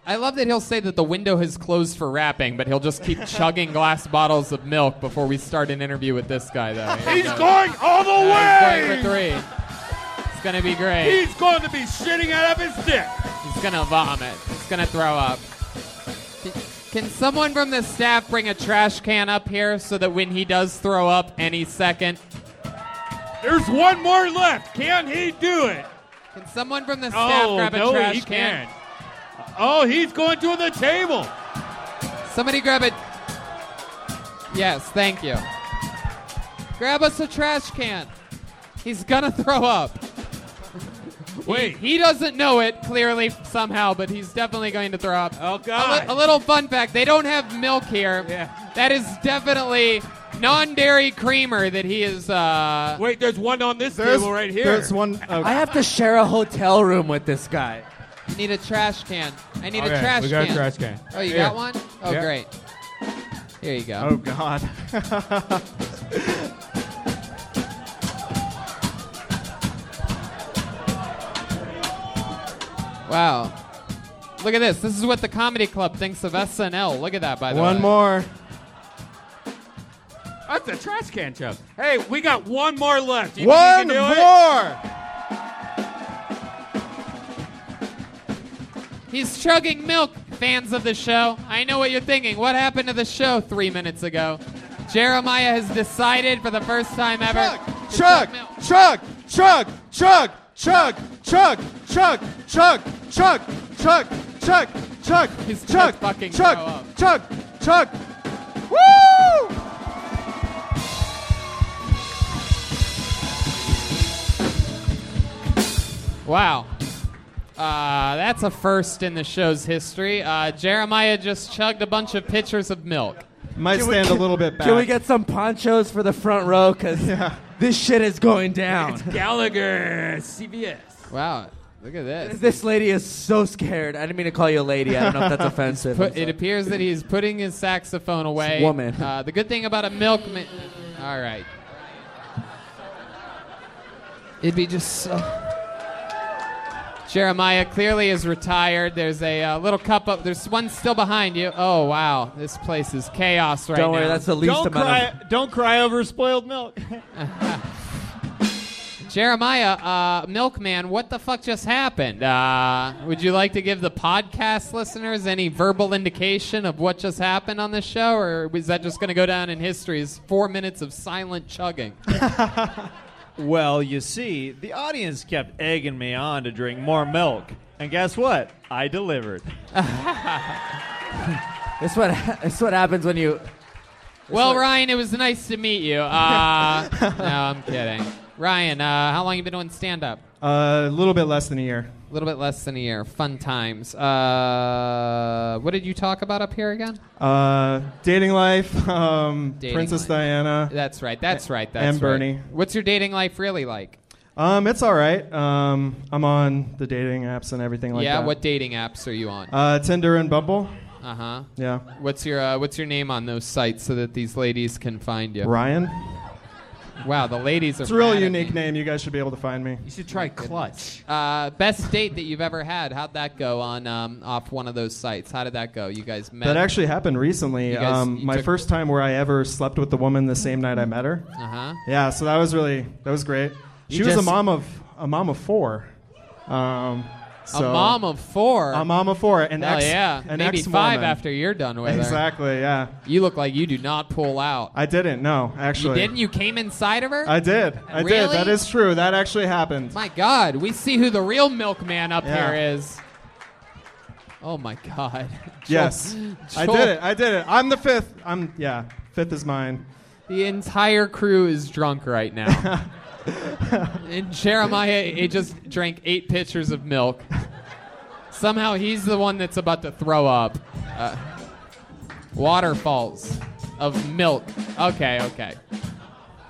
[SPEAKER 3] I love that he'll say that the window has closed for rapping, but he'll just
[SPEAKER 2] <laughs>
[SPEAKER 3] keep chugging glass bottles of milk before we start an interview with this guy, though. Here he
[SPEAKER 2] He's
[SPEAKER 3] goes.
[SPEAKER 2] going all the
[SPEAKER 3] Yeah, he's
[SPEAKER 2] way.
[SPEAKER 3] going for three. It's gonna be great.
[SPEAKER 2] He's going to be shitting out of his dick.
[SPEAKER 3] He's gonna vomit. He's gonna throw up. Can someone from the staff bring a trash can up here so that when he does throw up any second?
[SPEAKER 2] There's one more left. Can he do it?
[SPEAKER 3] Can someone from the
[SPEAKER 2] oh,
[SPEAKER 3] staff grab a
[SPEAKER 2] no,
[SPEAKER 3] trash
[SPEAKER 2] he
[SPEAKER 3] can?
[SPEAKER 2] can. Oh, he's going to the table.
[SPEAKER 3] Somebody grab it. Yes, thank you. Grab us a trash can. He's gonna throw up. Wait. He, he doesn't know it clearly somehow, but he's definitely going to throw up. Oh
[SPEAKER 6] God.
[SPEAKER 3] A, li- a little fun fact: they don't have milk here. Yeah. That is definitely non-dairy creamer that he is. Uh,
[SPEAKER 6] Wait, there's one on this
[SPEAKER 3] table right here.
[SPEAKER 18] There's one.
[SPEAKER 17] oh,
[SPEAKER 4] I have to share a hotel room with this guy.
[SPEAKER 3] I need a trash can. I need
[SPEAKER 4] Okay,
[SPEAKER 3] a trash
[SPEAKER 4] we got a
[SPEAKER 3] can.
[SPEAKER 4] trash can.
[SPEAKER 3] Oh, you
[SPEAKER 4] Here.
[SPEAKER 3] got one? Oh,
[SPEAKER 4] Yeah.
[SPEAKER 3] great. Here you go.
[SPEAKER 18] Oh God.
[SPEAKER 2] Oh, <laughs>
[SPEAKER 3] Wow. Look at this. This is what the comedy club thinks of SNL. Look at that, by the way.
[SPEAKER 18] One more.
[SPEAKER 6] That's a trash can joke. Hey, we got one
[SPEAKER 14] <laughs>
[SPEAKER 6] more left. You
[SPEAKER 18] One
[SPEAKER 6] think you can do It?
[SPEAKER 18] more.
[SPEAKER 3] He's chugging milk, fans of the show. I know what you're thinking. What happened to the show three minutes ago? Jeremiah has decided for the first time ever.
[SPEAKER 18] Chug, chug, chug, chug, chug, chug, chug, chug, chug, chug, chug, chug, chug,
[SPEAKER 3] fucking throw
[SPEAKER 18] chug,
[SPEAKER 3] up.
[SPEAKER 18] chug, chug. Woo!
[SPEAKER 3] Wow. Uh, that's a first in the show's history. Uh, Jeremiah just chugged a bunch of pitchers of milk.
[SPEAKER 18] Might
[SPEAKER 4] Can we-
[SPEAKER 18] stand a little bit
[SPEAKER 4] Can we
[SPEAKER 18] back.
[SPEAKER 4] get some ponchos for the front row?
[SPEAKER 18] <laughs>
[SPEAKER 4] Because this shit is going down.
[SPEAKER 6] Gallagher, CBS.
[SPEAKER 3] <laughs> Wow. Look at this.
[SPEAKER 4] This lady is so scared. I didn't mean to call you a lady. I don't know if
[SPEAKER 18] <laughs>
[SPEAKER 4] that's offensive.
[SPEAKER 3] Put- it appears
[SPEAKER 4] <laughs>
[SPEAKER 3] that he's putting his saxophone away.
[SPEAKER 4] It's a woman.
[SPEAKER 3] Uh, the good thing about a milkman. All right. It'd be just so. Jeremiah clearly is retired. There's a uh, little cup up. There's one still behind you. Oh wow, this place is chaos right now.
[SPEAKER 4] Don't worry, that's the least
[SPEAKER 3] Don't
[SPEAKER 4] amount
[SPEAKER 3] cry-
[SPEAKER 18] Don't cry over spoiled milk.
[SPEAKER 3] <laughs> Jeremiah, uh, Milkman, what the fuck just happened? Uh, would you like to give the podcast listeners any verbal indication of what just happened on this show, or is that just going to go down in history as four minutes of silent chugging?
[SPEAKER 5] Well, you see, the audience kept egging me on to drink more milk, and guess what? I delivered.
[SPEAKER 4] This what this what happens when you.
[SPEAKER 3] Well, Ryan, it was nice to meet you. Uh, no, I'm kidding. Ryan, uh, how long you been doing stand up?
[SPEAKER 18] Uh, A little bit less than a year.
[SPEAKER 3] A little bit less than a year. Fun times. Uh, what did you talk about up here again?
[SPEAKER 18] Uh, dating life. Um,
[SPEAKER 3] Dating
[SPEAKER 18] Princess
[SPEAKER 3] life.
[SPEAKER 18] Diana.
[SPEAKER 3] That's right. That's right. That's
[SPEAKER 18] Uh, and
[SPEAKER 3] right.
[SPEAKER 18] Bernie.
[SPEAKER 3] What's your dating life really like?
[SPEAKER 18] Um, it's all right. Um, I'm on the dating apps and everything like
[SPEAKER 3] yeah.
[SPEAKER 18] that.
[SPEAKER 3] What dating apps are you on?
[SPEAKER 18] Uh, Tinder and Bumble.
[SPEAKER 3] Uh huh.
[SPEAKER 18] Yeah.
[SPEAKER 3] What's your uh, What's your name on those sites so that these ladies can find you?
[SPEAKER 18] Ryan.
[SPEAKER 3] Wow, the ladies are.
[SPEAKER 18] It's a real
[SPEAKER 3] mad at
[SPEAKER 18] unique
[SPEAKER 3] me.
[SPEAKER 18] name. You guys should be able to find me. You
[SPEAKER 6] should try Clutch.
[SPEAKER 3] Uh, best date that you've ever had? How'd that go on um, off one of those sites? How did that go? You guys met?
[SPEAKER 18] That actually happened recently.
[SPEAKER 3] You guys-
[SPEAKER 18] um,
[SPEAKER 3] you
[SPEAKER 18] my
[SPEAKER 3] took-
[SPEAKER 18] first time where I ever slept with the woman the same night I met her.
[SPEAKER 3] Uh-huh.
[SPEAKER 18] Yeah, so that was really that was great.
[SPEAKER 3] You
[SPEAKER 18] she was
[SPEAKER 3] just-
[SPEAKER 18] a mom of a mom of four. Um, so-
[SPEAKER 3] mom of four?
[SPEAKER 18] A mom of four. An
[SPEAKER 3] Hell
[SPEAKER 18] ex.
[SPEAKER 3] yeah.
[SPEAKER 18] An
[SPEAKER 3] Maybe
[SPEAKER 18] ex-woman.
[SPEAKER 3] five after you're done with her.
[SPEAKER 18] Exactly. Yeah.
[SPEAKER 3] You look like you do not pull out.
[SPEAKER 18] I didn't. No, actually.
[SPEAKER 3] You didn't? You came inside of her?
[SPEAKER 18] I did. I did.
[SPEAKER 3] Really?
[SPEAKER 18] That is true. That actually happened.
[SPEAKER 3] My God, we see who the real milkman up
[SPEAKER 18] Yeah.
[SPEAKER 3] here is. Oh my God. <laughs>
[SPEAKER 18] Yes. I
[SPEAKER 3] Joel-
[SPEAKER 18] did it. I did it. I'm the fifth. I'm yeah. Fifth is mine.
[SPEAKER 3] The entire crew is drunk right
[SPEAKER 4] <laughs>
[SPEAKER 3] now. and Jeremiah he just drank eight pitchers of milk. Somehow he's the one that's about to throw up. Uh, waterfalls of milk. Okay, okay.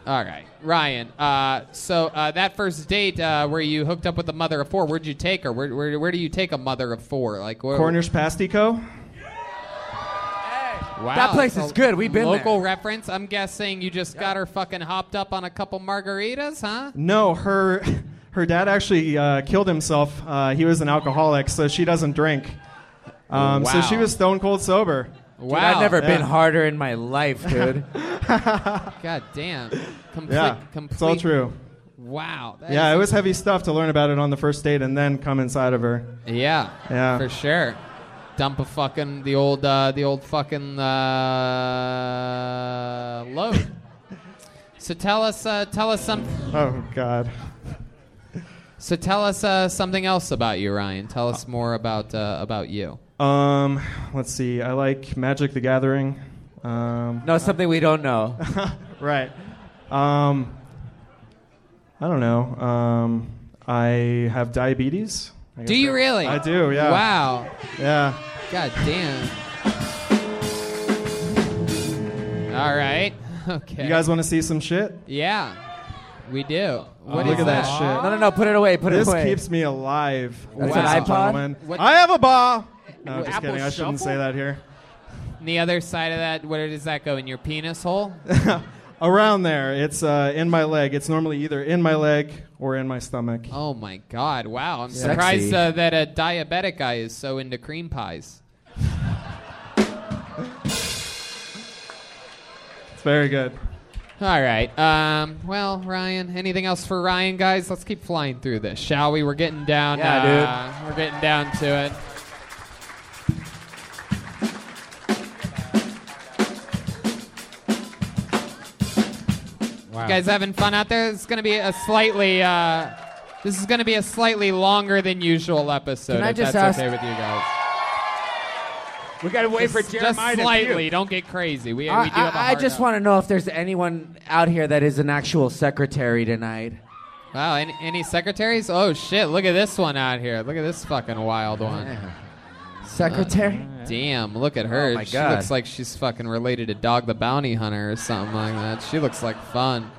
[SPEAKER 3] All right, Ryan. Uh, so uh, that first date uh, where you hooked up with the mother of four, where'd you take her? Where, where, where do you take a mother of four? Like where,
[SPEAKER 18] Cornish pastico.
[SPEAKER 3] Wow,
[SPEAKER 4] That place
[SPEAKER 3] so
[SPEAKER 4] is good. We've been
[SPEAKER 3] local reference. I'm guessing you just got her fucking hopped up on a couple margaritas, huh?
[SPEAKER 18] No, her her dad actually uh, killed himself. Uh, he was an alcoholic, so she doesn't drink. Um, So
[SPEAKER 4] Wow.
[SPEAKER 18] she was stone cold sober.
[SPEAKER 4] Dude, I've never been
[SPEAKER 18] Yeah.
[SPEAKER 4] harder in my life,
[SPEAKER 18] <laughs>
[SPEAKER 4] dude.
[SPEAKER 3] <laughs> God damn. Complete,
[SPEAKER 18] Yeah,
[SPEAKER 3] complete.
[SPEAKER 18] it's all true.
[SPEAKER 3] Wow. that
[SPEAKER 18] Yeah,
[SPEAKER 3] is-
[SPEAKER 18] it was heavy stuff to learn about it on the first date and then come inside of her.
[SPEAKER 3] Yeah.
[SPEAKER 18] Yeah.
[SPEAKER 3] For sure. Dump a fucking the old uh, the old fucking uh, load. so tell us uh, tell us some.
[SPEAKER 18] Oh God.
[SPEAKER 3] So tell us uh, something else about you, Ryan. Tell us more about uh, about you.
[SPEAKER 18] Um, let's see. I like Magic the Gathering. Um,
[SPEAKER 4] No, something we don't know.
[SPEAKER 18] <laughs> right. Um, I don't know. Um, I have diabetes. I
[SPEAKER 3] Do
[SPEAKER 18] guess
[SPEAKER 3] you
[SPEAKER 18] I-
[SPEAKER 3] really?
[SPEAKER 18] I do. Yeah.
[SPEAKER 3] Wow.
[SPEAKER 18] Yeah.
[SPEAKER 3] God damn. All right. <laughs> Okay.
[SPEAKER 18] You guys want to see some shit?
[SPEAKER 3] Yeah, we do.
[SPEAKER 4] Oh,
[SPEAKER 3] What is
[SPEAKER 18] Look at that shit.
[SPEAKER 4] No, no, no. Put it away. Put
[SPEAKER 18] this
[SPEAKER 4] it away.
[SPEAKER 18] keeps me alive.
[SPEAKER 4] That's
[SPEAKER 18] ladies
[SPEAKER 4] an
[SPEAKER 18] and
[SPEAKER 4] iPod?
[SPEAKER 18] gentlemen.
[SPEAKER 3] What-
[SPEAKER 18] I have a bar. No,
[SPEAKER 3] What,
[SPEAKER 18] just
[SPEAKER 3] Apple
[SPEAKER 18] kidding. I shouldn't
[SPEAKER 3] Shuffle?
[SPEAKER 18] say that here.
[SPEAKER 3] And the other side of that, where does that go? In your penis
[SPEAKER 4] <laughs>
[SPEAKER 3] hole?
[SPEAKER 18] Around there, it's uh, in my leg. It's normally either in my leg or in my stomach.
[SPEAKER 3] Oh my God! Wow, I'm
[SPEAKER 18] Sexy.
[SPEAKER 3] surprised uh, that a diabetic guy is so into cream pies.
[SPEAKER 18] It's very good.
[SPEAKER 3] All right. Um, well, Ryan, anything else for Ryan, guys? Let's keep flying through this, shall we? We're getting down.
[SPEAKER 4] Yeah,
[SPEAKER 3] uh, We're getting down to it. You guys having fun out there? It's going to be a slightly. Uh, this is going to be a slightly longer than usual episode.
[SPEAKER 4] Can I
[SPEAKER 3] if
[SPEAKER 4] just
[SPEAKER 3] that's
[SPEAKER 4] ask-
[SPEAKER 3] okay with you guys.
[SPEAKER 1] We gotta wait for
[SPEAKER 3] Just-
[SPEAKER 1] Jeremiah
[SPEAKER 3] Just
[SPEAKER 1] to
[SPEAKER 3] slightly.
[SPEAKER 1] puke.
[SPEAKER 3] Don't get crazy. We,
[SPEAKER 4] I,
[SPEAKER 3] we do have a
[SPEAKER 4] I- I
[SPEAKER 3] hard
[SPEAKER 4] just want to know if there's anyone out here that is an actual secretary tonight.
[SPEAKER 3] Wow, any, any secretaries? Oh shit, look at this one out here. Look at this fucking wild one.
[SPEAKER 4] Secretary?
[SPEAKER 3] Damn, look at her.
[SPEAKER 4] Oh, my
[SPEAKER 3] she
[SPEAKER 4] God.
[SPEAKER 3] looks like she's fucking related to Dog the Bounty Hunter or something like that. She looks like fun.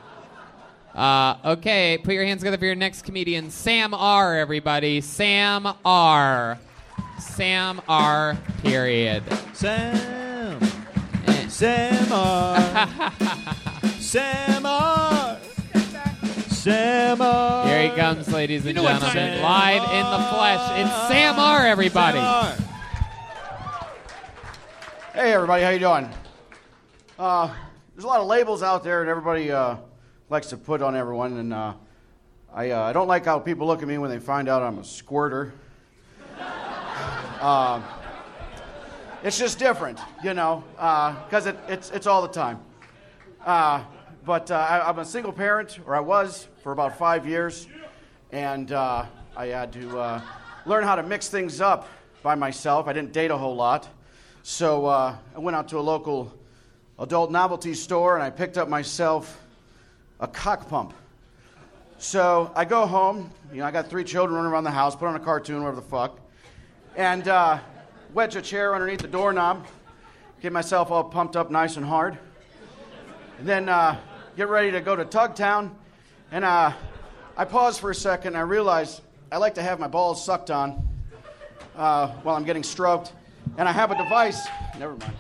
[SPEAKER 3] Uh, okay, put your hands together for your next comedian, Sam R, everybody. Sam R. Sam R, period. Eh.
[SPEAKER 19] Sam. Sam
[SPEAKER 3] <laughs>
[SPEAKER 19] R. Sam R. Sam R.
[SPEAKER 3] Here he comes, ladies and
[SPEAKER 19] know what time it
[SPEAKER 3] gentlemen.
[SPEAKER 19] is.
[SPEAKER 3] Live in the flesh. It's Sam R, everybody.
[SPEAKER 20] Hey everybody, how you doing? Uh, there's a lot of labels out there, and everybody uh, likes to put on everyone. And uh, I, uh, I don't like how people look at me when they find out I'm a squirter. Um it's just different, you know, because it, it's it's all the time. Uh, but uh, I, I'm a single parent, or I was for about five years, and uh, I had to uh, learn how to mix things up by myself. I didn't date a whole lot, so uh, I went out to a local adult novelty store and I picked up myself a cock pump. So I go home, you know, I got three children running around the house, put on a cartoon, whatever the fuck, and uh, wedge a chair underneath the doorknob, get myself all pumped up nice and hard, and then uh, get ready to go to Tugtown. And uh, I pause for a second, and I realize I like to have my balls sucked on uh, while I'm getting stroked, and I have a device. Never mind.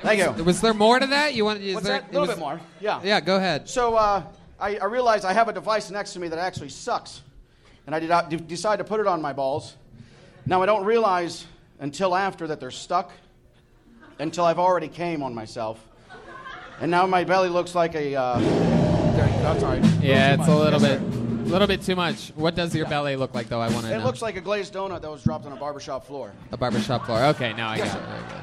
[SPEAKER 20] Thank you.
[SPEAKER 3] Was there more to that? You wanted? Is
[SPEAKER 20] What's
[SPEAKER 3] there,
[SPEAKER 20] that? A little
[SPEAKER 3] was-
[SPEAKER 20] bit more. Yeah.
[SPEAKER 3] Yeah, go ahead.
[SPEAKER 20] So uh, I, I realized I have a device next to me that actually sucks, and I did not de- decide to put it on my balls. Now I don't realize until after that they're stuck, until I've already came on myself, and now my belly looks like a. Uh, there you go. I'm sorry.
[SPEAKER 3] Yeah,
[SPEAKER 20] Too
[SPEAKER 3] it's a
[SPEAKER 20] much.
[SPEAKER 3] little
[SPEAKER 20] Yes,
[SPEAKER 3] bit, a little bit too much. What does your belly look like, though? I want
[SPEAKER 20] sir.
[SPEAKER 3] to
[SPEAKER 20] It
[SPEAKER 3] know.
[SPEAKER 20] looks like a glazed donut that was dropped on a barbershop floor.
[SPEAKER 3] a barbershop floor. Okay, now I got it. Very good.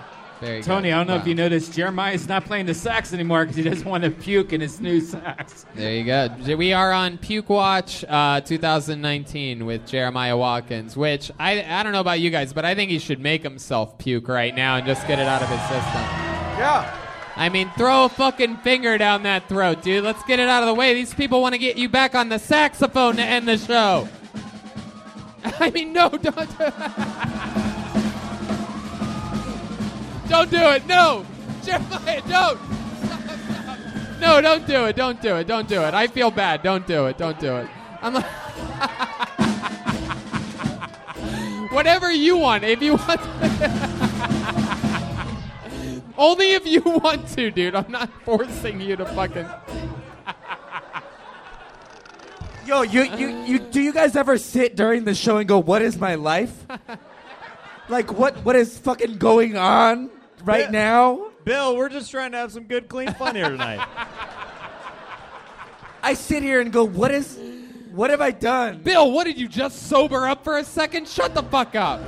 [SPEAKER 3] Very
[SPEAKER 14] Tony,
[SPEAKER 3] good.
[SPEAKER 14] I don't know
[SPEAKER 3] Wow.
[SPEAKER 14] if you noticed, Jeremiah's not playing the sax anymore because he doesn't want to puke in his new sax.
[SPEAKER 3] There you go. J- We are on Puke Watch uh, 2019 with Jeremiah Watkins, which I, I don't know about you guys, but I think he should make himself puke right now and just get it out of his system.
[SPEAKER 20] Yeah.
[SPEAKER 3] I mean, throw a fucking finger down that throat, dude. Let's get it out of the way. These people want to get you back on the saxophone to end the show. <laughs> I mean, no, don't. <laughs> Don't do it. No. Jeremiah, don't. No, don't do it. Don't do it. Don't do it. I feel bad. Don't do it. Don't do it. I'm like, <laughs> whatever you want. If you want, <laughs> only if you want to, dude. I'm not forcing you to fucking.
[SPEAKER 4] Yo, you, you, you, do you guys ever sit during the show and go, "What is my
[SPEAKER 5] <laughs>
[SPEAKER 4] life? like, what, what is fucking going on right
[SPEAKER 5] Yeah.
[SPEAKER 4] now?"
[SPEAKER 5] Bill, we're just trying to have some good, clean fun here tonight.
[SPEAKER 4] <laughs> I sit here and go, "What is, what have I done?"
[SPEAKER 3] Bill, what did you just sober up for a second? Shut the fuck up.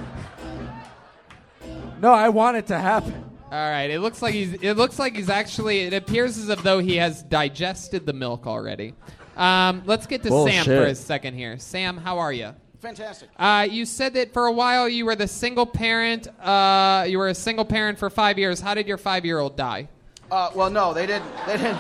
[SPEAKER 4] No, I want it to happen.
[SPEAKER 3] All right. It looks like he's. It looks like he's actually. It appears as if though he has digested the milk already. Um, let's get to Sam for
[SPEAKER 4] Bullshit.
[SPEAKER 3] a second here. Sam, how are you?
[SPEAKER 20] Fantastic.
[SPEAKER 3] Uh, you said that for a while you were the single parent. Uh, you were a single parent for five years. How did your five-year-old die?
[SPEAKER 20] Uh, well, no, they didn't. They didn't.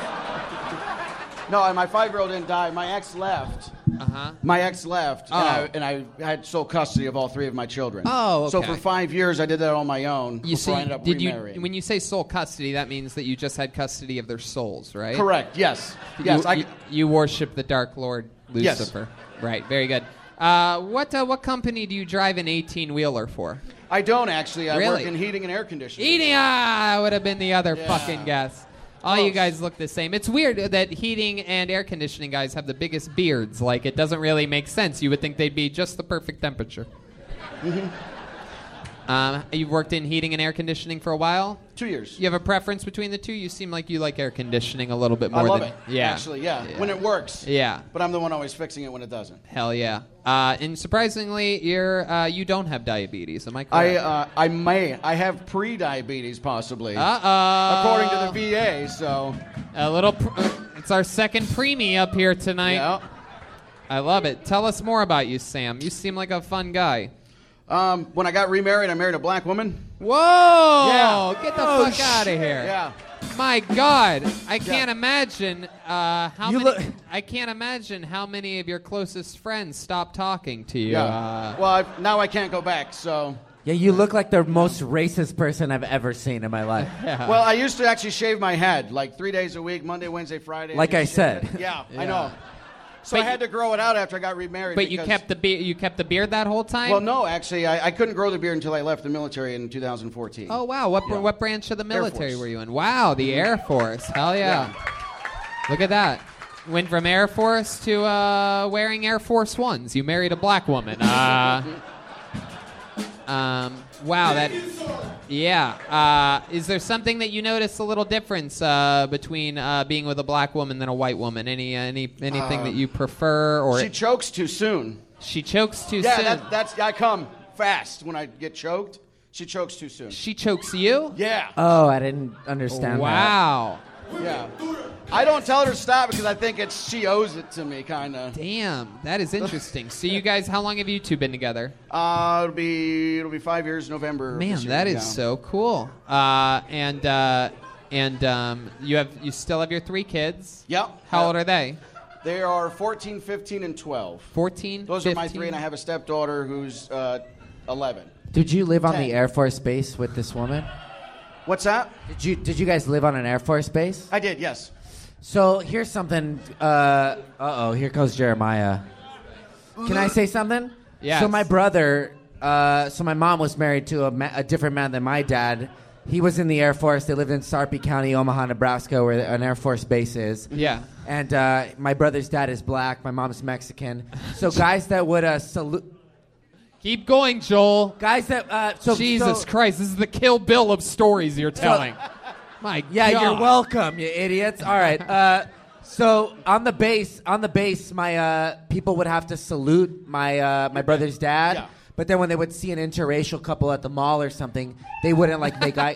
[SPEAKER 20] No, and my five-year-old didn't die. My ex left.
[SPEAKER 3] Uh-huh.
[SPEAKER 20] My ex left,
[SPEAKER 3] Oh.
[SPEAKER 20] and, I, and I had sole custody of all three of my children.
[SPEAKER 3] Oh,
[SPEAKER 20] So
[SPEAKER 3] okay.
[SPEAKER 20] for five years, I did that on my own
[SPEAKER 3] You
[SPEAKER 20] before
[SPEAKER 3] see,
[SPEAKER 20] I ended up
[SPEAKER 3] did you
[SPEAKER 20] remarrying.
[SPEAKER 3] when you say sole custody, that means that you just had custody of their souls, right?
[SPEAKER 20] Correct, yes.
[SPEAKER 3] You-
[SPEAKER 20] Yes, I-
[SPEAKER 3] You, you worship the Dark Lord
[SPEAKER 20] Yes.
[SPEAKER 3] Lucifer. Right. Very good. Uh, what uh, what company do you drive an eighteen wheeler for?
[SPEAKER 20] I don't actually. I
[SPEAKER 3] Really?
[SPEAKER 20] work in heating and air conditioning.
[SPEAKER 3] Heating, ah, would have been the other fucking guess. All you guys look the same. It's weird that heating and air conditioning guys have the biggest beards. Like, it doesn't really make sense. You would think they'd be just the perfect temperature.
[SPEAKER 20] Mm-hmm.
[SPEAKER 3] <laughs> Um, you've worked in heating and air conditioning for a while?
[SPEAKER 20] Two years.
[SPEAKER 3] You have a preference between the two? You seem like you like air conditioning a little bit more
[SPEAKER 20] I love
[SPEAKER 3] than.
[SPEAKER 20] it.
[SPEAKER 3] Yeah.
[SPEAKER 20] Actually, yeah. When it works.
[SPEAKER 3] Yeah.
[SPEAKER 20] But I'm the one always fixing it when it doesn't.
[SPEAKER 3] Hell yeah. Uh, and surprisingly, you're, uh, you don't have diabetes. Am I correct?
[SPEAKER 20] I uh, I may I have pre-diabetes possibly.
[SPEAKER 3] Uh-oh.
[SPEAKER 20] According to the VA, so
[SPEAKER 3] A little. Pr- uh, it's our second preemie up here tonight. I love it. Tell us more about you, Sam. You seem like a fun guy.
[SPEAKER 20] Um, when I got remarried, I married a black woman.
[SPEAKER 3] Whoa!
[SPEAKER 20] Yeah.
[SPEAKER 3] Get the
[SPEAKER 20] Oh,
[SPEAKER 3] fuck out of
[SPEAKER 20] shit.
[SPEAKER 3] here.
[SPEAKER 20] Yeah.
[SPEAKER 3] My God, I can't imagine uh, how
[SPEAKER 20] You
[SPEAKER 3] many.
[SPEAKER 20] look-
[SPEAKER 3] I can't imagine how many of your closest friends stopped talking to you.
[SPEAKER 20] Yeah.
[SPEAKER 3] Uh,
[SPEAKER 20] well, I, now I can't go back. So.
[SPEAKER 17] Yeah, you look like the most racist person I've ever seen in
[SPEAKER 5] <laughs>
[SPEAKER 17] my life.
[SPEAKER 20] Well, I used to actually shave my head like three days a week, Monday, Wednesday, Friday.
[SPEAKER 17] Like I
[SPEAKER 20] just shave
[SPEAKER 17] said.
[SPEAKER 20] it. <laughs> Yeah,
[SPEAKER 17] Yeah.
[SPEAKER 20] I know. So
[SPEAKER 3] But
[SPEAKER 20] I had to grow it out after I got remarried.
[SPEAKER 3] but you
[SPEAKER 20] because-
[SPEAKER 3] kept the be- you kept the beard that whole time.
[SPEAKER 20] Well, no, actually, I, I couldn't grow the beard until I left the military in 2014.
[SPEAKER 3] Oh wow! What br- what branch of the
[SPEAKER 20] Air
[SPEAKER 3] military
[SPEAKER 20] Force. Mm-hmm.
[SPEAKER 3] were you in? Wow, the Air Force. Hell yeah! Look at that. Went from Air Force to uh, wearing Air Force Ones. You married a black woman. Uh, <laughs> um, wow, that. Yeah. Uh, is there something that you notice a little difference uh, between uh, being with a black woman than a white woman? Any any anything
[SPEAKER 20] Uh,
[SPEAKER 3] that you prefer or
[SPEAKER 20] she chokes too soon?
[SPEAKER 3] She chokes too
[SPEAKER 20] yeah,
[SPEAKER 3] soon.
[SPEAKER 20] That, that's I come fast when I get choked. She chokes too soon.
[SPEAKER 3] she chokes you.
[SPEAKER 20] Yeah.
[SPEAKER 17] Oh, I didn't understand
[SPEAKER 3] Wow.
[SPEAKER 20] Yeah. I don't tell her to stop because I think it's she owes it to me, kind of.
[SPEAKER 3] Damn, that is interesting. so you guys, how long have you two been together?
[SPEAKER 20] Uh, it'll be it'll be five years November. of this
[SPEAKER 3] Man,
[SPEAKER 20] year,
[SPEAKER 3] that is
[SPEAKER 20] yeah.
[SPEAKER 3] so cool. Uh, and uh, and um, you have you still have your three kids.
[SPEAKER 20] Yep.
[SPEAKER 3] How old are they?
[SPEAKER 20] They are 14, 15, and 12.
[SPEAKER 3] 14.
[SPEAKER 20] Those are my
[SPEAKER 3] 15?
[SPEAKER 20] three, and I have a stepdaughter who's uh, 11.
[SPEAKER 17] that. Did you live on
[SPEAKER 20] Ten.
[SPEAKER 17] the Air Force Base with this woman?
[SPEAKER 20] What's that?
[SPEAKER 17] Did you Did you guys live on an Air Force Base?
[SPEAKER 20] I did, yes.
[SPEAKER 17] So here's something. Uh oh, here goes Jeremiah. Can I say something?
[SPEAKER 3] Yes.
[SPEAKER 17] So my brother, uh, so my mom was married to a, ma- a different man than my dad. He was in the Air Force. They lived in Sarpy County, Omaha, Nebraska, where an Air Force base is.
[SPEAKER 3] Yeah.
[SPEAKER 17] And uh, my brother's dad is black. My mom's Mexican. So guys that would uh, salute.
[SPEAKER 3] Keep going, Joel.
[SPEAKER 17] Guys that uh, so
[SPEAKER 3] Jesus
[SPEAKER 17] so-
[SPEAKER 3] Christ, this is the Kill Bill of stories you're telling. My
[SPEAKER 17] yeah,
[SPEAKER 3] God.
[SPEAKER 17] you're welcome, you idiots. All right. Uh, so on the base, on the base, my uh, people would have to salute my uh, my brother's dad. But then when they would see an interracial couple at the mall or something, they wouldn't like make
[SPEAKER 3] <laughs>
[SPEAKER 17] eye.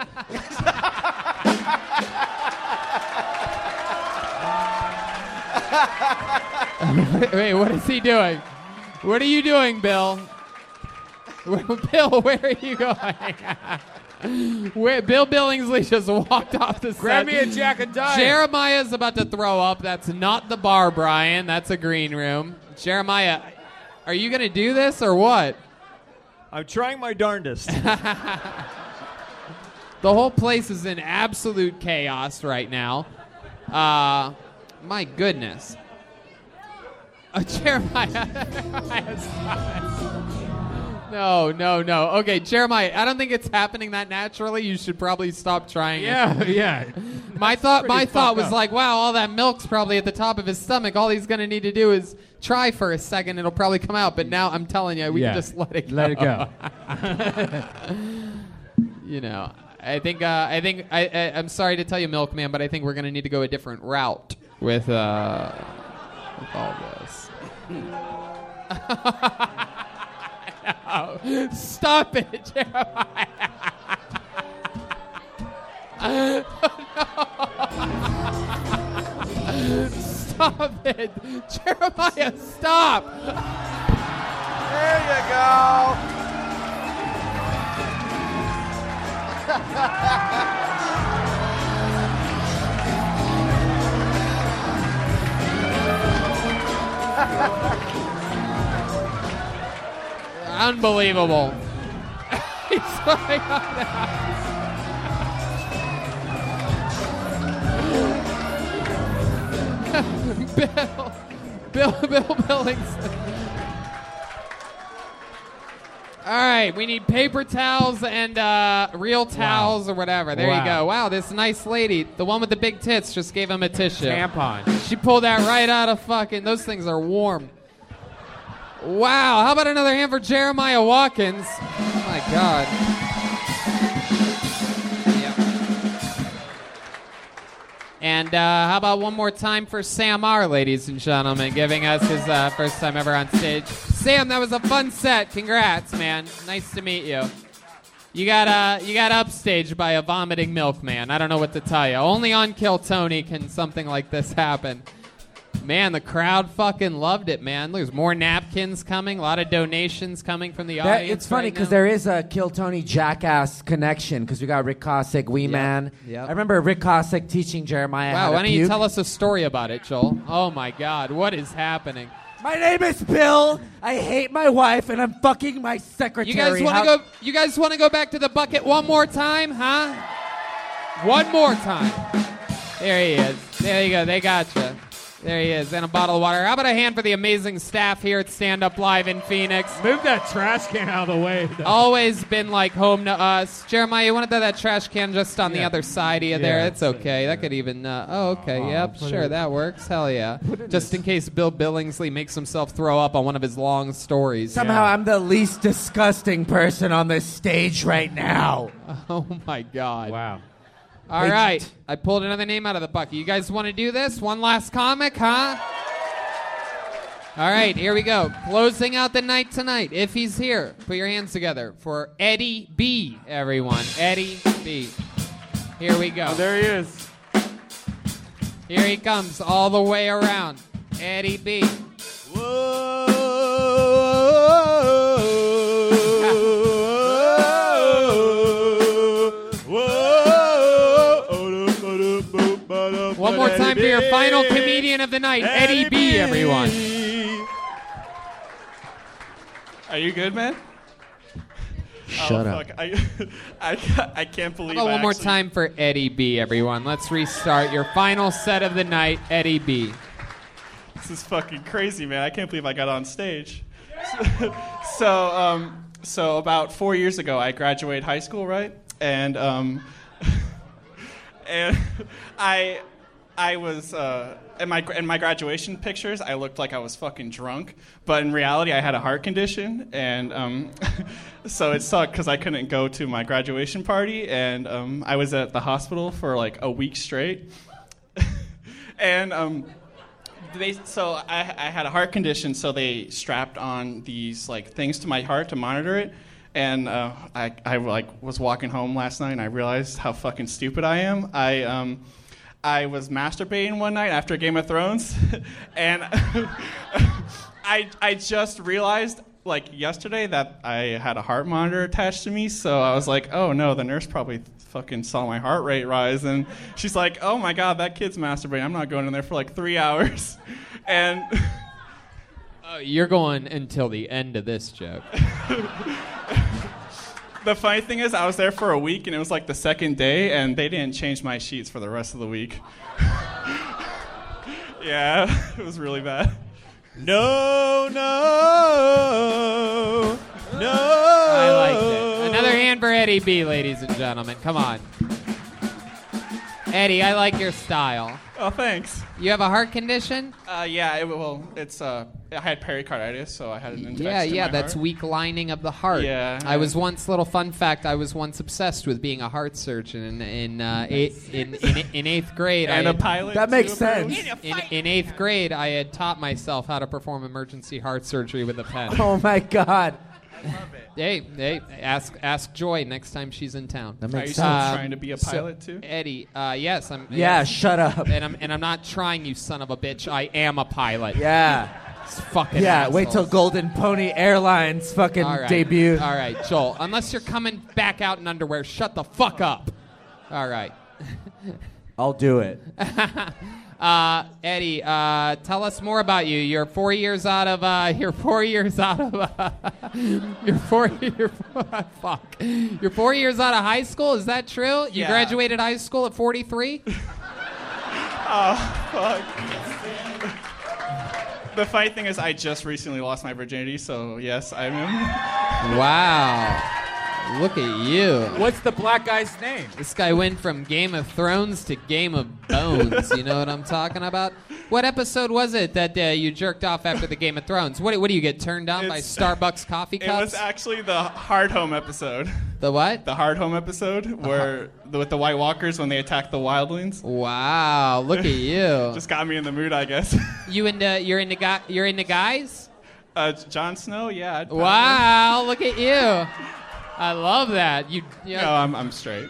[SPEAKER 3] <laughs> Wait, what is he doing? What are you doing, Bill? <laughs> Bill, where are you going? <laughs> where, Bill Billingsley just walked off the set.
[SPEAKER 2] Grab me a Jack and Diet.
[SPEAKER 3] Jeremiah's about to throw up. That's not the bar, Brian. That's a green room. Jeremiah, are you going to do this or what?
[SPEAKER 5] I'm trying
[SPEAKER 3] <laughs>
[SPEAKER 5] my darndest.
[SPEAKER 3] The whole place is in absolute chaos right now. Uh, my goodness. Uh, Jeremiah. no, no, no. Okay, Jeremiah, I don't think it's happening that naturally. You should probably stop trying it.
[SPEAKER 6] Yeah, <laughs> yeah.
[SPEAKER 3] <laughs> my thought
[SPEAKER 6] pretty
[SPEAKER 3] my thought
[SPEAKER 6] fucked
[SPEAKER 3] was
[SPEAKER 6] up.
[SPEAKER 3] like, wow, all that milk's probably at the top of his stomach. All he's going to need to do is try for a second. It'll probably come out. But now I'm telling you, we
[SPEAKER 6] Yeah.
[SPEAKER 3] can just let it go.
[SPEAKER 6] Let it go.
[SPEAKER 3] <laughs> you know, I think uh, I think I, I I'm sorry to tell you, Milkman, but I think we're gonna need to go a different route <laughs> Oh, with uh with all <laughs> this. No. Stop it, Jeremiah. Oh, No. <laughs> Stop it, Jeremiah. Stop.
[SPEAKER 19] There you go.
[SPEAKER 3] <laughs> Unbelievable. <laughs> He's running up now. Bill, Bill, Bill Billings. All right, we need paper towels and uh, real towels or whatever. There you
[SPEAKER 6] Wow.
[SPEAKER 3] go. Wow, this nice lady, the one with the big tits, just gave him a tissue.
[SPEAKER 6] Tampon.
[SPEAKER 3] She pulled that right out of fucking. Those things are warm. Wow, how about another hand for Jeremiah Watkins? Oh my God. And uh, how about one more time for Sam R, ladies and gentlemen, giving us his uh, first time ever on stage. Sam, that was a fun set. Congrats, man. <laughs> Nice to meet you. You got uh, you got upstaged by a vomiting milkman. I don't know what to tell you. Only on Kill Tony can something like this happen. Man, the crowd fucking loved it, man. There's more napkins coming, a lot of donations coming from the
[SPEAKER 17] That-
[SPEAKER 3] audience.
[SPEAKER 17] it's funny
[SPEAKER 3] right now.
[SPEAKER 17] because there is a Kill Tony Jackass connection because we got Rick Cossack, Wee Man.
[SPEAKER 3] yep.
[SPEAKER 17] I remember Rick Cossack teaching Jeremiah how
[SPEAKER 3] Wow,
[SPEAKER 17] to
[SPEAKER 3] why don't you
[SPEAKER 17] puke.
[SPEAKER 3] tell us a story about it, Joel? Oh my God, what is happening?
[SPEAKER 17] My name is Bill. I hate my wife, and I'm fucking my secretary.
[SPEAKER 3] You guys want to
[SPEAKER 17] How-
[SPEAKER 3] go? You guys want to go back to the bucket one more time, huh? One more time. There he is. There you go. They got you. There he is, and a bottle of water. How about a hand for the amazing staff here at Stand Up Live in Phoenix? Move that trash can out of the way. Always been like home to us. Jeremiah, you want to throw that trash can just on the other side of you there?
[SPEAKER 6] Yeah,
[SPEAKER 3] It's okay. That could even. Uh, oh, okay.
[SPEAKER 6] Aw,
[SPEAKER 3] yep.
[SPEAKER 6] put
[SPEAKER 3] Sure.
[SPEAKER 6] it-
[SPEAKER 3] That works. Hell yeah. Just in case Bill Billingsley makes himself throw up on one of his long stories.
[SPEAKER 17] <laughs> Somehow I'm the least disgusting person on this stage right now.
[SPEAKER 3] <laughs> Oh my God! Wow. All
[SPEAKER 17] Hey,
[SPEAKER 3] right, I pulled another name out of the bucket. You guys want to do this? One last comic, huh? All right, here we go. Closing out the night tonight. If he's here, put your hands together for Eddie B. Everyone, Eddie B. Here we go. Oh, there he is. Here he comes, all the way around. Eddie B. One more time for your final comedian of the night, Eddie B. <laughs> Everyone.
[SPEAKER 21] Are you good, man?
[SPEAKER 3] Shut
[SPEAKER 21] oh,
[SPEAKER 3] up.
[SPEAKER 21] Fuck. I, <laughs> I, ca- I can't believe.
[SPEAKER 3] How about
[SPEAKER 21] I
[SPEAKER 3] one more
[SPEAKER 21] actually-
[SPEAKER 3] time for Eddie B, everyone? Let's restart your final set of the night, Eddie B.
[SPEAKER 21] This is fucking crazy, man. I can't believe I got on stage. <laughs> so, um, so about four years ago, I graduated high school, right? And um, <laughs> and I I was uh, in my in my graduation pictures, I looked like I was fucking drunk, but in reality, I had a heart condition, and um, <laughs> so it sucked because I couldn't go to my graduation party, and um, I was at the hospital for like a week straight, and um. They, so I, I had a heart condition, so they strapped on these like things to my heart to monitor it, and uh, I, I like was walking home last night and I realized how fucking stupid I am. I um, I was masturbating one night after Game of Thrones, <laughs> and <laughs> I I just realized like yesterday that I had a heart monitor attached to me, so I was like, oh no, the nurse probably fucking saw my heart rate rise, and she's like, oh my god, that kid's masturbating. I'm not going in there for like three hours, <laughs> and.
[SPEAKER 3] Uh, you're going until the end of this joke.
[SPEAKER 21] The funny thing is, I was there for a week, and it was like the second day, and they didn't change my sheets for the rest of the week. <laughs> yeah,
[SPEAKER 3] <laughs>
[SPEAKER 21] it was really bad.
[SPEAKER 19] No, Oh, no, no. I
[SPEAKER 3] liked it. Another hand for Eddie B, ladies and gentlemen. Come on. Eddie, I like your style.
[SPEAKER 21] Oh, thanks.
[SPEAKER 3] You have a heart condition?
[SPEAKER 21] Uh, yeah, it, well, it's uh, I had pericarditis, so I had an infection.
[SPEAKER 3] Yeah, yeah,
[SPEAKER 21] in my
[SPEAKER 3] that's
[SPEAKER 21] heart.
[SPEAKER 3] weak lining of the heart.
[SPEAKER 21] Yeah.
[SPEAKER 3] I was once little fun fact. I was once obsessed with being a heart surgeon in in uh, eight, in, in, in eighth grade.
[SPEAKER 21] And
[SPEAKER 3] I
[SPEAKER 21] a
[SPEAKER 3] had-
[SPEAKER 21] pilot, That makes too, apparently. sense.
[SPEAKER 3] In, in eighth grade, I had taught myself how to perform emergency heart surgery with a pen.
[SPEAKER 17] <laughs> Oh my god.
[SPEAKER 3] Hey, hey, ask ask Joy next time she's in town.
[SPEAKER 17] That makes Are you
[SPEAKER 21] still trying to be a
[SPEAKER 3] so,
[SPEAKER 21] pilot, too?
[SPEAKER 3] Eddie? Uh, yes, I'm.
[SPEAKER 17] Yeah,
[SPEAKER 3] yes.
[SPEAKER 17] shut up.
[SPEAKER 3] And I'm and I'm not trying, you son of a bitch. I am a pilot.
[SPEAKER 17] Yeah.
[SPEAKER 3] fucking
[SPEAKER 17] yeah, wait till
[SPEAKER 3] assholes.
[SPEAKER 17] Golden Pony Airlines fucking
[SPEAKER 3] All right.
[SPEAKER 17] debut.
[SPEAKER 3] All right, Joel. Unless you're coming back out in underwear, shut the fuck up. All right. <laughs>
[SPEAKER 17] I'll do it.
[SPEAKER 3] Uh, Eddie, uh, tell us more about you. You're four years out of. Uh, <laughs> you're four years out of. <laughs> Uh, you're four. <laughs> You're fuck. You're four years out of high school. Is that true? You
[SPEAKER 16] Yeah.
[SPEAKER 3] graduated high school at 43.
[SPEAKER 21] Oh, fuck. The funny thing is, I just recently lost my virginity, so yes, I am.
[SPEAKER 3] <laughs> Wow. Look at you.
[SPEAKER 14] What's the black guy's name?
[SPEAKER 3] This guy went from Game of Thrones to Game of Bones. you know what I'm talking about? What episode was it that uh, you jerked off after the Game of Thrones? What, what do you get turned on by
[SPEAKER 21] It's-
[SPEAKER 3] Starbucks coffee
[SPEAKER 21] <laughs> It was
[SPEAKER 3] cups?
[SPEAKER 21] actually the Hard Home episode.
[SPEAKER 3] The what? Uh-huh.
[SPEAKER 21] The Hard Home episode, where the, with the White Walkers when they attack the Wildlings.
[SPEAKER 3] Wow, look
[SPEAKER 21] <laughs>
[SPEAKER 3] at you.
[SPEAKER 21] Just got me in the mood, I guess. <laughs>
[SPEAKER 3] you into you're into guy you're into guys?
[SPEAKER 21] Uh, Jon Snow, yeah. I'd probably-
[SPEAKER 3] Wow, look at you. I love that. You. Yeah.
[SPEAKER 21] No, I'm, I'm straight.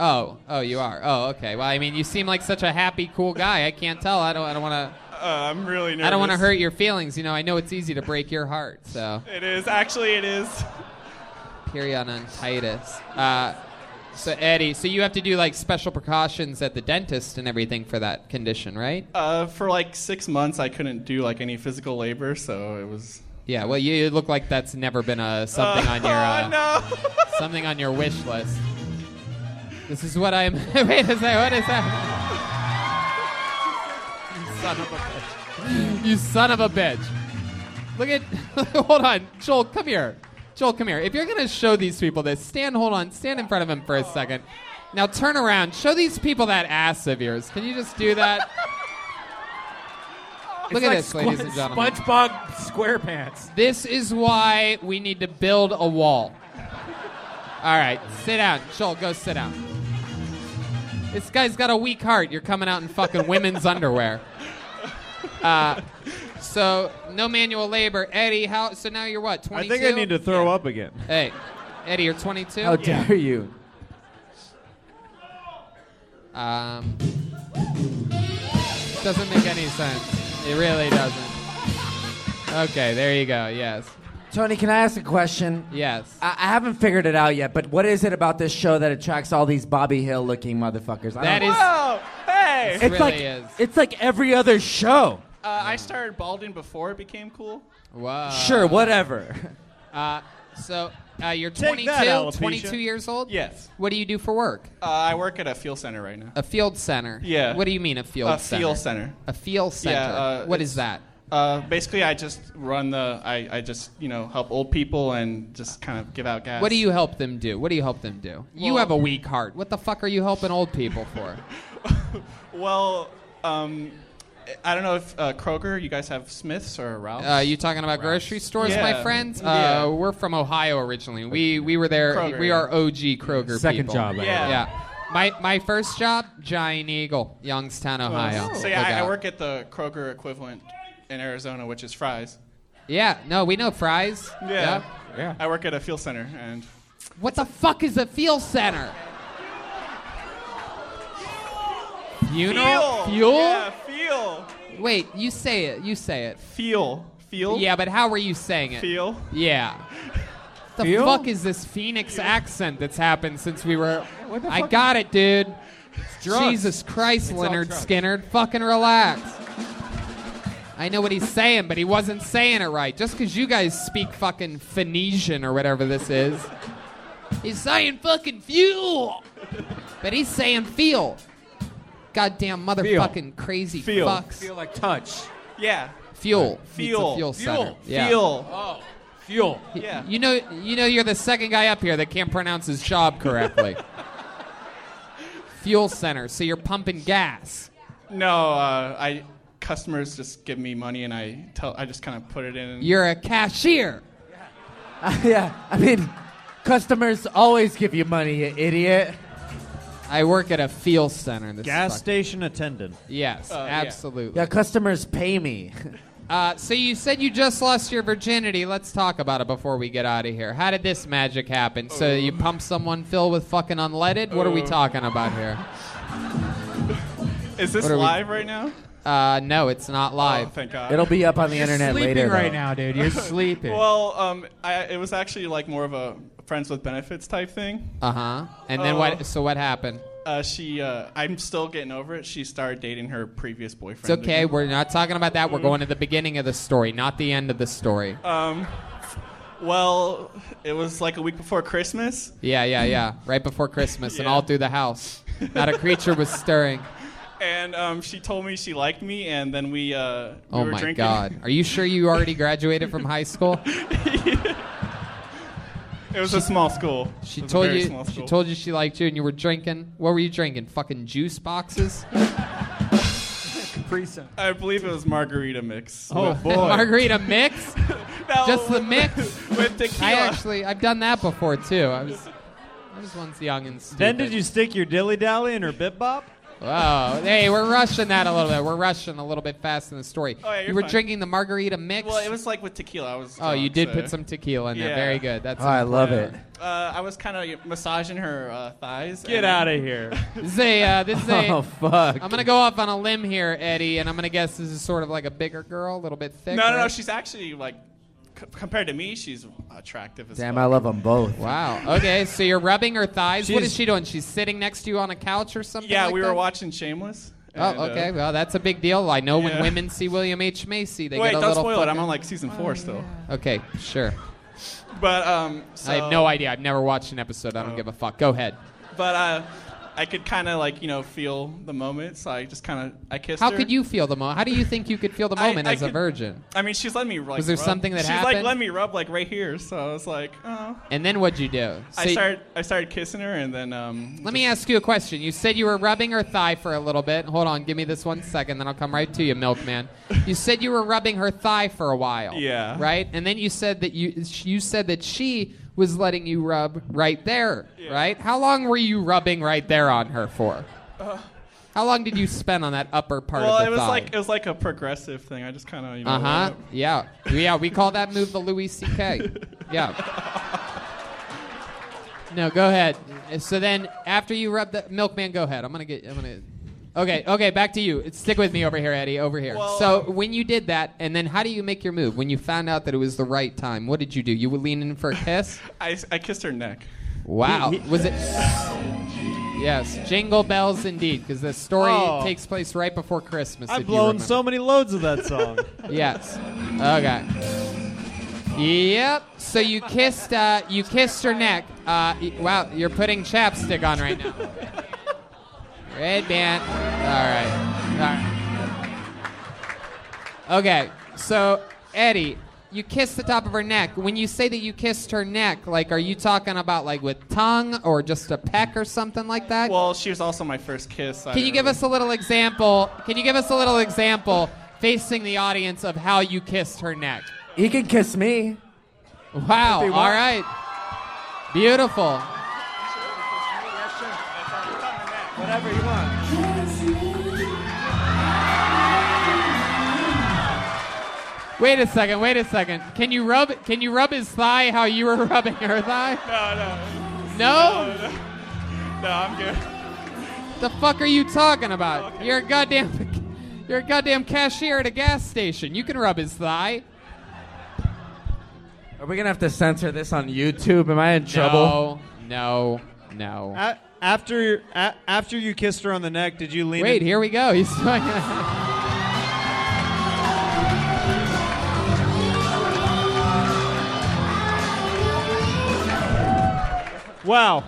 [SPEAKER 3] Oh, oh, you are. Oh, okay. Well, I mean, you seem like such a happy, cool guy. I can't tell. I don't. I don't want to.
[SPEAKER 21] Uh, I'm really nervous.
[SPEAKER 3] I don't want to hurt your feelings. You know, I know it's easy to break your heart. So.
[SPEAKER 21] It is actually it is.
[SPEAKER 3] periodontitis. Uh, so Eddie, so you have to do like special precautions at the dentist and everything for that condition, right?
[SPEAKER 21] Uh, for like six months, I couldn't do like any physical labor, so it was.
[SPEAKER 3] Yeah. Well, you, you look like that's never been a something
[SPEAKER 21] Uh,
[SPEAKER 3] on your
[SPEAKER 21] <laughs> oh,
[SPEAKER 3] uh,
[SPEAKER 21] no.
[SPEAKER 3] something on your wish list. This is what I'm. <laughs> wait a second. What is that? Son of a bitch. You son of a bitch. Look at. <laughs> hold on, Joel. Come here. Joel, come here. If you're gonna show these people this, stand. Hold on. Stand in front of him for a second. Now turn around. Show these people that ass of yours. Can you just
[SPEAKER 14] <laughs>
[SPEAKER 3] do that? Look
[SPEAKER 14] It's
[SPEAKER 3] at
[SPEAKER 14] like
[SPEAKER 3] this, ladies and
[SPEAKER 14] Squ-
[SPEAKER 3] gentlemen.
[SPEAKER 14] SpongeBob SquarePants.
[SPEAKER 3] This is why we need to build a wall. All right, sit down. Joel, go sit down. This guy's got a weak heart. You're coming out in fucking women's underwear. Uh, so no manual labor, Eddie. How? So now you're what? 22.
[SPEAKER 5] I think I need to throw up again.
[SPEAKER 3] Hey, Eddie, you're 22.
[SPEAKER 5] How dare Yeah.
[SPEAKER 17] you?
[SPEAKER 3] Um, doesn't make any sense. It really doesn't. Okay, there you go. Yes.
[SPEAKER 17] Tony, can I ask a question?
[SPEAKER 3] Yes.
[SPEAKER 17] I, I haven't figured it out yet, but what is it about this show that attracts all these Bobby Hill looking motherfuckers? I
[SPEAKER 3] That
[SPEAKER 17] don't-
[SPEAKER 3] is-
[SPEAKER 21] Whoa! Hey!
[SPEAKER 17] It's like it's like every other show.
[SPEAKER 21] Uh, I started balding before it became cool.
[SPEAKER 3] Wow.
[SPEAKER 17] Sure, whatever.
[SPEAKER 3] Uh, so uh, you're
[SPEAKER 21] Take
[SPEAKER 3] 22,
[SPEAKER 21] that, alopecia.
[SPEAKER 3] 22 years old.
[SPEAKER 21] Yes.
[SPEAKER 3] What do you do for work?
[SPEAKER 21] Uh, I work at a fuel center right now.
[SPEAKER 3] A field center.
[SPEAKER 21] Yeah.
[SPEAKER 3] What do you mean a field
[SPEAKER 21] A
[SPEAKER 3] center?
[SPEAKER 21] field center.
[SPEAKER 3] A field center.
[SPEAKER 21] Yeah, uh,
[SPEAKER 3] what
[SPEAKER 21] it's-
[SPEAKER 3] is that?
[SPEAKER 21] Uh, basically, I just run the. I, I just you know help old people and just kind of give out gas.
[SPEAKER 3] What do you help them do? What do you help them do? you
[SPEAKER 21] Well-
[SPEAKER 3] have a weak heart. What the fuck are you helping old people
[SPEAKER 21] <laughs>
[SPEAKER 3] for?
[SPEAKER 21] Well, um, I don't know if uh, Kroger. You guys have Smiths or Ralphs?
[SPEAKER 3] Uh, you talking about grocery stores, my
[SPEAKER 21] Oh, Yeah.
[SPEAKER 3] friends? Uh,
[SPEAKER 21] Yeah.
[SPEAKER 3] We're from Ohio originally. We we were there.
[SPEAKER 21] Kroger,
[SPEAKER 3] we
[SPEAKER 21] yeah.
[SPEAKER 3] are OG Kroger
[SPEAKER 14] Second
[SPEAKER 3] people.
[SPEAKER 14] job, I
[SPEAKER 3] Yeah.
[SPEAKER 14] Yeah.
[SPEAKER 21] think.
[SPEAKER 3] My my first job, Giant Eagle, Youngstown, Ohio.
[SPEAKER 21] So yeah,
[SPEAKER 3] Look
[SPEAKER 21] Oh, I, I
[SPEAKER 3] out.
[SPEAKER 21] work at the Kroger equivalent in Arizona, which is Fry's.
[SPEAKER 3] Yeah. No, we know fries.
[SPEAKER 21] Yeah. Yeah. I work at a fuel center and.
[SPEAKER 3] What the fuck is a fuel center? Funeral?
[SPEAKER 21] Fuel.
[SPEAKER 3] Fuel?
[SPEAKER 21] Yeah, fuel.
[SPEAKER 3] Wait, you say it. You say it.
[SPEAKER 21] Fuel. Fuel?
[SPEAKER 3] Yeah, but how were you saying it?
[SPEAKER 21] Fuel.
[SPEAKER 14] <laughs>
[SPEAKER 3] Yeah. The
[SPEAKER 21] Fuel?
[SPEAKER 3] fuck is this Phoenix accent that's happened since we were?
[SPEAKER 14] What the
[SPEAKER 3] I
[SPEAKER 14] fuck
[SPEAKER 3] got
[SPEAKER 14] is-
[SPEAKER 3] it, dude.
[SPEAKER 14] drugs.
[SPEAKER 3] Jesus Christ,
[SPEAKER 14] It's all
[SPEAKER 3] Leonard
[SPEAKER 14] drugs.
[SPEAKER 3] Skinner, fucking relax. I know what he's saying, but he wasn't saying it right. Just because you guys speak fucking Phoenician or whatever this is, he's saying fucking fuel, but he's saying feel. Goddamn motherfucking crazy
[SPEAKER 14] Feel.
[SPEAKER 3] fucks.
[SPEAKER 14] Feel like touch.
[SPEAKER 21] Yeah.
[SPEAKER 3] Fuel.
[SPEAKER 14] Fuel.
[SPEAKER 3] It's a fuel.
[SPEAKER 14] Fuel.
[SPEAKER 3] Center. Yeah.
[SPEAKER 14] Fuel. Oh, fuel.
[SPEAKER 3] Y- You know, you know, you're the second guy up here that can't pronounce his job
[SPEAKER 14] <laughs>
[SPEAKER 3] correctly. fuel center. So you're pumping gas.
[SPEAKER 21] No, uh, I customers just give me money and I tell I just kind of put it in.
[SPEAKER 3] You're a <laughs> cashier.
[SPEAKER 17] <laughs> yeah, I mean, customers always give you money, you idiot.
[SPEAKER 3] I work at a fuel center. This
[SPEAKER 5] Gas station attendant. Oh,
[SPEAKER 3] Yes,
[SPEAKER 17] Uh, yeah.
[SPEAKER 3] absolutely.
[SPEAKER 17] Yeah, customers pay me.
[SPEAKER 3] Uh, so you said you just lost your virginity. Let's talk about it before we get out of here. How did this magic happen? So you pump someone filled with fucking unleaded? What are we
[SPEAKER 21] Oh.
[SPEAKER 3] talking about here?
[SPEAKER 21] Is this
[SPEAKER 3] What are we-
[SPEAKER 21] live right now?
[SPEAKER 3] Uh, no, it's not live.
[SPEAKER 21] thank God.
[SPEAKER 17] It'll be up on the
[SPEAKER 3] You're
[SPEAKER 17] internet
[SPEAKER 3] sleeping
[SPEAKER 17] later.
[SPEAKER 3] right
[SPEAKER 17] though.
[SPEAKER 3] now,
[SPEAKER 17] <laughs>
[SPEAKER 3] dude.
[SPEAKER 21] <laughs>
[SPEAKER 3] You're sleeping.
[SPEAKER 21] well, um, I, it was actually like more of a friends with benefits type thing.
[SPEAKER 3] Uh huh. And then
[SPEAKER 21] Uh,
[SPEAKER 3] what? So what happened?
[SPEAKER 21] Uh, she, uh, I'm still getting over it. She started dating her previous
[SPEAKER 3] It's
[SPEAKER 21] boyfriend.
[SPEAKER 3] okay. We're not talking about that. We're
[SPEAKER 21] Mm.
[SPEAKER 3] going to the beginning of the story, not the end of the story.
[SPEAKER 21] Um, well, it was like a week before Christmas,
[SPEAKER 3] Yeah, yeah, yeah. Right before Christmas, and all through the house, not a creature was stirring.
[SPEAKER 21] and um, she told me she liked me, and then we, uh, we
[SPEAKER 3] oh
[SPEAKER 21] were
[SPEAKER 3] my
[SPEAKER 21] drinking.
[SPEAKER 3] God! Are you sure you already graduated from high
[SPEAKER 21] <laughs>
[SPEAKER 3] school?
[SPEAKER 21] It was a small school.
[SPEAKER 3] She
[SPEAKER 21] It was a
[SPEAKER 3] told
[SPEAKER 21] very
[SPEAKER 3] you.
[SPEAKER 21] small
[SPEAKER 3] She
[SPEAKER 21] school.
[SPEAKER 3] told you she liked you, and you were drinking. What were you drinking? Fucking juice
[SPEAKER 21] <laughs>
[SPEAKER 3] boxes.
[SPEAKER 21] I believe it was margarita mix.
[SPEAKER 3] Oh, <laughs>
[SPEAKER 21] With-
[SPEAKER 3] boy. Margarita
[SPEAKER 21] <laughs>
[SPEAKER 3] mix? Just the mix
[SPEAKER 21] with tequila.
[SPEAKER 3] I actually, I've done that before too. I was, <laughs> I was once young and stupid.
[SPEAKER 5] Then did you stick your dilly dally in her bip bop?
[SPEAKER 3] Wow. Hey, we're rushing that a little bit. We're rushing a little bit fast in the story.
[SPEAKER 21] Oh, yeah, you're
[SPEAKER 3] you were
[SPEAKER 21] fine.
[SPEAKER 3] drinking the margarita mix.
[SPEAKER 21] Well, it was like with tequila. I was.
[SPEAKER 3] Oh, you
[SPEAKER 21] drunk,
[SPEAKER 3] did
[SPEAKER 21] so-
[SPEAKER 3] put some tequila in there.
[SPEAKER 21] Yeah.
[SPEAKER 3] Very good. That's.
[SPEAKER 17] Oh, I love it.
[SPEAKER 21] Uh, I was kind of massaging her uh, thighs.
[SPEAKER 5] Get
[SPEAKER 21] and-
[SPEAKER 5] outta here.
[SPEAKER 3] <laughs> This is a, uh, this is a,
[SPEAKER 17] <laughs> Oh, fuck.
[SPEAKER 3] I'm gonna go off on a limb here, Eddie, and I'm gonna guess this is sort of like a bigger girl, a little bit thicker.
[SPEAKER 21] no, no, no. She's actually like, c- compared to me, she's attractive as
[SPEAKER 17] Damn,
[SPEAKER 21] fuck.
[SPEAKER 17] I love them both.
[SPEAKER 3] Wow. Okay, so you're rubbing her thighs. what is
[SPEAKER 21] She's-
[SPEAKER 3] she doing? She's sitting next to you on a couch or something.
[SPEAKER 21] Yeah,
[SPEAKER 3] like
[SPEAKER 21] we
[SPEAKER 3] that?
[SPEAKER 21] were watching Shameless. and, uh,
[SPEAKER 3] Oh, okay. Well, that's a big deal. I know when
[SPEAKER 21] Yeah.
[SPEAKER 3] women see William H Macy, they
[SPEAKER 21] wait,
[SPEAKER 3] get a
[SPEAKER 21] don't
[SPEAKER 3] little.
[SPEAKER 21] spoil it. I'm
[SPEAKER 3] fucking- Oh,
[SPEAKER 21] on like season four still.
[SPEAKER 3] Okay, sure.
[SPEAKER 21] But um, so, Oh.
[SPEAKER 3] I have no idea. I've never watched an episode. I don't give a fuck. Go ahead.
[SPEAKER 21] But uh, I could kind of like you know feel the moment, so I just kind of I kissed
[SPEAKER 3] How
[SPEAKER 21] her.
[SPEAKER 3] could you feel the moment? How do you think you could feel the
[SPEAKER 21] I-
[SPEAKER 3] moment
[SPEAKER 21] I
[SPEAKER 3] as a
[SPEAKER 21] could-
[SPEAKER 3] virgin?
[SPEAKER 21] I mean, she's letting me like.
[SPEAKER 3] Was there
[SPEAKER 21] rub.
[SPEAKER 3] something that
[SPEAKER 21] she's like
[SPEAKER 3] happened?
[SPEAKER 21] letting me rub like right here, so I was like, oh.
[SPEAKER 3] And then what'd you do? So
[SPEAKER 21] I
[SPEAKER 3] you-
[SPEAKER 21] started I started kissing her, and then um.
[SPEAKER 3] Let me ask you a question. You said you were rubbing her thigh for a little bit. Hold on, give me this one second, then I'll come right to you, milkman. You said you were rubbing her thigh for a while.
[SPEAKER 21] Yeah.
[SPEAKER 3] Right, and then you said that you you said that she was letting you rub right there. Right. How long were you rubbing right there on her for?
[SPEAKER 21] Uh,
[SPEAKER 3] How long did you spend on that upper part
[SPEAKER 21] well,
[SPEAKER 3] of the
[SPEAKER 21] it was
[SPEAKER 3] thigh?
[SPEAKER 21] like it was like a progressive thing. I just kind of you know.
[SPEAKER 3] uh huh. Yeah. Yeah. We call that move the Louis C.K. yeah. No, go ahead. So then, after you rub the milkman, go ahead. I'm gonna get. I'm gonna. Okay. Okay. Back to you. Stick with me over here, Eddie. Over here. so when you did that, and then how do you make your move? When you found out that it was the right time, what did you do? You would lean in for a kiss.
[SPEAKER 21] <laughs> I, I kissed her neck.
[SPEAKER 3] Wow.
[SPEAKER 21] He- he-
[SPEAKER 3] was it? Yes. Jingle bells, indeed, because the story
[SPEAKER 5] Oh.
[SPEAKER 3] takes place right before Christmas. if
[SPEAKER 5] I've
[SPEAKER 3] you
[SPEAKER 5] blown
[SPEAKER 3] remember.
[SPEAKER 5] so many loads of that song.
[SPEAKER 3] <laughs> Yes. Okay. Yep. So you kissed uh, you kissed her neck. Uh, y- wow, you're putting chapstick on right now. Red band. All right. All right. Okay. So Eddie, you kissed the top of her neck. When you say that you kissed her neck, like, are you talking about like with tongue or just a peck or something like that?
[SPEAKER 21] Well, she was also my first kiss. I
[SPEAKER 3] Can you give us a little example? Can you give us a little example facing the audience of how you kissed her neck?
[SPEAKER 17] He can kiss me.
[SPEAKER 3] Wow.
[SPEAKER 17] If
[SPEAKER 3] All
[SPEAKER 17] he wants.
[SPEAKER 3] right. Beautiful.
[SPEAKER 5] Whatever you
[SPEAKER 3] Wait a second. Wait a second. Can you rub? Can you rub his thigh how you were <laughs> rubbing her thigh?
[SPEAKER 21] No, no.
[SPEAKER 3] No?
[SPEAKER 21] No, no. No, I'm good.
[SPEAKER 3] The fuck are you talking about? You're a goddamn, <laughs> you're a goddamn cashier at a gas station. You can rub his thigh.
[SPEAKER 17] Are we gonna have to censor this on YouTube? Am I in trouble?
[SPEAKER 3] No, no, no.
[SPEAKER 5] A- after a- after you kissed her on the neck, did you lean?
[SPEAKER 3] Wait,
[SPEAKER 5] in-
[SPEAKER 3] here we go. <laughs> He's doing
[SPEAKER 5] Wow,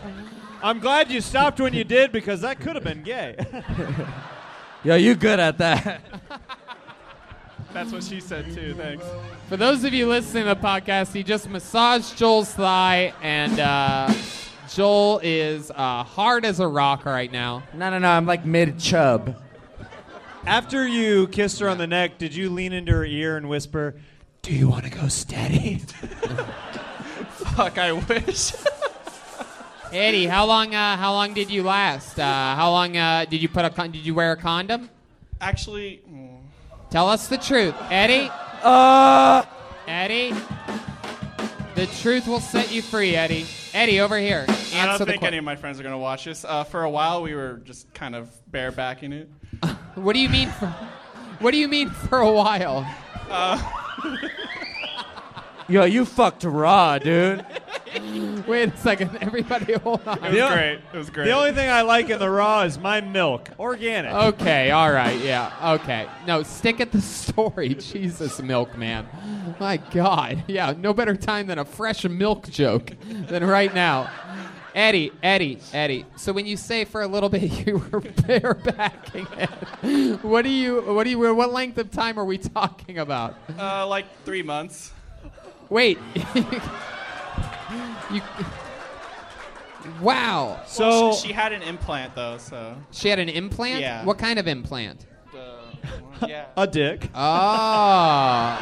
[SPEAKER 5] I'm glad you stopped when you did because that could have been
[SPEAKER 3] <laughs>
[SPEAKER 5] gay.
[SPEAKER 17] Yo, you good at that?
[SPEAKER 21] That's what she said too. Thanks.
[SPEAKER 3] For those of you listening to the podcast, he just massaged Joel's thigh, and uh, Joel is uh, hard as a rock right now.
[SPEAKER 17] No, no, no. I'm like mid chub.
[SPEAKER 5] <laughs> after you kissed her on the neck, did you lean into her ear and whisper, "Do you want to go steady?" <laughs>
[SPEAKER 21] Fuck, I wish. <laughs>
[SPEAKER 3] Eddie, how long? Uh, how long did you last? Uh, how long uh, did you put a? Con- did you wear a condom?
[SPEAKER 21] Actually, mm.
[SPEAKER 3] Tell us the truth, Eddie. Uh. Eddie, the truth will set you free, Eddie. Eddie, over here. Answer
[SPEAKER 21] I don't
[SPEAKER 3] the
[SPEAKER 21] think
[SPEAKER 3] question.
[SPEAKER 21] any of my friends are gonna watch this. Uh, for a while, we were just kind of barebacking it.
[SPEAKER 3] What do you mean? For- What do you mean for a while?
[SPEAKER 4] <laughs> Yo, you fucked raw, dude.
[SPEAKER 3] Wait a second, everybody, hold on.
[SPEAKER 5] It was The o- great.
[SPEAKER 21] It was
[SPEAKER 5] The only thing I like in the raw is my milk, organic.
[SPEAKER 3] Okay, all right, yeah, okay. No, stick at the <laughs> story. Jesus, milk, man. My God. Yeah, no better time than a fresh milk joke than right now. Eddie, Eddie, Eddie. So when you say for a little bit <laughs> you were barebacking it, what do you, what do you, what length of time are we talking about?
[SPEAKER 21] Uh, like three months.
[SPEAKER 3] Wait. <laughs> you, wow.
[SPEAKER 21] So she, she had an implant though, so
[SPEAKER 3] She had an implant?
[SPEAKER 21] Yeah. <laughs>
[SPEAKER 3] What kind of implant?
[SPEAKER 21] yeah.
[SPEAKER 5] A dick.
[SPEAKER 3] Oh.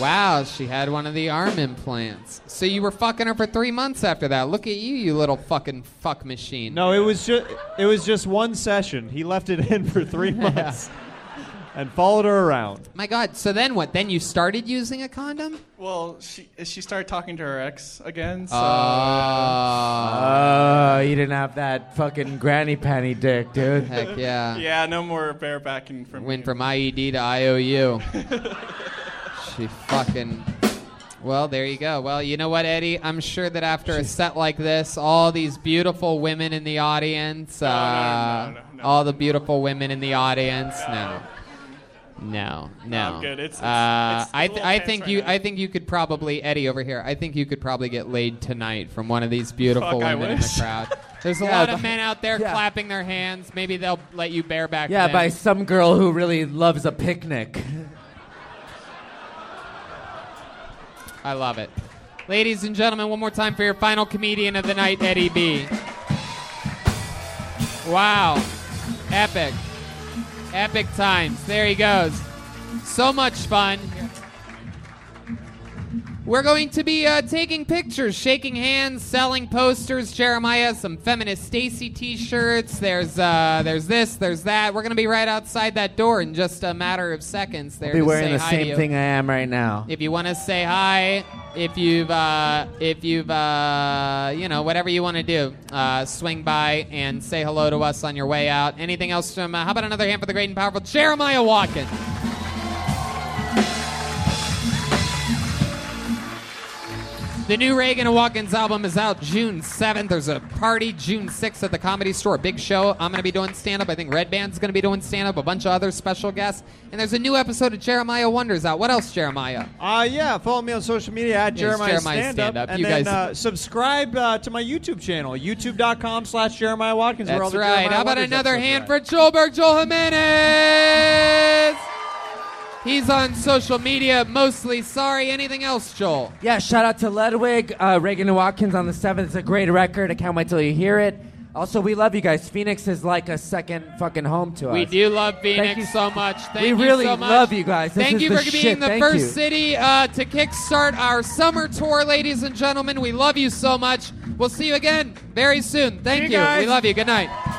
[SPEAKER 3] wow, she had one of the arm implants. So you were fucking her for three months after that. Look at you, you little fucking fuck machine.
[SPEAKER 5] No, it was just it was just one session. He left it in for
[SPEAKER 3] <laughs>
[SPEAKER 5] three months and followed her around.
[SPEAKER 3] My God. So then what? Then you started <laughs> using a condom?
[SPEAKER 21] Well, she she started talking to her ex again.
[SPEAKER 3] Uh.
[SPEAKER 21] So
[SPEAKER 3] Ah,
[SPEAKER 21] <laughs>
[SPEAKER 17] Oh, you didn't have that fucking granny panty dick, dude.
[SPEAKER 3] Heck yeah.
[SPEAKER 21] yeah, no more barebacking from
[SPEAKER 3] Went from IED to
[SPEAKER 21] <laughs>
[SPEAKER 3] IOU. she fucking. Well, there you go. Well, you know what, Eddie? I'm sure that after a set like this, all these beautiful women in the audience, uh, all the beautiful women in the audience, no. No, no.
[SPEAKER 21] No, I'm good. It's- it's-
[SPEAKER 3] uh,
[SPEAKER 21] it's a
[SPEAKER 3] I, th-
[SPEAKER 21] little
[SPEAKER 3] I
[SPEAKER 21] tense
[SPEAKER 3] think
[SPEAKER 21] right
[SPEAKER 3] you,
[SPEAKER 21] now.
[SPEAKER 3] I think you could probably Eddie over here. I think you could probably get laid tonight from one of these beautiful
[SPEAKER 17] Fuck, I
[SPEAKER 3] women in the
[SPEAKER 17] wish.
[SPEAKER 3] crowd.
[SPEAKER 21] <laughs>
[SPEAKER 3] There's a
[SPEAKER 17] Yeah,
[SPEAKER 3] lot of
[SPEAKER 17] but-
[SPEAKER 3] men out there clapping their hands. Maybe they'll let you bareback.
[SPEAKER 17] Yeah,
[SPEAKER 3] them.
[SPEAKER 17] by some girl who really loves a picnic.
[SPEAKER 3] I love it. Ladies and gentlemen, one more time for your final comedian of the night, Eddie B. Wow. Epic. Epic times. There he goes. So much fun. We're going to be uh, taking pictures, shaking hands, selling posters. Jeremiah has some feminist Stacy T-shirts. There's uh, there's this, there's that. We're gonna be right outside that door in just a matter of seconds. There,
[SPEAKER 17] I'll be
[SPEAKER 3] to
[SPEAKER 17] wearing
[SPEAKER 3] say
[SPEAKER 17] the
[SPEAKER 3] hi to
[SPEAKER 17] same
[SPEAKER 3] you.
[SPEAKER 17] thing I am right now.
[SPEAKER 3] If you want to say hi, if you've, uh, if you've, uh, you know, whatever you want to do, uh, swing by and say hello to us on your way out. Anything else from? Uh, how about another hand for the great and powerful Jeremiah Watkins? The new Reagan and Watkins album is out June 7th. There's a party June 6th at the Comedy Store. Big show. I'm going to be doing stand up. I think Red Band's going to be doing stand up. A bunch of other special guests. And there's a new episode of Jeremiah Wonders out. What else, Jeremiah?
[SPEAKER 5] Uh, yeah, follow me on social media at
[SPEAKER 3] Yes,
[SPEAKER 5] Jeremiah,
[SPEAKER 3] Jeremiah
[SPEAKER 5] Stand
[SPEAKER 3] Stand
[SPEAKER 5] Up,
[SPEAKER 3] Up.
[SPEAKER 5] and
[SPEAKER 3] You
[SPEAKER 5] then
[SPEAKER 3] guys-
[SPEAKER 5] uh, subscribe uh, to my YouTube channel, youtube.com slash Jeremiah Watkins. where all
[SPEAKER 3] That's
[SPEAKER 5] the
[SPEAKER 3] right.
[SPEAKER 5] Jeremiah
[SPEAKER 3] How about
[SPEAKER 5] Watkins
[SPEAKER 3] another
[SPEAKER 5] episodes
[SPEAKER 3] hand for Joelberg Joel Jimenez? He's on social media mostly. Sorry. Anything else, Joel?
[SPEAKER 17] Yeah, shout out to Ludwig, uh, Reagan and Watkins on the seventh. It's a great record. I can't wait till you hear it. Also, we love you guys. Phoenix is like a second fucking home to us.
[SPEAKER 3] We do love Phoenix
[SPEAKER 17] Thank you-
[SPEAKER 3] so much. Thank
[SPEAKER 17] we
[SPEAKER 3] you
[SPEAKER 17] really
[SPEAKER 3] so much.
[SPEAKER 17] love you guys. This
[SPEAKER 3] Thank
[SPEAKER 17] is
[SPEAKER 3] you
[SPEAKER 17] the
[SPEAKER 3] for being
[SPEAKER 17] shit.
[SPEAKER 3] the
[SPEAKER 17] Thank
[SPEAKER 3] first
[SPEAKER 17] you.
[SPEAKER 3] city uh, to kickstart our summer tour, ladies and gentlemen. We love you so much. We'll see you again very soon. Thank
[SPEAKER 17] you guys.
[SPEAKER 3] We love you. Good night.